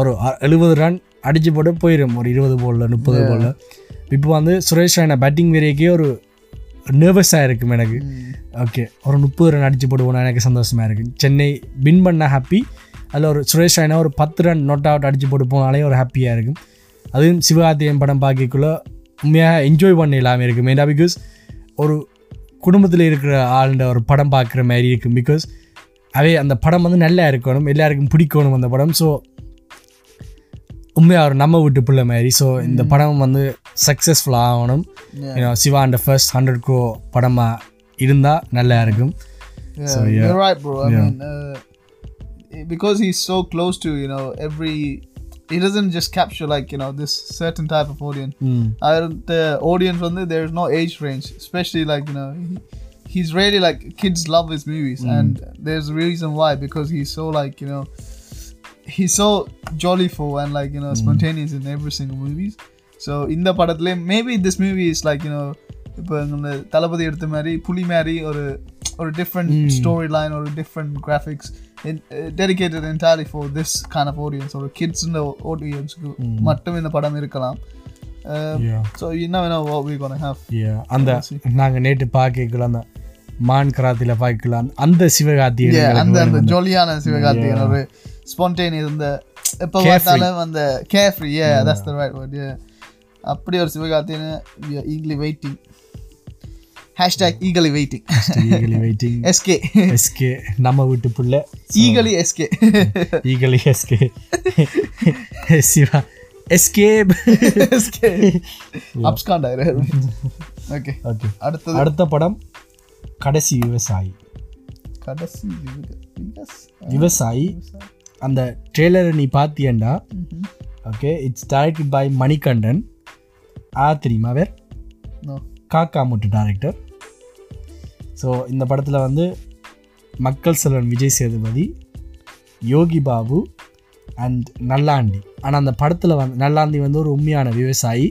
S2: ஒரு எழுபது ரன் அடிச்சு போட்டு போயிடும் ஒரு இருபது போலில் முப்பது போலில் இப்போ வந்து சுரேஷ் ராய்னா பேட்டிங் வேறைக்கே ஒரு நர்வஸாக இருக்கும் எனக்கு ஓகே ஒரு முப்பது ரன் அடிச்சு போடுவோம்னா எனக்கு சந்தோஷமாக இருக்குது சென்னை வின் பண்ண ஹாப்பி அதில் ஒரு சுரேஷ் ராய்னா ஒரு பத்து ரன் நோட் அவுட் அடிச்சு போட்டு போனாலே ஒரு ஹாப்பியாக இருக்கும் அதுவும் சிவகார்த்தியன் படம் பார்க்கக்குள்ள உண்மையாக என்ஜாய் பண்ண இல்லாமல் இருக்கும் ஏன்னா பிகாஸ் ஒரு குடும்பத்தில் இருக்கிற ஆளுண்ட ஒரு படம் பார்க்குற மாதிரி இருக்கும் பிகாஸ் அதே அந்த படம் வந்து நல்லா இருக்கணும் எல்லாருக்கும் பிடிக்கணும் அந்த படம் ஸோ உண்மையாக ஒரு நம்ம வீட்டு பிள்ளை மாதிரி ஸோ இந்த படம் வந்து சக்ஸஸ்ஃபுல் ஆகணும்
S1: Yeah.
S2: You know, Siva and first hundred crore படமாக இருந்தால் நல்லா இருக்கும்
S1: (laughs) Yeah,
S2: So, yeah.
S1: you're right, bro. I
S2: Yeah.
S1: mean, uh, because he's so close to you know every, he doesn't just capture like you know this certain type of audience. I, the audience on there, there's no age range, especially like you know, he, he's really like kids love his movies, and there's a reason why because he's so like you know, he's so joyful and like you know spontaneous in every single movies. So in the padatle, maybe this movie is like you know. இப்போ இந்த தளபதி எடுத்த மாதிரி புலி மாதிரி ஒரு ஒரு different story line ஒரு different graphics dedicated uh, entirely for this kind of audience ஒரு கிட்ஸ்ன்ற ஆடியன்ஸுக்கு மட்டும் இந்த படம் இருக்கலாம் Uh, So you never know what we're gonna have.
S2: Yeah, அந்த நாங்கள் நேற்று பார்க்கக்குள்ள அந்த மான் கராத்தியில் பார்க்கல அந்த- அந்த Sivakarthi
S1: Yeah, and
S2: (laughs)
S1: then the jollyயான Sivakarthikeyan ஒரு spontaneous அந்த எப்போ பார்த்தாலும் அந்த carefree, yeah, that's the right word, yeah. அப்படி ஒரு சிவகார்த்திகேயனை we are eagerly waiting. Hashtag eagerly waiting. (laughs)
S2: Waiting
S1: SK.
S2: S K நம்ம வீட்டு புள்ள
S1: Eagerly (laughs) SK.
S2: Eagerly SK (laughs) Siva S K
S1: SK. (laughs) Abscond ஆயிரு. (laughs) Okay.
S2: ஓகே
S1: அடுத்தது
S2: அடுத்த படம் கடைசி விவசாயி
S1: கடைசி விவகார்த்தி. Yes.
S2: விவசாயி அந்த ட்ரெய்லரை நீ பார்த்தியண்டா okay it's directed by Manikandan ஆ தெரியுமா where
S1: No.
S2: Kaakka Muttai director so இந்த படத்தில் வந்து மக்கள் செல்வன் விஜய் சேதுபதி யோகி பாபு அண்ட் நல்லாண்டி ஆனால் அந்த படத்தில் வந்து நல்லாண்டி வந்து ஒரு உண்மையான விவசாயி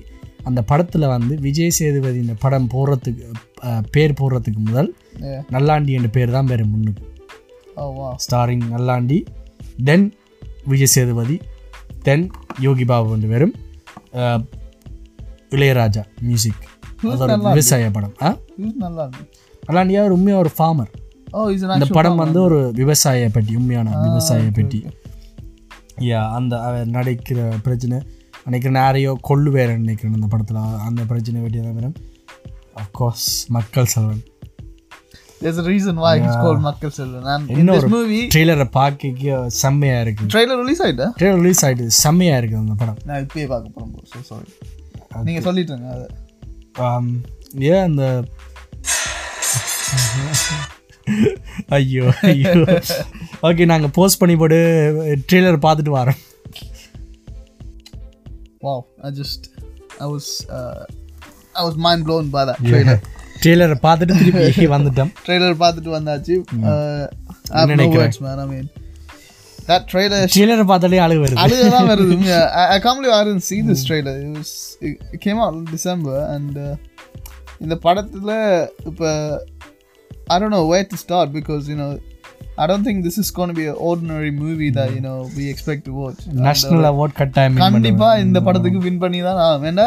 S2: அந்த படத்தில் வந்து விஜய் சேதுபதி இந்த படம் போடுறதுக்கு அஹ், பேர் போடுறதுக்கு முதல்
S1: Yeah.
S2: நல்லாண்டி என்ற பேர் தான் பேர் முன்னுக்கு
S1: Oh wow.
S2: Starring Nallandi then Vijay Sethupathi then Yogi Babu ரெண்டு பேரும் அஹ், இளையராஜா மியூசிக் அதோட விவசாய படம் ஆ
S1: Who's நல்லா இருக்கு?
S2: நல்லாண்டியா ஒரு உண்மையாக ஒரு ஃபார்மர்
S1: Oh, he's an
S2: இந்த
S1: actual.
S2: படம் வந்து ஒரு விவசாய பெட்டி உண்மையான விவசாய பெட்டி யா அந்த அவர் நடிக்கிற பிரச்சனை நினைக்கிறேன் நிறையோ கொள்ளு வேற நினைக்கிறேன் அந்த படத்தில் அந்த பிரச்சனை வெட்டி தான் madam of course Makkal Selvan
S1: There's a reason why he's called Makkal Selvan. And in
S2: இன்னும்
S1: this
S2: ஒரு-
S1: movie,
S2: ட்ரெய்லரை பார்க்க செம்மையாக இருக்குது
S1: trailer release ஆயிட்டா?
S2: ட்ரெய்லர் ரிலீஸ் ஆகிட்டு செம்மையாக இருக்குது அந்த படம்
S1: நான் இப்பயே பார்க்க போறேன் bro. So sorry. நீங்க சொல்லிட்டுங்க அது.
S2: um, yeah, அந்த ஐயோ ஐயோ ஓகே நாங்கள் போஸ்ட் பண்ணி போட்டு ட்ரெய்லர் பார்த்துட்டு வரோம்
S1: Wow, I just I was uh, I was mind blown by that trailer.
S2: ட்ரெய்லரை பார்த்துட்டு திருப்பி வந்துட்டோம்
S1: Trailer பார்த்துட்டு வந்தாச்சு. Uh, I have no
S2: நினைக்கிறேன்.
S1: words, man. I mean, that trailer
S2: ட்ரெய்லரை பார்த்தாலே அழுகு வருது
S1: அதுதான் வருது Yeah, I, I can't believe I didn't see this trailer it was it, it came out in December and uh, இந்த படத்துல இப்ப I don't know where to start because you know I don't think this is going to be an ordinary movie that you know we expect to watch. And, uh,
S2: national award கட்டாயம்
S1: கண்டிப்பா இந்த படத்துக்கு win பண்ணி தான் ஆகும் ஏன்னா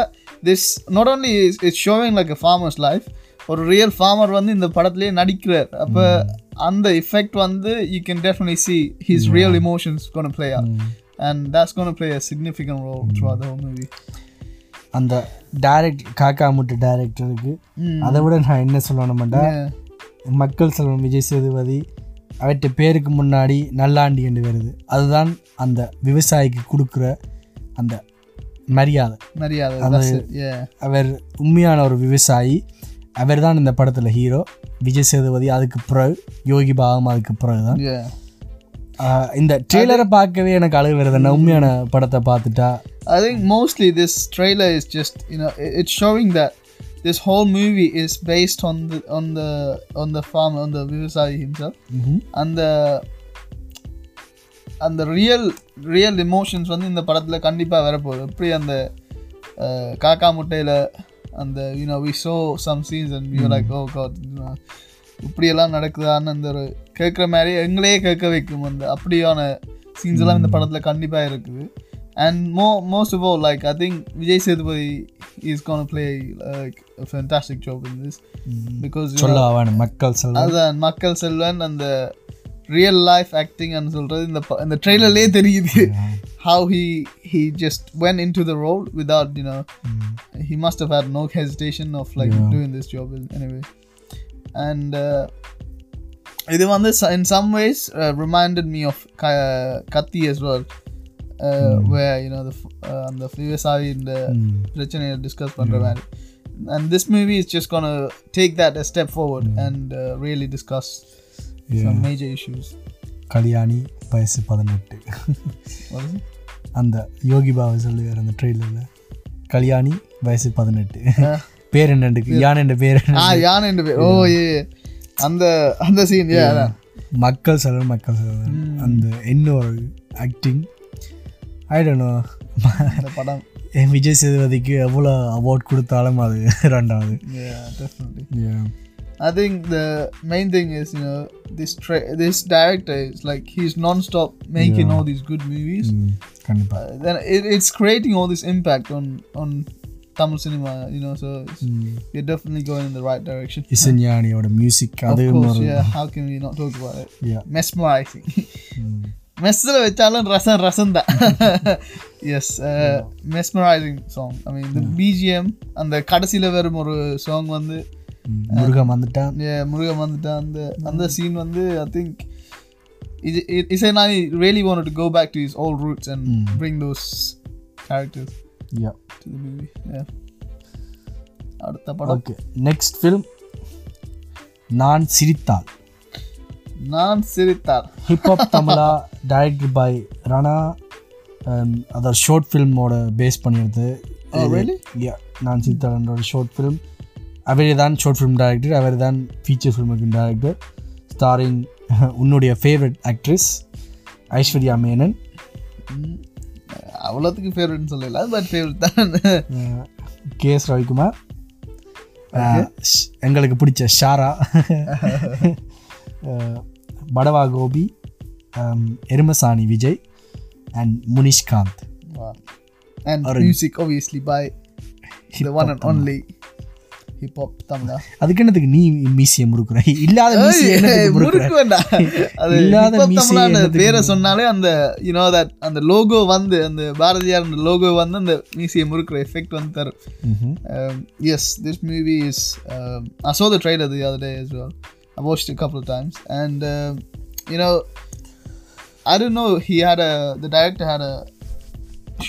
S1: this not only it's showing like farmers life ஒரு real farmer வந்து இந்த படத்துலயே நடிக்கிறார் அப்ப அந்த எஃபெக்ட் வந்து you can definitely see his real emotions gonna play out and that's gonna play a significant role through the whole movie
S2: அந்த direct Kaakka Muttai டைரக்டருக்கு அதை விட நான் என்ன சொல்லணும் மாட்டேன் மக்கள் செல்வன் விஜய் சேதுபதி அவற்ற பேருக்கு முன்னாடி நல்லாண்டி என்று வருது அதுதான் அந்த விவசாயிக்கு கொடுக்குற அந்த மரியாதை
S1: மரியாதை
S2: அது-
S1: that's it. yeah
S2: அவர் உண்மையான ஒரு விவசாயி அவர் தான் இந்த படத்தில் ஹீரோ விஜய் சேதுபதி அதுக்கு பிறகு யோகி பாகம் அதுக்கு பிறகு தான்
S1: yeah
S2: ஆஹ் இந்த ட்ரெய்லரை பார்க்கவே எனக்கு அழுகு வருது நான் உண்மையான படத்தை பார்த்துட்டா
S1: I think mostly this trailer is just you know it, it's showing that this whole movie is based on the on the on the farmer on the Vivasai himself and the and the real real emotions வந்து இந்த படத்தில் கண்டிப்பாக வரப்போகுது எப்படி அந்த அஹ், காக்கா முட்டையில் அந்த you know we saw some scenes and we like oh god oh இப்படியெல்லாம் நடக்குதான்னு அந்த ஒரு கேட்குற மாதிரி எங்களையே கேட்க வைக்கும் அந்த அப்படியான சீன்ஸ் எல்லாம் இந்த படத்தில் கண்டிப்பாக இருக்குது and mo most of all like I think Vijay Sethupathi is gonna play like fantastic job in this because
S2: சொல்ல அவன் மக்கள் செல்வன்
S1: அதான் மக்கள் செல்வன் அந்த ரியல் லைஃப் ஆக்டிங் சொல்றது இந்த ப- இந்த ட்ரெய்லர்லேயே தெரியுது how he he just went into the role without you know he must have had no hesitation of like doing this job in- anyway and uh, இது வந்து s- in some ways uh, reminded me of Ka- Katti as well uh, where you know the f- uh, அந்த விவசாயி இந்த பிரச்சனையை discuss பண்ற மாதிரி and this movie is just gonna take that a step forward and uh, really discuss some major issues
S2: Kalyani வயசு பதினெட்டு
S1: what is it
S2: அந்த யோகி பாபா சொல்லுவார் அந்த ட்ரெய்லரில் கல்யாணி வயசு பதினெட்டு
S1: Uh,
S2: பேர் என்னண்டு யான் என்ற பேர் என்ன?
S1: ஆ யானை ரெண்டு பேர் ஓ ஏ அந்த அந்த சீன் ஏ அதான்
S2: மக்கள் செல்வன் மக்கள் செல்வன் அந்த இன்னொரு ஆக்டிங் ஐ டோன்ட் நோ
S1: அந்த படம்
S2: என் விஜய் சேதுபதிக்கு எவ்வளோ அவார்ட் கொடுத்தாலும் அது (laughs) ரெண்டாவது
S1: definitely I think the main thing is you know this tra- this director is like he's non-stop making all these good movies
S2: கண்டிப்பாக
S1: Uh, then it, it's creating all this impact on on Tamil cinema you know so
S2: Mm.
S1: it's, you're definitely going in the right direction
S2: இசைஞானியோட music
S1: of
S2: அது
S1: course yeah how can we not talk about it mesmerizing (laughs) மெஸ்ஸில் வச்சாலும் ரசம் ரசம் (laughs) தான் yes mesmerizing song I mean இந்த BGM அந்த கடைசியில் வரும் ஒரு சாங் வந்து
S2: முருகன் வந்துட்டான்
S1: yeah, முருகன் வந்துட்டு அந்த அந்த சீன் வந்து ஐ திங்க் இது Isaignani really want to go back to is all roots and bring those characters to the movie அடுத்த படம்
S2: okay next film Naan Sirithal
S1: Naan சிரித்தார்
S2: hip hop Tamizha director by Rana um, um, அதாவது ஷார்ட் ஃபில்மோட பேஸ் பண்ணிடுது
S1: Oh, really?
S2: Yeah, நான் சீதாரனோட short film அவரே தான் short film director அவர் தான் ஃபீச்சர் ஃபிலிமுக்கு டைரக்டர் ஸ்டாரிங் (laughs) உன்னுடைய ஃபேவரட் ஆக்ட்ரஸ் ஐஸ்வர்யா மேனன்
S1: அவ்வளோத்துக்கு ஃபேவரட்னு சொல்லல பட் ஃபேவரட் தான்
S2: அஹ், கே எஸ் ரவிக்குமார் அஹ், ஷ்- எங்களுக்கு பிடிச்ச
S1: (laughs)
S2: ஷாரா அஹ், படவா கோபி அம், Erumasaani Vijay and Munishkanth
S1: Wow. And
S2: Or-
S1: music, obviously, by the one and only hip hop Tamla.
S2: அதுக்கு என்னத்துக்கு நீ மீசியை முறுக்குற இல்லாத மீசியை என்னத்துக்கு முறுக்குற
S1: முறுக்கு வேண்டாம் அது
S2: இல்லாத
S1: hip hop
S2: மீசையை
S1: தமிழான்னு
S2: என்னத்துக்கு
S1: பேரை சொன்னாலே அந்த you know that அந்த லோகோ வந்து அந்த பாரதியார் அந்த லோகோ வந்து அந்த மீசியை முறுக்குற எஃபெக்ட் வந்து தரும்
S2: ம்ஹும்.
S1: um, yes this movie is um, I saw the trailer the other day as well I watched it a couple of times and um, you know I don't know he had a the director had a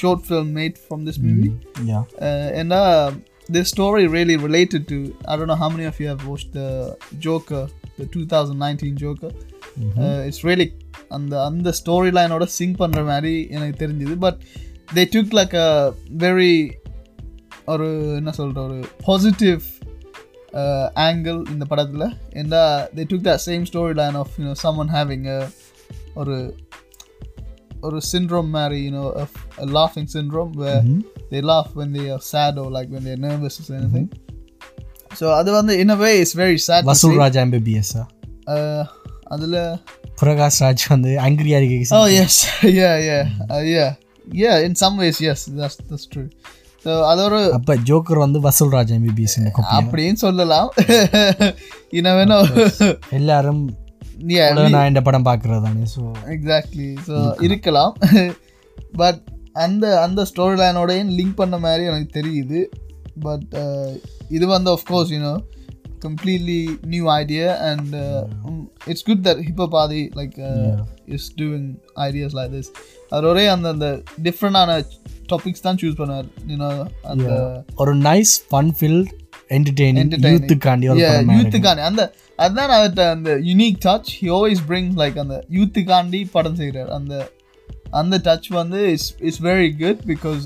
S1: short film made from this movie
S2: Yeah.
S1: uh, and uh, this story really related to I don't know how many of you have watched the Joker, the 2019 Joker. Uh, it's really அந்த அந்த story லைனோட sink பண்ணுற மாதிரி எனக்கு தெரிஞ்சுது but they took like a very ஒரு என்ன சொல்கிற ஒரு பாசிட்டிவ் ஆங்கிள் இந்த uh, படத்தில் ஏன்னா they took the same story line of you know someone having ஒரு ஒரு syndrome மாதிரி you know a, a laughing syndrome where they laugh when they are sad or like when they're nervous or anything so அது வந்து in a way it's very sad to
S2: வசூல் ராஜா எம்பிபிஎஸ்ஸா
S1: uh, அதில்
S2: பிரகாஷ் ராஜ் வந்து ஆங்கிரியா இருக்கு
S1: oh (laughs) yes yeah yeah yeah yeah in some ways yes that's that's true so அது ஒரு
S2: அப்ப ஜோக்கர் வந்து வசூல் ராஜ் எம்பிபிஎஸ்
S1: அப்படின்னு (laughs) சொல்லலாம் இன்ன வேணும் (laughs)
S2: எல்லாரும்
S1: யா
S2: நான் இந்த படம் பாக்குறது தானே ஸோ
S1: எக்ஸாக்ட்லி ஸோ இருக்கலாம் (laughs) பட் அந்த அந்த ஸ்டோரி லைனோடையும் லிங்க் பண்ண மாதிரி எனக்கு தெரியுது பட் இது வந்து of course you know completely new idea and um, it's good that hippo பாதி like is doing ideas like this அதோடய அந்த அந்த டிஃப்ரெண்டான டாபிக்ஸ் தான் சூஸ் பண்ணார் யூனோ அந்த
S2: ஒரு nice fun field entertaining
S1: Entertaining.
S2: யூத்துக்காண்டி ஒரு படம் இருக்கு.
S1: யூத்துக்காண்டி அந்த அதுதான் அவர்கிட்ட அந்த unique touch he always brings like அந்த யூத்துக்காண்டி படம் செய்கிறார் அந்த அந்த டச் வந்து it's it's very good because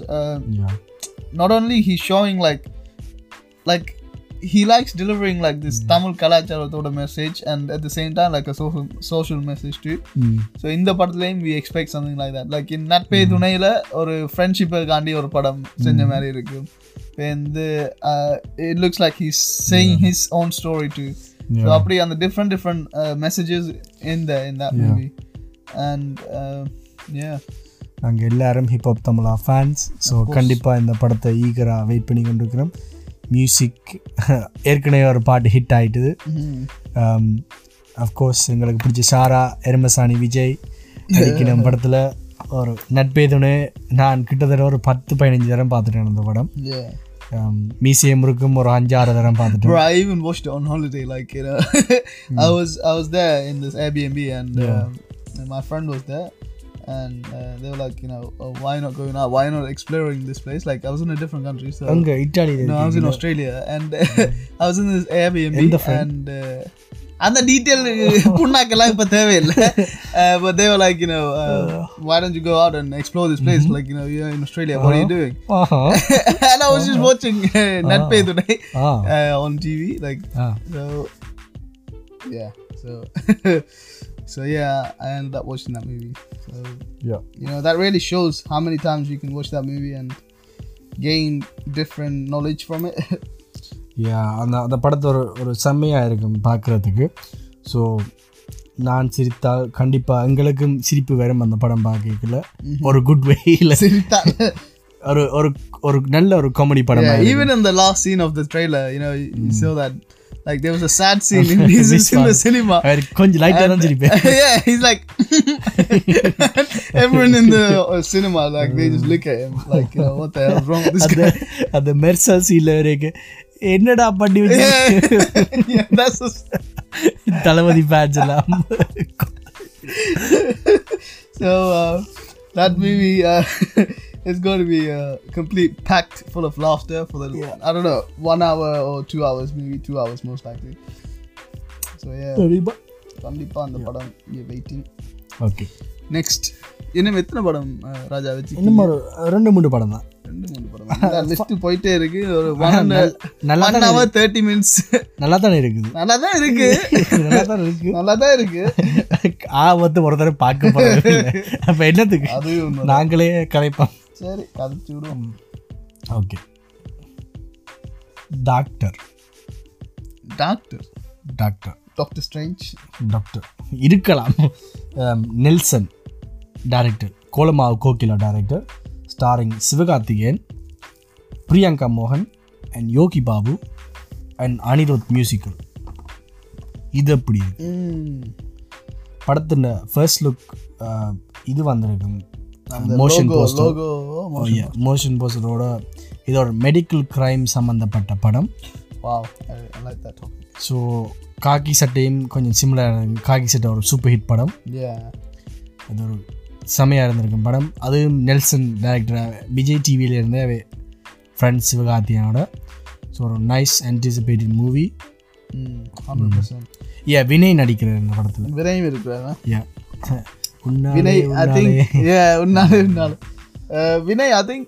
S2: Yeah.
S1: Not only he showing like like he likes delivering like this Tamil கலாச்சாரத்தோட message and at the same time like social social message to
S2: ம்.
S1: So இந்த படத்துலையும் we expect something like that like in நட்பே துணையில் ஒரு ஃப்ரெண்ட்ஷிப்புக்காண்டி ஒரு படம் செஞ்ச மாதிரி இருக்கு uh, இப்போ வந்து it looks like he's saying his own story to so
S2: Yeah.
S1: அப்படி அந்த uh, different different messages in the in that movie and ஏ
S2: நாங்க எல்லாரும் ஹிப்ஹாப் தமிழா ஃபேன்ஸ் ஸோ கண்டிப்பா இந்த படத்தை ஈகரா வெயிட் பண்ணி கொண்டிருக்கிறோம் மியூசிக் (laughs) ஏற்கனவே ஒரு பாட்டு ஹிட் ஆயிட்டுது அஃப்கோர்ஸ் எங்களுக்கு பிடிச்ச சாரா எருமசாணி விஜய் நடிக்கணும் படத்துல ஒரு நட்பேதுனு நான் கிட்டத்தட்ட ஒரு பத்து பதினஞ்சு தரம் பார்த்துட்டேன் அந்த படம்
S1: ஏ
S2: மியூசியம் இருக்கும் ஒரு அஞ்சாறு தரம் பார்த்துட்டேன்
S1: Bro, I even watched it on holiday. Like you know, (laughs)
S2: Hmm.
S1: I was I was there in this Airbnb, and, um, and my friend was there, and uh, they were like, you know, oh, why not going out? Why not exploring this place? Like I was in a different country, so
S2: அங்க இட்டாலியில
S1: no, I was
S2: இருக்கீங்க.
S1: in Australia, and (laughs) I was in this Airbnb,
S2: In the
S1: and. Uh, and the detail uh,
S2: (laughs)
S1: புண்ணாக்கெல்லாம் இப்போ தேவையில்லை Uh, but they were like you know uh, why don't you go out and explore this place
S2: Mm-hmm.
S1: like you know you're in Australia what
S2: Uh-huh.
S1: are you doing (laughs)
S2: Aha.
S1: and I was
S2: Uh-huh.
S1: just watching uh, Natpe today
S2: (laughs) ah.
S1: uh, on TV like
S2: ah.
S1: So, yeah. So, (laughs) so yeah, I ended up watching that movie. So,
S2: Yeah.
S1: you know, that really shows how many times you can watch that movie and gain different knowledge from it. (laughs)
S2: Yeah, அந்த அந்த படத்தை ஒரு ஒரு செம்மையாக இருக்கும் பார்க்குறதுக்கு so நான் சிரித்தால் கண்டிப்பாக எங்களுக்கும் சிரிப்பு வரும் அந்த படம் பார்க்கல ஒரு குட் வேயில்
S1: That-
S2: ஒரு ஒரு ஒரு நல்ல ஒரு காமெடி படம்
S1: yeah, even in the last scene of the trailer, you know, you, you saw that. Like, there was a sad scene in, he's
S2: This
S1: in the
S2: one.
S1: cinema.
S2: (laughs)
S1: (laughs)
S2: அவர் கொஞ்சம் லைட்டாக தான் சிரிப்பேன்
S1: yeah, he's like, (laughs) everyone in the uh, cinema, like, they just look at him, like, you know, what the hell's wrong with this
S2: அந்த
S1: guy?
S2: அந்த மெர்சல் சீல இருக்கு என்னடா பண்ணி வச்சு
S1: (laughs)
S2: (laughs)
S1: Yeah, yeah that's the-
S2: Thalapathy batch எல்லாம்
S1: So uh, that movie uh, (laughs) is going to be uh, complete packed full of laughter for the I don't know one hour or two hours, maybe two hours most likely. So yeah, கண்டிப்பா அந்த படம் we are waiting.
S2: Okay
S1: Next இன்னும் எத்தனை படம் அஹ், ராஜா வச்சு
S2: இன்னும் ஒரு ரெண்டு மூணு படம் தான்
S1: ரெண்டு மூணு
S2: (laughs)
S1: படம் லிஸ்ட் போயிட்டே இருக்கு ஒரு ஒன்
S2: நல்லா
S1: ஒன் ஹவர் தேர்ட்டி (laughs) மினிட்ஸ்
S2: நல்லா தானே இருக்குது
S1: நல்லா தான் இருக்கு
S2: (laughs) நல்லா தானே இருக்கு
S1: நல்லா தான் இருக்கு
S2: ஆபத்து ஒரு தடவை பார்க்க போறது அப்ப என்னத்துக்கு
S1: அதுவும் ஒண்ணு.
S2: நாங்களே கலைப்போம்
S1: சரி கதைச்சு விடுவோம்
S2: okay doctor
S1: doctor
S2: doctor
S1: doctor strange
S2: doctor இருக்கலாம் um, Nelson director Kolamaavu Kokila director starring Sivakarthikeyan Priyanka மோகன் and Yogi Babu and Anirudh musical இது எப்படி இருக்கு Mm. படத்தின் ஃபர்ஸ்ட் லுக் இது வந்திருக்கும் Oh, motion poster
S1: logo
S2: motion போஸ்டரோட இது ஒரு மெடிக்கல் கிரைம் சம்மந்தப்பட்ட படம்
S1: Wow, I, I like that topic.
S2: So காக்கி சட்டையும் கொஞ்சம் சிமிலராக இருக்கு காக்கி சட்டை ஒரு சூப்பர் ஹிட் படம்
S1: Yeah.
S2: அது ஒரு செமையாக இருந்திருக்கும் படம் அதுவும் நெல்சன் டேரக்டர் விஜய் டிவியில் இருந்தே ஃப்ரெண்ட்ஸ் சிவகார்த்தியனோட ஸோ ஒரு நைஸ் அன்டிசிபேட்டட் மூவி
S1: Mm, 100%.
S2: ஏ வினய் நடிக்கிறார் இந்த படத்தில்
S1: வினயம் இருக்கிறாரா?
S2: ஏ உன்னாலே
S1: Vinay, I think. Yeah, Unnale, Unnale. Uh, Vinay, I think.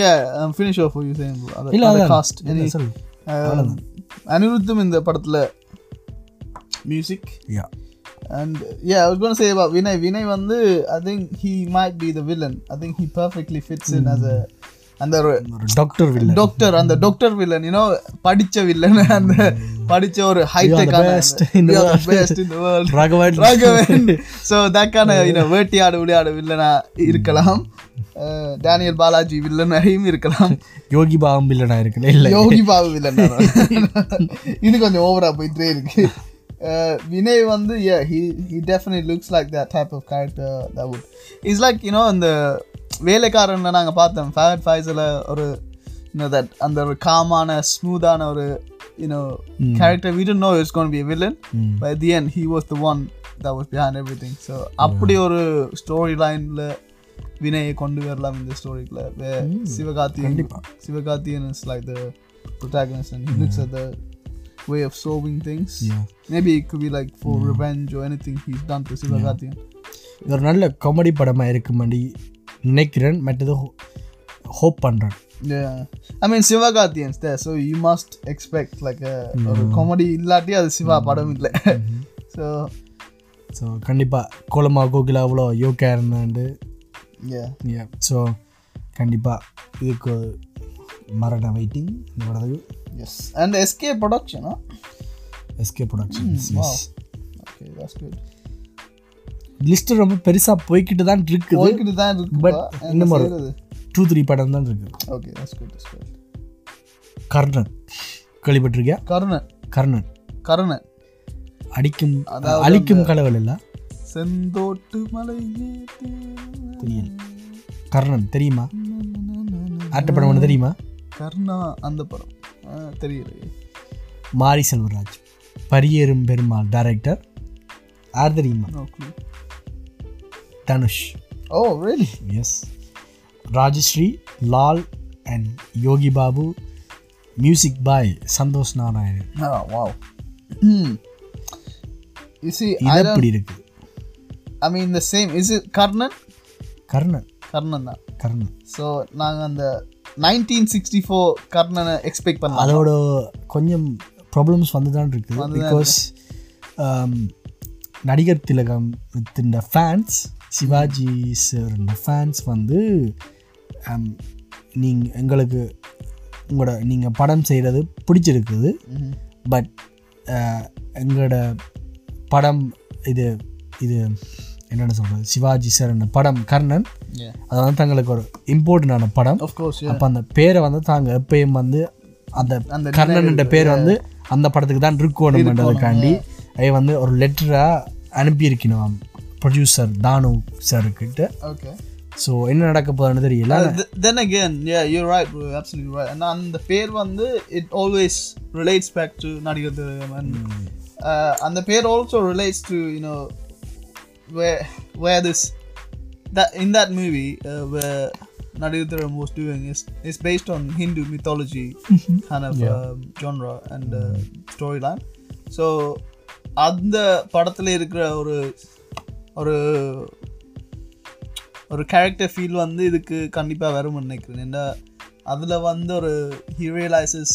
S1: Yeah, I'm finished off what you're saying. bro. Other,
S2: இல்ல,
S1: other
S2: அதான்.
S1: cast. Any,
S2: சொல்லு
S1: um, அனிருத்தம் இந்த படத்துல music
S2: yeah
S1: and yeah I was going to say about
S2: Hmm.
S1: Vinay Vinay வந்து I think he might be the villain I think he perfectly fits in as a அந்த ஒரு
S2: doctor villain
S1: doctor அந்த doctor villain you know படிச்ச villain அந்த படிச்ச ஒரு hitech
S2: best in the world.
S1: Best in the
S2: (laughs)
S1: world
S2: Raghavan
S1: Raghavan so தக்கான
S2: (laughs)
S1: you know Vettaiyaadu Vilaiyaadu வில்லனா இருக்கலாம்
S2: Hmm.
S1: Uh, ah, Daniel Balaji வில்லனாயும்
S2: (laughs)
S1: இருக்கலாம்
S2: யோகி பாவம் வில்லனா இருக்குல்ல இல்ல
S1: யோகி பாபு வில்லன் இது கொஞ்சம் ஓவரா போயிட்டே இருக்கு Uh, வினய் வந்து yeah he he definitely looks like that type of character that would it's like you know இந்த வேலைக்காரன்ல நாங்க பார்த்தோம் ஃபேட் ஃபைஸில் ஒரு யூனோ தட் அந்த ஒரு காமான ஸ்மூத்தான ஒரு யூனோ கேரக்டர் வீடு no it's gonna be villain
S2: ம்.
S1: By the end he was the one that was behind everything so அப்படி ஒரு ஸ்டோரி லைனில் வினயை கொண்டு வரலாம் இந்த ஸ்டோரிக்குள்ள Sivakarthikeyan Sivakarthikeyan is like the protagonist and he looks at the way of solving things
S2: Yeah.
S1: maybe it could be like for revenge or anything he's done to Sivakarthikeyan
S2: இது ஒரு நல்ல comedy படமா இருக்குமாண்டி நினைக்கிறேன் மற்றது ஹோப் பண்றேன்
S1: yeah i mean சிவகார்த்தியன்'s there so you must expect like a ஒரு comedy இல்லாட்டி அது சிவா படம் இல்லை (laughs) so
S2: ஸோ கண்டிப்பா கோலமா கோகிலா அவ்வளோ யோகா இருந்தாண்டு
S1: yeah
S2: ஸோ கண்டிப்பா இதுக்கு ஒரு மரண வெயிட்டிங் இந்த படத்துக்கு
S1: yes and SK production huh?
S2: SK productions
S1: wow okay that's good
S2: list ரொம்ப பெருசா போய்கிட்டு தான் இருக்குது
S1: போய்கிட்டு தான்
S2: But
S1: இருக்குப்பா என்ன
S2: இன்னும் ஒரு-
S1: செய்யறது
S2: டூ த்ரீ படம் தான் இருக்குது
S1: okay that's good that's good
S2: Karnan கேள்விப்பட்டிருக்கியா
S1: Karunan
S2: Karnan
S1: Karunan
S2: அடிக்கும் அழிக்கும் கலவல் இல்லை
S1: செந்தோட்டு மலை ஏத்தி
S2: தெரியல கர்ணன் தெரியுமா ஆட்ட படம் ஒன்று தெரியுமா
S1: கர்ணா அந்த படம் ஆஹ் தெரியலையே
S2: மாரி செல்வராஜ் பரியேறும் பெருமாள் டைரக்டர் யார் தெரியுமா
S1: No clue.
S2: Dhanush
S1: Oh, really?
S2: Yes Rajashree Lal and Yogi Babu music bye Santhosh Narayanan
S1: Ah, wow. Hmm. you see, I,
S2: இது எப்படி இருக்கு
S1: I mean the same. Is it Karnan
S2: Karnan
S1: Karnan தான்
S2: கர்ணன்
S1: ஸோ நாங்கள் அந்த நைன்டீன் சிக்ஸ்டி ஃபோர் கர்ணனை எக்ஸ்பெக்ட் பண்ணலாம்
S2: அதோட கொஞ்சம் ப்ராப்ளம்ஸ் வந்து தான் இருக்குது பிகாஸ் um, நடிகர் திலகம் within fans Sivaji sir fans வந்து நீங்கள் எங்களுக்கு உங்களோட நீங்கள் படம் செய்கிறது பிடிச்சிருக்குது
S1: ம்ஹும்.
S2: பட் எங்களோட படம் இது இது என்னென்ன சொல்கிறது சிவாஜி சார் படம் கர்ணன்
S1: Yeah.
S2: அது வந்து தங்களுக்கு ஒரு இம்பார்ட்டண்டான படம்
S1: Of course, yeah.
S2: அப்போ அந்த பேரை வந்து தாங்க எப்பயும் வந்து அந்த
S1: அந்த
S2: கர்ணன்ன்ற பேர் வந்து அந்த படத்துக்கு தான் இருக்கணும்ன்றதுக்காண்டி அது வந்து ஒரு லெட்டராக அனுப்பியிருக்கணும் ப்ரொடியூசர் தானு சார்கிட்ட
S1: Okay.
S2: ஸோ என்ன நடக்க போகுதுன்னு தெரியல
S1: Th- then again, yeah, you're right, bro. Absolutely right. And on the pair one, it always relates back to Nadigar Thirugam. And, uh, and the pair also relates to, you know, where where this. that In that movie, uh, where Nadigar Thirugam was doing, is is based on Hindu mythology kind of um, genre and uh, storyline. So, அந்த படத்தில் இருக்கிற ஒரு ஒரு ஒரு character feel வந்து இதுக்கு கண்டிப்பாக வரும்னு நினைக்கிறேன் ஏன்னா அதில் வந்து ஒரு he realizes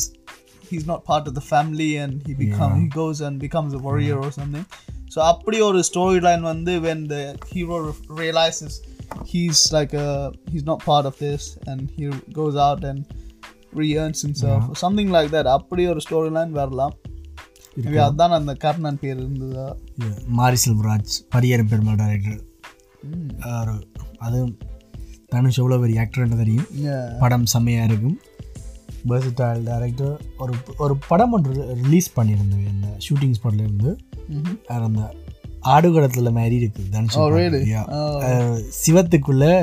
S1: he's not part of the family and he become he goes and becomes a warrior or something so அப்படி ஒரு ஸ்டோரி லைன் வந்து when the hero realizes he's like he's not part of this and he goes out and reearns himself something like that அப்படி ஒரு story line வரலாம் Maybe அதுதான் அந்த கர்ணன் பேர் இருந்ததா
S2: இது மாரி செல்வராஜ் பரியேறும் பெருமாள் டைரக்டர் ஒரு அதுவும் தனுஷ் எவ்வளோ பெரிய ஆக்டர்னு தெரியும்
S1: Yeah.
S2: படம் செம்மையாக இருக்கும் பர்சிட்டால் டைரக்டர் ஒரு ஒரு படம் ஒன்று ரிலீஸ் பண்ணியிருந்தது அந்த ஷூட்டிங் ஸ்பாட்ல இருந்து
S1: Mhm.
S2: அது அந்த ஆடுகளத்தில் மாதிரி இருக்குது தனுஷ்
S1: Oh, really?
S2: Yeah. அஹ், சிவத்துக்குள்ளே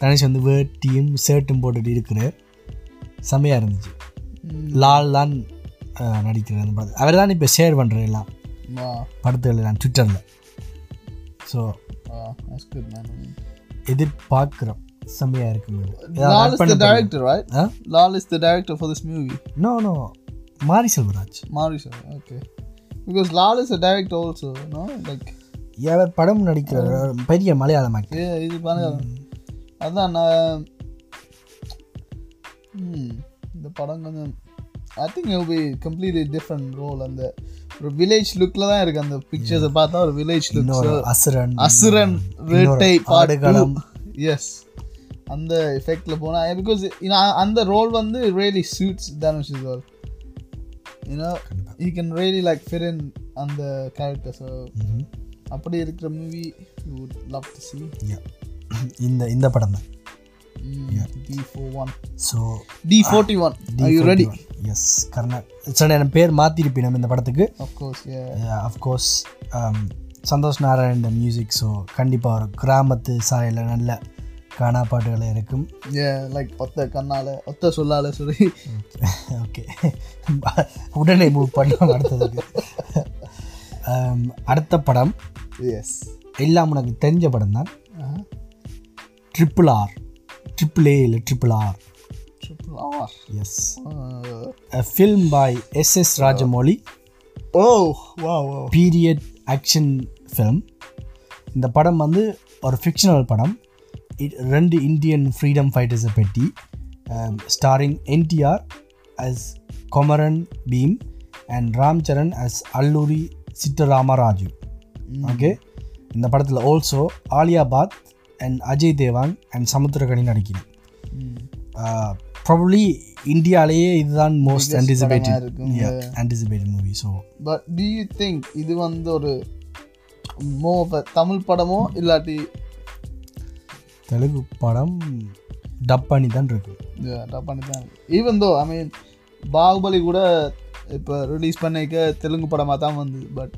S2: தனுஷ் வந்து வேட்டியும் ஷர்ட்டும் போட்டுட்டு இருக்கிறார் செம்மையாக இருந்துச்சு
S1: Mm.
S2: லால் தான் அஹ், நடிக்கிறார் அந்த படத்தை அவர் தான் இப்போ ஷேர் பண்ணுற எல்லாம்
S1: Wow.
S2: படத்துகள் எல்லாம் ட்விட்டரில் so
S1: Wow. That's good, man. I mean.
S2: எதிர்பார்க்குறோம் செம்மையாக இருக்கும் இது. ஏதாவது
S1: Lal
S2: add
S1: is
S2: பண்ண
S1: the
S2: போறீங்களா?
S1: director, right?
S2: Huh?
S1: Lal is the director for this movie.
S2: No no Mari Selvaraj
S1: Marisha, okay. Because Lal is a director also, no? Like,
S2: அவர் படம் நடிக்கிறார் பெரிய மலையாளம் ஆக்டர்
S1: yeah, இது பாருங்க அதான் நான் ம், hmm, இந்த படம் கொஞ்சம் I think it be completely different role அந்த ஒரு வில்லேஜ் லுக்கில் தான் இருக்கு அந்த பிக்சர்ஸை பார்த்தா ஒரு வில்லேஜ் லுக்
S2: இன்னொரு அசுரன்
S1: அசுரன் வேட்டை பாடுகளம் எஸ் அந்த எஃபெக்டில் போனால் பிகாஸ் அந்த ரோல் வந்து really suits Dhanush is all you know he can really like fit in அந்த கேரக்டர் ஸோ அப்படி இருக்கிற movie would love to see
S2: இந்த இந்த படம் தான்
S1: D four one
S2: so
S1: D forty one
S2: Ah,
S1: you ready
S2: yes Karna sir என் பேர் மாற்றிருப்பேன் நம்ம இந்த படத்துக்கு
S1: of course
S2: of course um, Santhosh Narayan இந்த மியூசிக் ஸோ கண்டிப்பாக ஒரு கிராமத்து சாலையில் நல்ல கானா பாட்டுகள் இருக்கும்
S1: ஏ லைக் ஒத்த கண்ணால் ஒத்த சொல்லால சொல்லி
S2: ஓகே (laughs) உடனே மூவ் பண்ணோம் அடுத்ததுக்கு Um, அடுத்த படம்
S1: எஸ்
S2: எல்லாம் உனக்கு தெரிஞ்ச படம் தான் ட்ரிபிள் ஆர் ட்ரிபிள் ஏ இல்லை triple R
S1: triple R
S2: yes
S1: Uh,
S2: film by S S Rajamouli
S1: oh வா வா
S2: பீரியட் ஆக்ஷன் ஃபிலிம் இந்த படம் வந்து ஒரு ஃபிக்ஷனல் படம் இட் ரெண்டு இந்தியன் ஃப்ரீடம் ஃபைட்டர்ஸை பற்றி starring NTR as Komaram Bheem and Ram Charan as Alluri Sitharamaraju okay இந்த படத்தில் also Alia Bhatt and Ajay Devgn and Samuthirakani நடிக்கிறேன்
S1: Hmm.
S2: ப்ராபப்ளி இந்தியாலேயே இதுதான் மோஸ்ட் அண்டிசிபேட்டட்
S1: இருக்கும்
S2: anticipated movie so
S1: but do you think இது வந்து ஒரு மோ தமிழ் படமோ இல்லாட்டி
S2: தெலுங்கு படம் டப் பண்ணி தான் இருக்கு
S1: டப் பண்ணி தான் even though I mean Baahubali கூட இப்போ ரிலீஸ் பண்ணிக்க தெலுங்கு படமாக தான் வந்தது பட்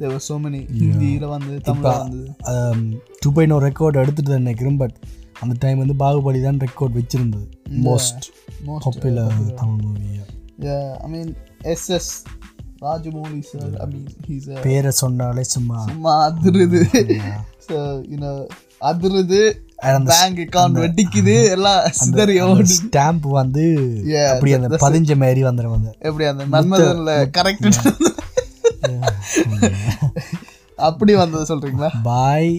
S1: தேவர் சோ மெனி ஹிந்தியில் வந்து தமிழில் வந்தது
S2: டூ பாயிண்ட் ரெக்கார்ட் oh எடுத்துட்டு தான் நினைக்கிறேன் பட் அந்த டைம் வந்து பாகுபலி தான் ரெக்கார்ட் வச்சிருந்தது மோஸ்ட்
S1: மோஸ்ட்
S2: பாப்புலர் தமிழ் மூவியா
S1: I mean SS Rajamouli sir I mean his
S2: பேரை சொன்னாலே
S1: (laughs)
S2: சும்மா
S1: சும்மா அதிருது ஸோ யூனோ அதிருது
S2: அந்த
S1: பேங்க் அக்கௌண்ட் வெட்டிக்குது எல்லாம் சிதறி ஓடுது
S2: ஸ்டாம்ப் வந்து
S1: Yeah,
S2: அப்படி அந்த பதிஞ்ச மாதிரி வந்துடும் வந்து
S1: எப்படி அந்த நன்மதன்ல கரெக்ட் அப்படி வந்தது சொல்றீங்களா
S2: பாய்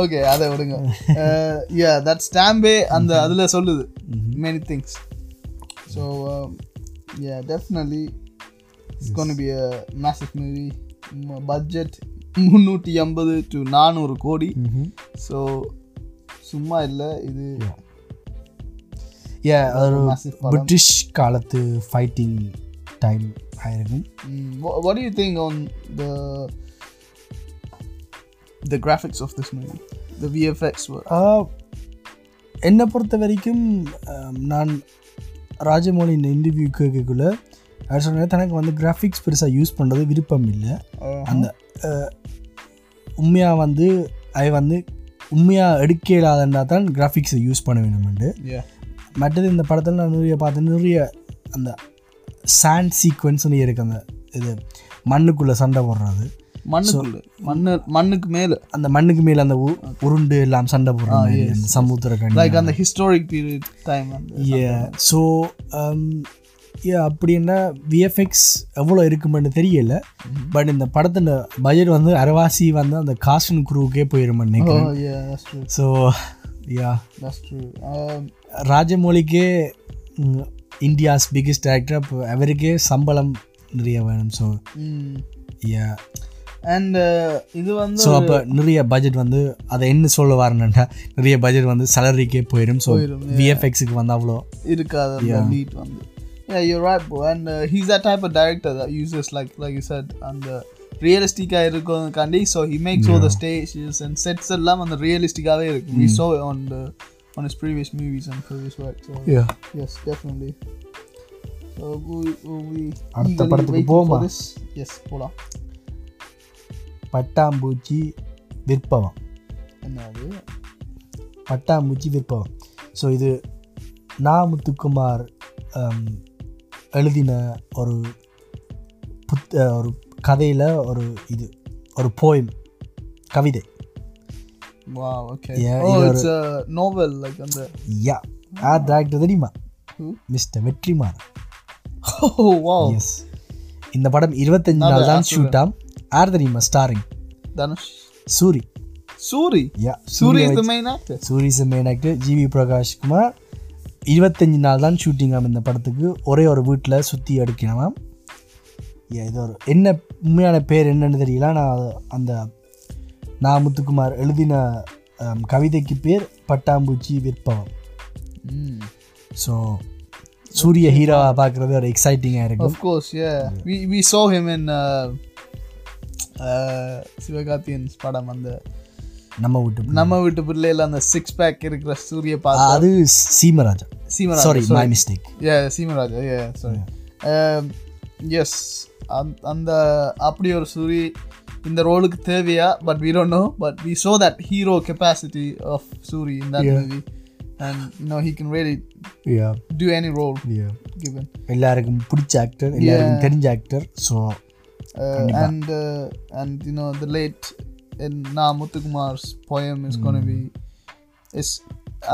S1: ஓகே அதை விடுங்க Uh, யா தட் ஸ்டாம்பே அந்த அதில் சொல்லுது many things so yeah definitely it's gonna be a massive movie (laughs) budget முந்நூற்றி ஐம்பது டு நானூறு கோடி ஸோ சும்மா இல்லை இது
S2: ஏ ஒரு
S1: massive படம்.
S2: பிரிட்டிஷ் காலத்து ஃபைட்டிங் டைம் ஆயிருக்கும்
S1: Mm, what, what do you think on the the graphics of this movie? The VFX were
S2: ஆஹ், என்னை பொறுத்த வரைக்கும் ஆம், நான் ராஜமௌலி இந்த இன்டர்வியூ கேட்கக்குள்ள அவர் சொன்னார் தனக்கு வந்து கிராஃபிக்ஸ் பெருசாக யூஸ் பண்ணுறது விருப்பம் இல்லை அந்த உண்மையாக வந்து அது வந்து உண்மையாக எடுக்க இல்லாதண்டா தான் கிராஃபிக்ஸை யூஸ் பண்ண வேணுமெண்டு
S1: yeah
S2: மற்றது இந்த படத்தில் நான் நிறைய பார்த்தேன் நிறைய அந்த சாண்ட் சீக்வன்ஸ்னு இருக்கு அந்த இது மண்ணுக்குள்ளே சண்டை போடுறது
S1: மண்ணுக்குள்ள மண்ணு மண்ணுக்கு மேல
S2: அந்த மண்ணுக்கு மேலே அந்த உ- உருண்டு எல்லாம் சண்டை போடுற மாதிரி அந்த சமுத்திர கண்ணி
S1: லைக் அந்த ஹிஸ்டாரிக் பீரியட் டைம் அந்த
S2: ஸோ um, ஏ அப்படின்னா விஎஃப்எக்ஸ் எவ்வளோ இருக்குமென்னு தெரியல பட் இந்த படத்தில் பட்ஜெட் வந்து அரவாசி வந்து அந்த காஸ்டன் குரூவுக்கே
S1: oh
S2: போயிருமென்னு நினைக்கிறேன்
S1: yeah that's true
S2: so yeah
S1: that's true um,
S2: ராஜமௌலிக்கே இந்தியாஸ் பிக்கெஸ்ட் டேரக்டர் அப்போ அவருக்கே சம்பளம் நிறைய வேணும் so
S1: mm.
S2: Yeah
S1: and uh, இது வந்து
S2: ஸோ அப்போ நிறைய பட்ஜெட் வந்து அதை என்ன சொல்ல வரணுன்னா நிறைய பட்ஜெட் வந்து சேலரிக்கே போயிடும் ஸோ விஎஃப்எக்ஸுக்கு வந்து அவ்வளோ
S1: இருக்காது அந்த லீட் வந்து yeah you're right bro and uh, he's that type of director that uses like like you said அந்த ரியலிஸ்டிக்காக இருக்கிறதுக்காண்டி so he makes all the stages and sets எல்லாம் அந்த ரியலிஸ்டிக்காகவே இருக்கும்
S2: Mm.
S1: we saw it on the on his previous movies and previous work so
S2: yeah
S1: yes definitely so we we
S2: அடுத்த
S1: eagerly
S2: படத்துக்கு
S1: waiting
S2: போவோமா?
S1: for this. yes போலாம்
S2: பட்டாம்பூச்சி விற்பவம்
S1: என்னது
S2: பட்டாம்பூச்சி விற்பவம் ஸோ இது நா முத்துக்குமார் ஹம், எழுதின ஒரு புத் ஒரு கதையில் ஒரு இது ஒரு போயம் கவிதை
S1: wow okay
S2: Yeah,
S1: oh
S2: இது ஒரு-
S1: it's a novel like அந்த (laughs)
S2: யா யார் டேரக்டர் தெரியுமா
S1: Who?
S2: Mister Vetrimaaran
S1: oh wow
S2: yes இந்த படம் இருபத்தஞ்சு நாள் தான் ஷூட் ஆம் யார் தெரியுமா starring
S1: Dhanush
S2: Soori
S1: Soori
S2: yeah
S1: Soori is the main actor
S2: Soori main actor GV Prakashkumar இருபத்தஞ்சி நாள் தான் ஷூட்டிங் ஆகும் இந்த படத்துக்கு ஒரே ஒரு வீட்டில் சுற்றி எடுக்கணுமாம் ஏ, இது ஒரு என்ன உண்மையான பேர் என்னன்னு தெரியல நான் அது- அந்த நான் முத்துக்குமார் எழுதின um, கவிதைக்கு பேர் பட்டாம்பூச்சி விற்பவம்
S1: Mm.
S2: ஸோ சூரிய ஹீரோவை பார்க்குறது ஒரு எக்ஸைட்டிங்காக இருக்கும்
S1: Of course, yeah. We we saw him in uh, uh, Sivakathiyan's படம் அந்த
S2: நம்ம விட்டு
S1: நம்ம வீட்டு பிள்ளையில அந்த சிக்ஸ் பேக் இருக்கிற சூரிய பாத்
S2: அது Seemaraja
S1: Seemaraj
S2: sorry my mistake
S1: yeah Seemaraj yeah sorry um, yes அந்த- அந்த அப்படி ஒரு சூரி இந்த ரோலுக்கு தேவையா but we don't know but we saw that hero capacity of Soori in that movie and you know he can really do any role given
S2: எல்லாருக்கும் பிடிச்ச actor எல்லாருக்கும் தெரிஞ்ச actor so
S1: uh, and uh, and you know the late in Na Muthukumar's poem is going to be is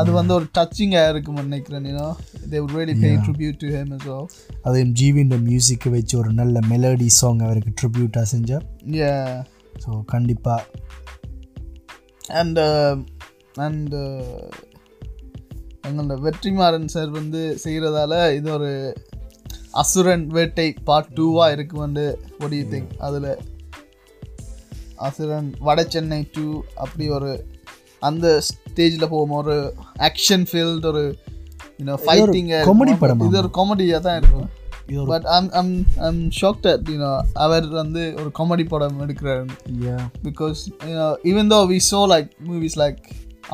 S1: அது வந்து ஒரு டச்சிங்காக இருக்கும்னு நினைக்கிறேன் you know they would really pay tribute to him as well
S2: அதையும் ஜீவின்ற மியூசிக்கை வச்சு ஒரு நல்ல மெலடி சாங் அவருக்கு ட்ரிபியூட்டாக செஞ்சார்
S1: yeah
S2: ஸோ கண்டிப்பாக
S1: and uh, and uh, எங்களோட வெற்றிமாறன் சார் வந்து செய்கிறதால இது ஒரு அசுரன் வேட்டை பார்ட் டூவாக இருக்குமெண்டு ஒடி திங்க் அதில் அசுரன் வட சென்னை டூ அப்படி ஒரு அந்த ஸ்டேஜில் போகும் ஒரு ஆக்ஷன் ஃபீல்டு ஒரு யூனோ ஃபைட்டிங்
S2: comedy படம்
S1: இது ஒரு காமெடியாக தான் இருக்கும்
S2: இது
S1: but I'm I'm I'm shocked at you know அவர் வந்து ஒரு காமெடி படம் எடுக்கிறாரு because you know even though we saw like movies like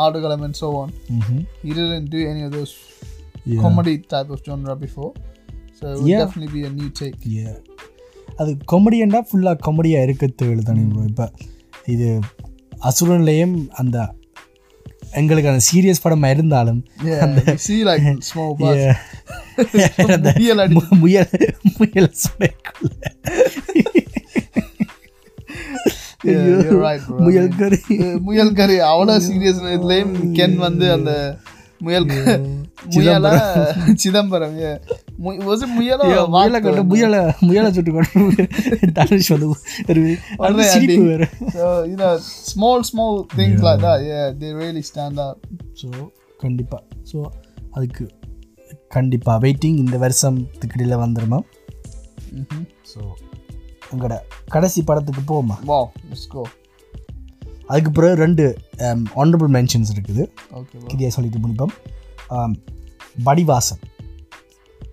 S1: Ardugalam and so on, he didn't do any of those
S2: Yeah.
S1: comedy type of genre before. So it would
S2: Yeah.
S1: definitely be a new take.
S2: (laughs) Yeah. அது காமெடியண்டா ஃபுல்லாக காமெடியாக இருக்கிறது எழுதானே bro இப்போ இது அசுரன்லேயும் அந்த எங்களுக்கான serious படமாக இருந்தாலும்
S1: Yeah, you see
S2: (laughs)
S1: like small parts.
S2: Yeah. (laughs)
S1: (laughs)
S2: அந்த
S1: Real adi-
S2: மு- முயல் முயல் சுடைக்குள்ள
S1: Yeah, you're right, bro.
S2: முயல் கறி
S1: Uh, முயல் கறி அவ்வளோ சீரியஸ் இதுலேயும்
S2: Oh,
S1: கென் வந்து அந்த முயல் க-
S2: (laughs)
S1: முயலா (laughs) Chidambaram yeah. M- was it முயலோ
S2: முயலை
S1: வாழைக்கோ
S2: கொண்டு முயலை முயலை சுட்டு கொண்டு (laughs) தனுஷ் வந்து ஒரு
S1: Alright,
S2: அது சிரிப்பு
S1: Andy.
S2: வேறு
S1: so you know small small things like that yeah they really stand out
S2: so கண்டிப்பாக ஸோ அதுக்கு கண்டிப்பாக வெயிட்டிங் இந்த வருஷத்துக்கு இடையில் வந்துடுமா
S1: Mhm.
S2: ஸோ உங்களோட கடைசி படத்துக்கு போவோமா
S1: wow let's go
S2: அதுக்கு பிறகு ரெண்டு ஆனரபிள் மென்ஷன்ஸ் இருக்குது
S1: okay bro.
S2: கிரியா சொல்லிட்டு முடிப்போம் Um, வடிவாசன்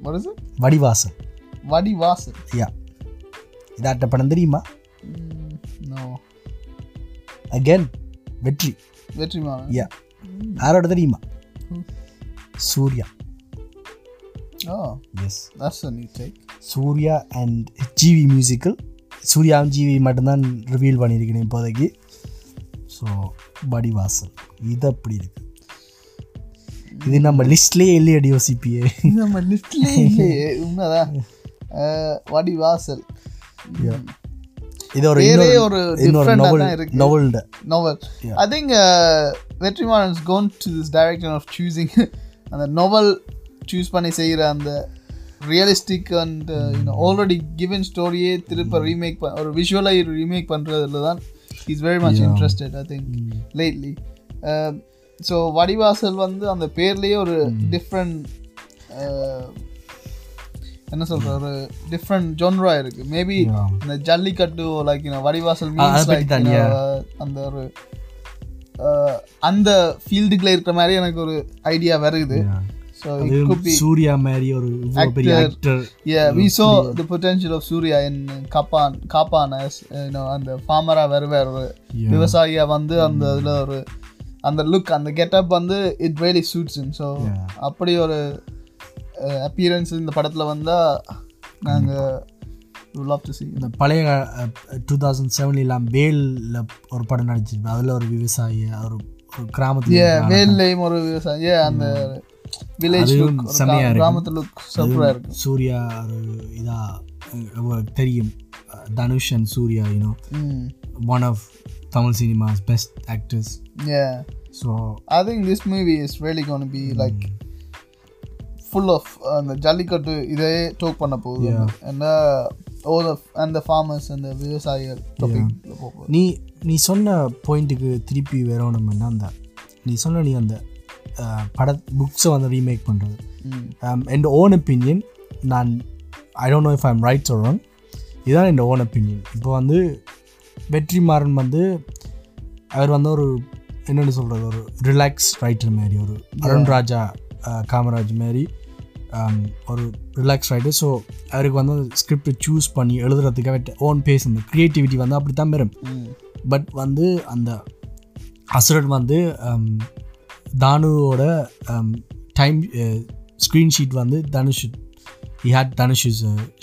S1: what is it
S2: வடிவாசன்
S1: வடிவாசல்
S2: யா இதாட்ட படம் தெரியுமா
S1: நோ
S2: அகேன் வெற்றி
S1: வெற்றிமாறன்
S2: யா யாரோட தெரியுமா Suriya
S1: oh
S2: yes
S1: that's a new (laughs) take
S2: Suriya and GV musical சூர்யாவும் ஜிவி மட்டும்தான் ரிவீல் பண்ணியிருக்கேன் இப்போதைக்கு ஸோ வடிவாசல் இது அப்படி இருக்கு இது நம்ம லிஸ்ட்லேயே இல்லையடி யோசிப்பியே
S1: நம்ம லிஃப்ட்லே இல்லையே உண்மைதான் அஹ், வடிவாசல்
S2: இது ஒரு
S1: பேரே
S2: இன்னொரு
S1: ஒரு
S2: இன்னொரு
S1: different-ஆ
S2: நோவல்
S1: தான் இருக்கு.
S2: நோவல்ட
S1: நாவல் I think uh, Vetrimaaran's gone to this direction of choosing (laughs) அந்த நாவல் சூஸ் பண்ணி செய்கிற அந்த uh, realistic and already given ஸ்டோரியே திருப்ப ரீமேக் ஒரு விஷுவலாக ரீமேக் பண்ணுறதுல தான் is very much interested I think lately so Uh, Vadivasal வந்து அந்த பேர்லேயே ஒரு டிஃப்ரெண்ட் என்ன சொல்ற ஒரு டிஃப்ரெண்ட் ஜொன்ரா இருக்கு மேபி
S2: Yeah.
S1: அந்த ஜல்லிக்கட்டு லைக் வடிவாசல்
S2: அதை
S1: means
S2: பத்தி
S1: like,
S2: தான்,
S1: you know, அந்த ஒரு அஹ், அந்த ஃபீல்டுக்குள்ள இருக்கிற மாதிரி எனக்கு ஒரு ஐடியா வருது so it could be
S2: Suriya மாதிரி ஒரு இவ்வளோ பெரிய actor
S1: yeah we saw the potential of Suriya in kapan kapan as you know அந்த ஃபார்மரா வேறு வேறு ஒரு
S2: Yeah. Mm.
S1: விவசாயியா வந்து அந்த இதுல ஒரு அந்த லுக் அந்த கெட்டப் வந்து it really suits him so
S2: Yeah.
S1: அப்படி ஒரு அப்பியரன்ஸ் இந்த படத்துல வந்தா நாங்க
S2: Mm.
S1: லவ் டு சி
S2: இந்த பழைய டூ தௌசண்ட் செவன்லாம் வேலில் ஒரு படம் நடிச்சிருப்பேன் அதில் ஒரு விவசாயி ஒரு ஒரு கிராமத்தில்
S1: வேல்லையும் ஒரு விவசாயம் yeah, அந்த வில்லேஜ் லுக்
S2: செமையா இருக்கு.
S1: கிராமத்து லுக் சூப்பராக இருக்கு
S2: சூர்யா ஒரு இதா உங்களுக்கு தெரியும் அஹ், Dhanush and Suriya you know
S1: hmm
S2: one of Tamil cinema's best actors
S1: yeah
S2: so
S1: I think this movie is really going to be like full of அந்த ஜல்லிக்கட்டு இதே டோக் பண்ண போகுது and all of and the farmers and the விவசாயிகள் topic ல போக போகுது
S2: நீ நீ சொன்ன பாயிண்ட்டுக்கு திருப்பி வரணும்னா அந்த நீ சொன்ன நீ அந்த அஹ், பட புக்ஸை வந்து ரீமேக் பண்ணுறது
S1: ம்
S2: என் ஓன் ஒப்பீனியன் நான் I don't know if I'm right சொல்கிறோம் இதுதான் என் ஓன் ஒப்பீனியன் இப்போ வந்து வெற்றிமாறன் வந்து அவர் வந்து ஒரு என்னென்னு சொல்கிறது ஒரு ரிலாக்ஸ் ரைட்டர் மாரி ஒரு அருண் ராஜா அஹ், காமராஜ் மாரி ஆம், um, ஒரு ரிலாக்ஸ் ரைட்டர் ஸோ அவருக்கு வந்து ஸ்கிரிப்ட் சூஸ் பண்ணி எழுதுறதுக்காக ஓன் பேஸ் அந்த க்ரியேட்டிவிட்டி வந்து அப்படி தான் வரும் பட் வந்து அந்த அசுரன் வந்து ஆம், தானுவோட um, டைம் ஸ்க்ரீன் ஷீட் வந்து Dhanush he had uh, Dhanush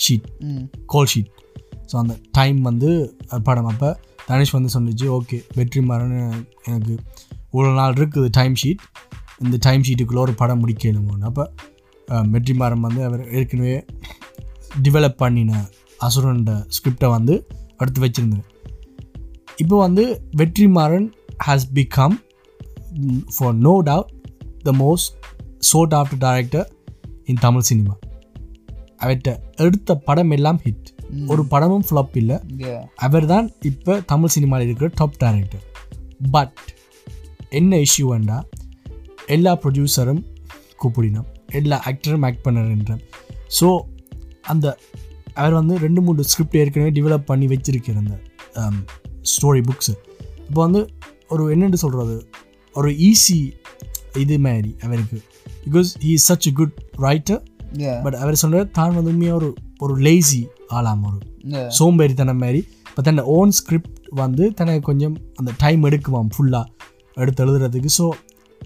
S2: sheet
S1: Mm.
S2: Call sheet so அந்த டைம் வந்து அஹ், படம் அப்போ தனுஷ் வந்து சொன்னிச்சு ஓகே வெற்றிமாறன் எனக்கு இவ்வளோ நாள் இருக்குது டைம் ஷீட் இந்த டைம் ஷீட்டுக்குள்ளே ஒரு படம் முடிக்கணுமோன்னு அப்போ அஹ், வெற்றிமாறன் வந்து அவர் ஏற்கனவே டெவலப் பண்ணின அசுரன்ட ஸ்கிரிப்டை வந்து எடுத்து வச்சுருந்தேன் இப்போ வந்து Vetrimaaran has become for no doubt the most sought after director in Tamil cinema அவர்கிட்ட எடுத்த படம் எல்லாம் ஹிட் ஒரு படமும் ஃப்ளப் இல்லை
S1: Yeah.
S2: அவர் தான் இப்போ தமிழ் சினிமாவில் இருக்கிற டாப் டைரக்டர் பட் என்ன இஷ்யூவண்டா எல்லா ப்ரொடியூசரும் கூப்பிடினோம் எல்லா ஆக்டரும் ஆக்ட் பண்ணுறேன் ஸோ அந்த அவர் வந்து ரெண்டு மூணு ஸ்கிரிப்ட் ஏற்கனவே டெவலப் பண்ணி வச்சிருக்கிற அந்த ஸ்டோரி புக்ஸு இப்போ வந்து ஒரு என்னென்னு சொல்கிறது ஒரு ஈஸி இது மாதிரி அவருக்கு because he is such good writer
S1: Yeah.
S2: But அவர் சொல்கிறார் தான் வந்து உண்மையாக ஒரு ஒரு லேசி ஆளாம் ஒரு
S1: Yeah.
S2: சோம்பேறித்தனம் மாதிரி இப்போ தன்னோட ஓன் ஸ்கிரிப்ட் வந்து தனக்கு கொஞ்சம் அந்த டைம் எடுக்குவாம் ஃபுல்லாக எடுத்து எழுதுறதுக்கு ஸோ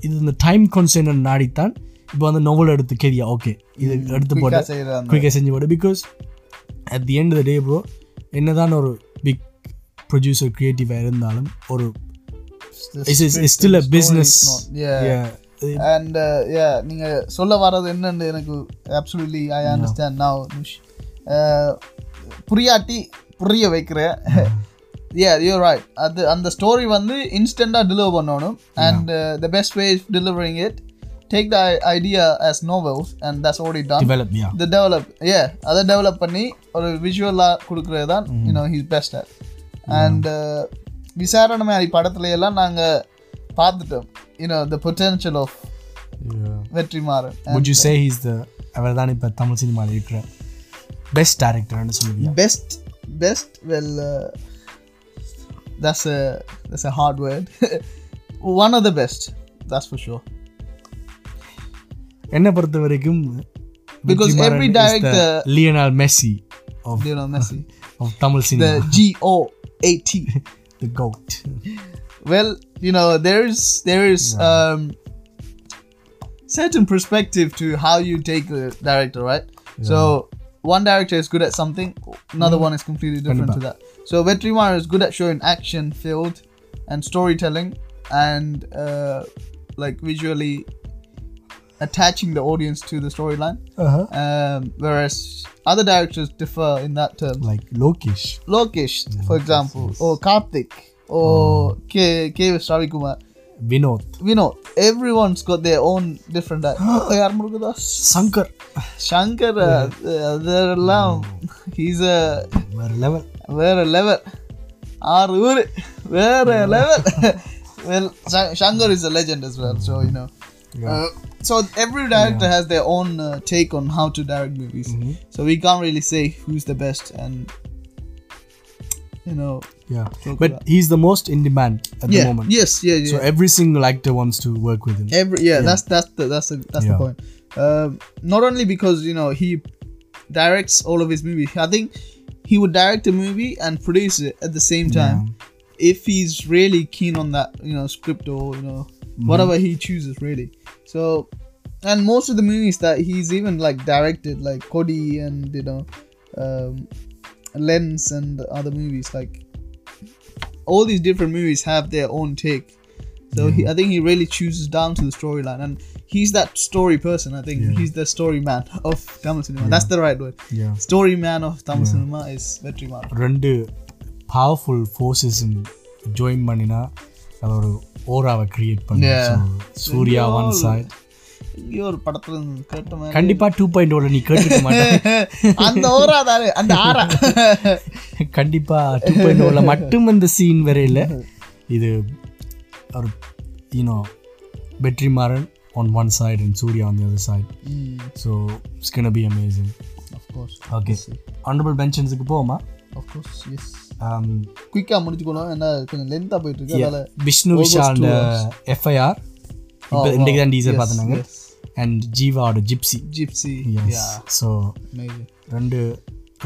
S2: இது இந்த டைம் கன்சர்ன் நாடித்தான் இப்போ வந்து நோவல் எடுத்து கேரியா ஓகே இது எடுத்து போட்டு
S1: Quick-ஆ செய்ற அந்த-
S2: குயிக்காக செஞ்சு போடு because at the end the day bro என்னதான் ஒரு பிக் ப்ரொடியூசர் க்ரியேட்டிவாக இருந்தாலும் ஒரு
S1: the
S2: it's
S1: script
S2: still a
S1: and story
S2: business
S1: is not- Yeah. And yeah நீங்கள் uh, சொல்ல வர்றது என்னன்னு எனக்கு அப்சுலி ஐ அண்டர்ஸ்டாண்ட் நவ் நிஷ் Uh, புரியாட்டி புரிய வைக்கிற யா யூ ரைட் அது அந்த ஸ்டோரி வந்து இன்ஸ்டண்ட்டாக டெலிவர் பண்ணணும் uh, and the best way is delivering it take the idea as novels and that's ஓடி டான்
S2: டெவலப் யா
S1: த டெவலப் ஏ அதை டெவலப் பண்ணி ஒரு விஷுவலாக கொடுக்குறது தான் you know he's best and uh, விசாரணை மாதிரி படத்துல எல்லாம் நாங்கள் பார்த்துட்டோம் you know the potential of Vetrimaaran
S2: would you say he's the அவர் தான் இப்போ தமிழ் சினிமாவில் இருக்கிற பெஸ்ட் டேரக்டர்னு சொல்லுவீங்க
S1: best best well that's that's a hard (laughs) word one of the best that's for sure
S2: என்னை பொறுத்த வரைக்கும்
S1: Because
S2: Vetrimaaran
S1: every
S2: is the
S1: director-
S2: Lionel Messi of
S1: Lionel Messi
S2: of Tamil
S1: the
S2: cinema
S1: G O A T
S2: the goat
S1: well you know there's there's um certain perspective to how you take a director right so one director is good at something another one is completely different to that so vetrimar is good at showing action filled and storytelling and uh, like visually attaching the audience to the storyline um, whereas other directors differ in that term
S2: like Lokesh
S1: Lokesh, for example, or Karthik, or K K Ravikumar.
S2: Vinoth
S1: You know, everyone's got their own different.
S2: (gasps)
S1: di- Oh, yeah, Murugadas.
S2: Shankar
S1: Shankar, uh, uh, they're allowed.
S2: Hmm.
S1: (laughs) He's uh, a
S2: வேற level
S1: வேற level ஆறு ஊர் வேற
S2: Hmm.
S1: (laughs) Level well Shankar is a legend as well so you know Uh, so every director has their own take on how to direct movies
S2: Hmm. Mm-hmm.
S1: So we can really say who is the best and you know
S2: yeah but he's the most in demand at the
S1: yeah
S2: moment
S1: yes yeah
S2: so
S1: yeah
S2: every single actor wants to work with him
S1: every yeah, that's that's the that's the that's the
S2: Yeah.
S1: point um, not only because you know he directs all of his movies i think he would direct a movie and produce it at the same time if he's really keen on that you know script or you know whatever he chooses really so and most of the movies that he's even like directed like cody and you know um, lens and other movies like all these different movies have their own take so he, i think he really chooses down to the storyline and he's that story person i think he's the story man of tamil cinema that's the right word
S2: yeah
S1: story man of tamil cinema is vetrimaran
S2: ரெண்டு powerful forces join பண்ணினா அது ஒரு ஓராவை create பண்ணி
S1: Yeah.
S2: Suriya one
S1: Overall,
S2: side
S1: எங்கேயோ ஒரு படத்துல இருந்து கேட்ட மாதிரி (laughs)
S2: கண்டிப்பா டூ பாயிண்ட் ஓட நீ கேட்டுக்க மாட்டேன்
S1: அந்த ஓரா தானே அந்த ஆரா
S2: கண்டிப்பா டூ பாயிண்ட் ஓல மட்டும் இந்த சீன் வர இல்ல இது ஒரு you know Vetrimaaran on one side and Suriya on the other side so it's gonna be amazing
S1: of course
S2: okay honorable mentions க்கு போவோமா Um,
S1: ஆஃப் கோர்ஸ் எஸ் குயிக்காக முடிச்சுக்கணும் ஏன்னா கொஞ்சம் லென்த்தாக போயிட்டு இருக்கு
S2: Yeah. uh,
S1: அதனால
S2: Vishnu
S1: Almost
S2: Vishal
S1: two hours.
S2: FIR
S1: Oh,
S2: இப்போ
S1: wow.
S2: இன்றைக்கு தான் டீசர்
S1: Yes,
S2: பார்த்துனாங்க
S1: yes.
S2: அண்ட் ஜீவாவோட Gypsy
S1: Gypsy
S2: yes
S1: yeah
S2: so
S1: amazing.
S2: ரெண்டு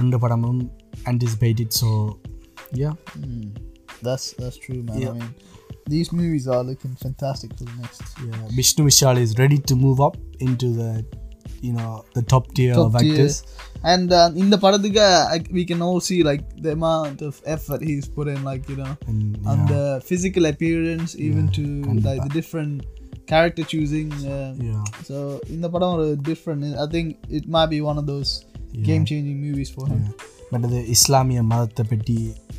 S2: ரெண்டு படமும் anticipated so yeah
S1: Mm. That's that's true, man. I mean, these movies are looking fantastic for the next
S2: Yeah, Vishnu Vishal is ready to move up into the, you know, the top tier
S1: top
S2: of
S1: tier.
S2: actors.
S1: And uh, in the படத்துக்கு I- we can all see like the amount of effort he's put in, like you know,
S2: And, yeah,
S1: and uh, the physical appearance, even to
S2: கண்டிப்பா.
S1: like the different character choosing. Uh,
S2: yeah,
S1: so in the படம் ஒரு different. I think it might be one of those
S2: Yeah.
S1: game changing movies for him.
S2: yeah. But அது இஸ்லாமிய மதத்தை பற்றி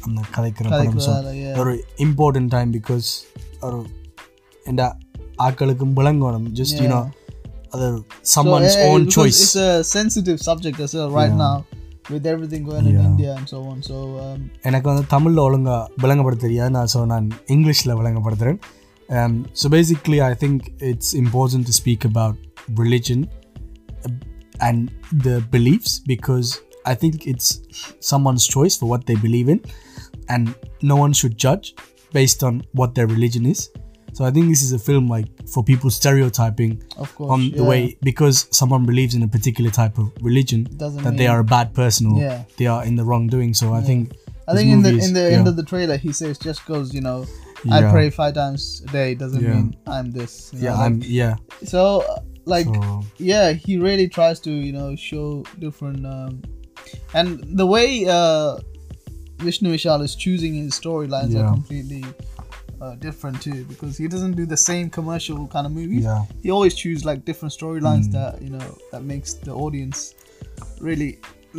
S2: அந்த கதைக்கிற படம் ஸோ
S1: கதைக்கிறதால, yeah.
S2: ஒரு இம்பார்ட்டன்ட் டைம் பிகாஸ் ஒரு எந்த ஆக்களுக்கும் விளங்கணும் ஜஸ்ட் யூனோ அது
S1: So,
S2: summons
S1: eh,
S2: own
S1: because
S2: choice
S1: It's a sensitive subject as well right
S2: Yeah.
S1: now with everything going on in
S2: Yeah.
S1: India and so on. So um,
S2: எனக்கு வந்து தமிழில் ஒழுங்காக விளங்கப்பட தெரியாது நான் ஸோ நான் Um, இங்கிலீஷில் விளங்கப்படுத்துகிறேன் so basically I think it's important to speak about religion and the believes because I think it's someone's choice for what they believe in and no one should judge based on what their religion is so I think this is a film like for people stereotyping
S1: of course,
S2: on the
S1: yeah.
S2: way because someone believes in a particular type of religion
S1: Doesn't
S2: that they are a bad person or
S1: Yeah.
S2: they are in the wrongdoing. So I think
S1: I
S2: this
S1: think in the
S2: movie is-
S1: in the
S2: yeah.
S1: end of the trailer, he says just because you know I
S2: Yeah.
S1: pray five times a day doesn't
S2: Yeah.
S1: mean I'm this. you
S2: yeah
S1: know,
S2: I'm
S1: like-
S2: yeah
S1: so uh, Um, like
S2: so,
S1: yeah, he really tries to you know show different um, and the way uh, Vishnu Vishal is choosing his storylines
S2: Yeah.
S1: are completely. Uh, different too because he doesn't do the same commercial kind of movies
S2: yeah
S1: he always choose like different storylines
S2: Hmm.
S1: that you know that makes the audience really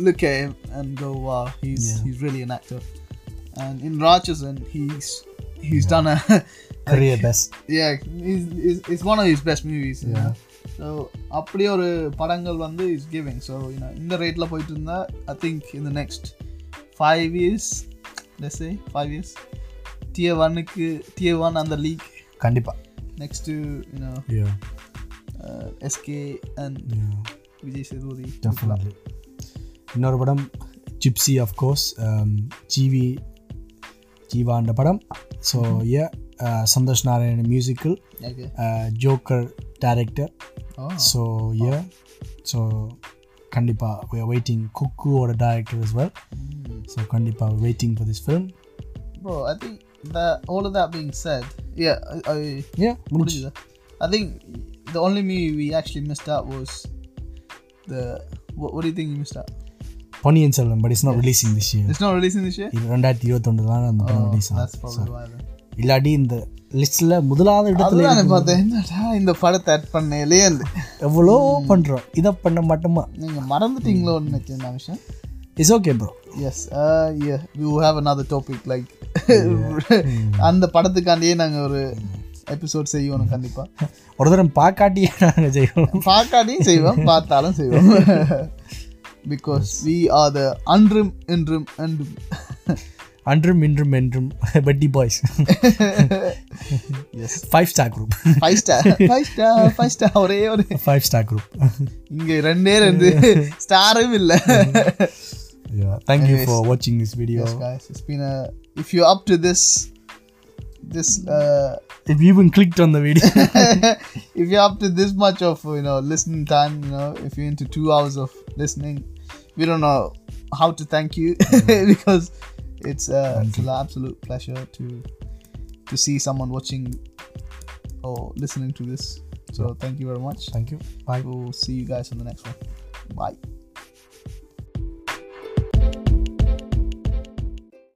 S1: look at him and go wow he's
S2: Yeah.
S1: he's really an actor and in Rajasan he's he's done a (laughs)
S2: career best
S1: yeah he's, he's, it's one of his best movies you
S2: Yeah.
S1: know so அப்படியே ஒரு படங்கள் வந்து is giving so you know இந்த ரேட்டில் போயிட்டு இருந்தா I think இந்த next five years let's say five years டிஏ ஒன்னுக்கு டிஏ ஒன் அந்த league
S2: Kandipa
S1: next you know
S2: yeah
S1: uh, SK and
S2: yeah
S1: Vijay Sethupathi
S2: definitely இன்னொரு படம் ஜிப்சி அஃப்கோர்ஸ் ஜிவி ஜீவான்ற படம் so a Santhosh Narayan uh, musical
S1: okay
S2: Joker director
S1: oh
S2: so A so கண்டிப்பாக we are waiting குக்குவோட டேரக்டர் இஸ் வெல் ஸோ கண்டிப்பாக waiting for this film
S1: bro I think that all of that being said yeah I, I
S2: ஏ முடிஞ்சு
S1: முடிஞ்சுதா? I think the only movie we actually missed out was the what, what do you think you missed out
S2: Ponniyin Selvan but is not releasing this year
S1: it's not releasing this year
S2: இது ரெண்டாயிரத்தி இருபத்தொன்று தான் அந்த படம்
S1: Oh,
S2: release
S1: that's
S2: ஆகும்
S1: probably why then.
S2: இல்லாட்டி இந்த லிஸ்ட்டில் முதலாவது இடத்துல
S1: அதுதான் எனக்கு (laughs) பார்த்தேன் என்னடா இந்த படத்தை ஆட் பண்ணையிலே
S2: எவ்வளோ பண்ணுறோம் இதை பண்ண மாட்டோமா
S1: நீங்க மறந்துட்டீங்களோ ஒன்று சின்ன விஷயம்
S2: it's okay bro
S1: yes uh, yeah we will have another topic like (laughs) அந்த படத்துக்காண்டியே நாங்க ஒரு எபிசோட் செய்வோம் கண்டிப்பா
S2: ஒரு தரம் பார்க்காட்டியே நாங்கள் செய்வோம்
S1: பார்க்காட்டியும் செய்வோம் பார்த்தாலும் செய்வோம் பிகாஸ் வி ஆர் த அன்றும் இன்றும் அன்றும்
S2: அன்றும் இன்றும் என்றும் பட்டி boys
S1: yes
S2: five star group
S1: five star five star five star ஒரே ஒரு
S2: ஃபைவ் ஸ்டார் குரூப்
S1: இங்கே ரெண்டே ரெண்டு ஸ்டாரும் இல்லை
S2: Yeah, thank you for watching this video.
S1: Yes, guys, it's been a. If you're up to this, this, uh,
S2: If you even clicked on the video,
S1: if you're up to this much of you know listening time, you know, if you're into two hours of listening, we don't know how to thank you (laughs) because it's, uh, it's an absolute pleasure to to see someone watching or listening to this. So thank you very much.
S2: thank you. Bye.
S1: We'll see you guys on the next one. Bye.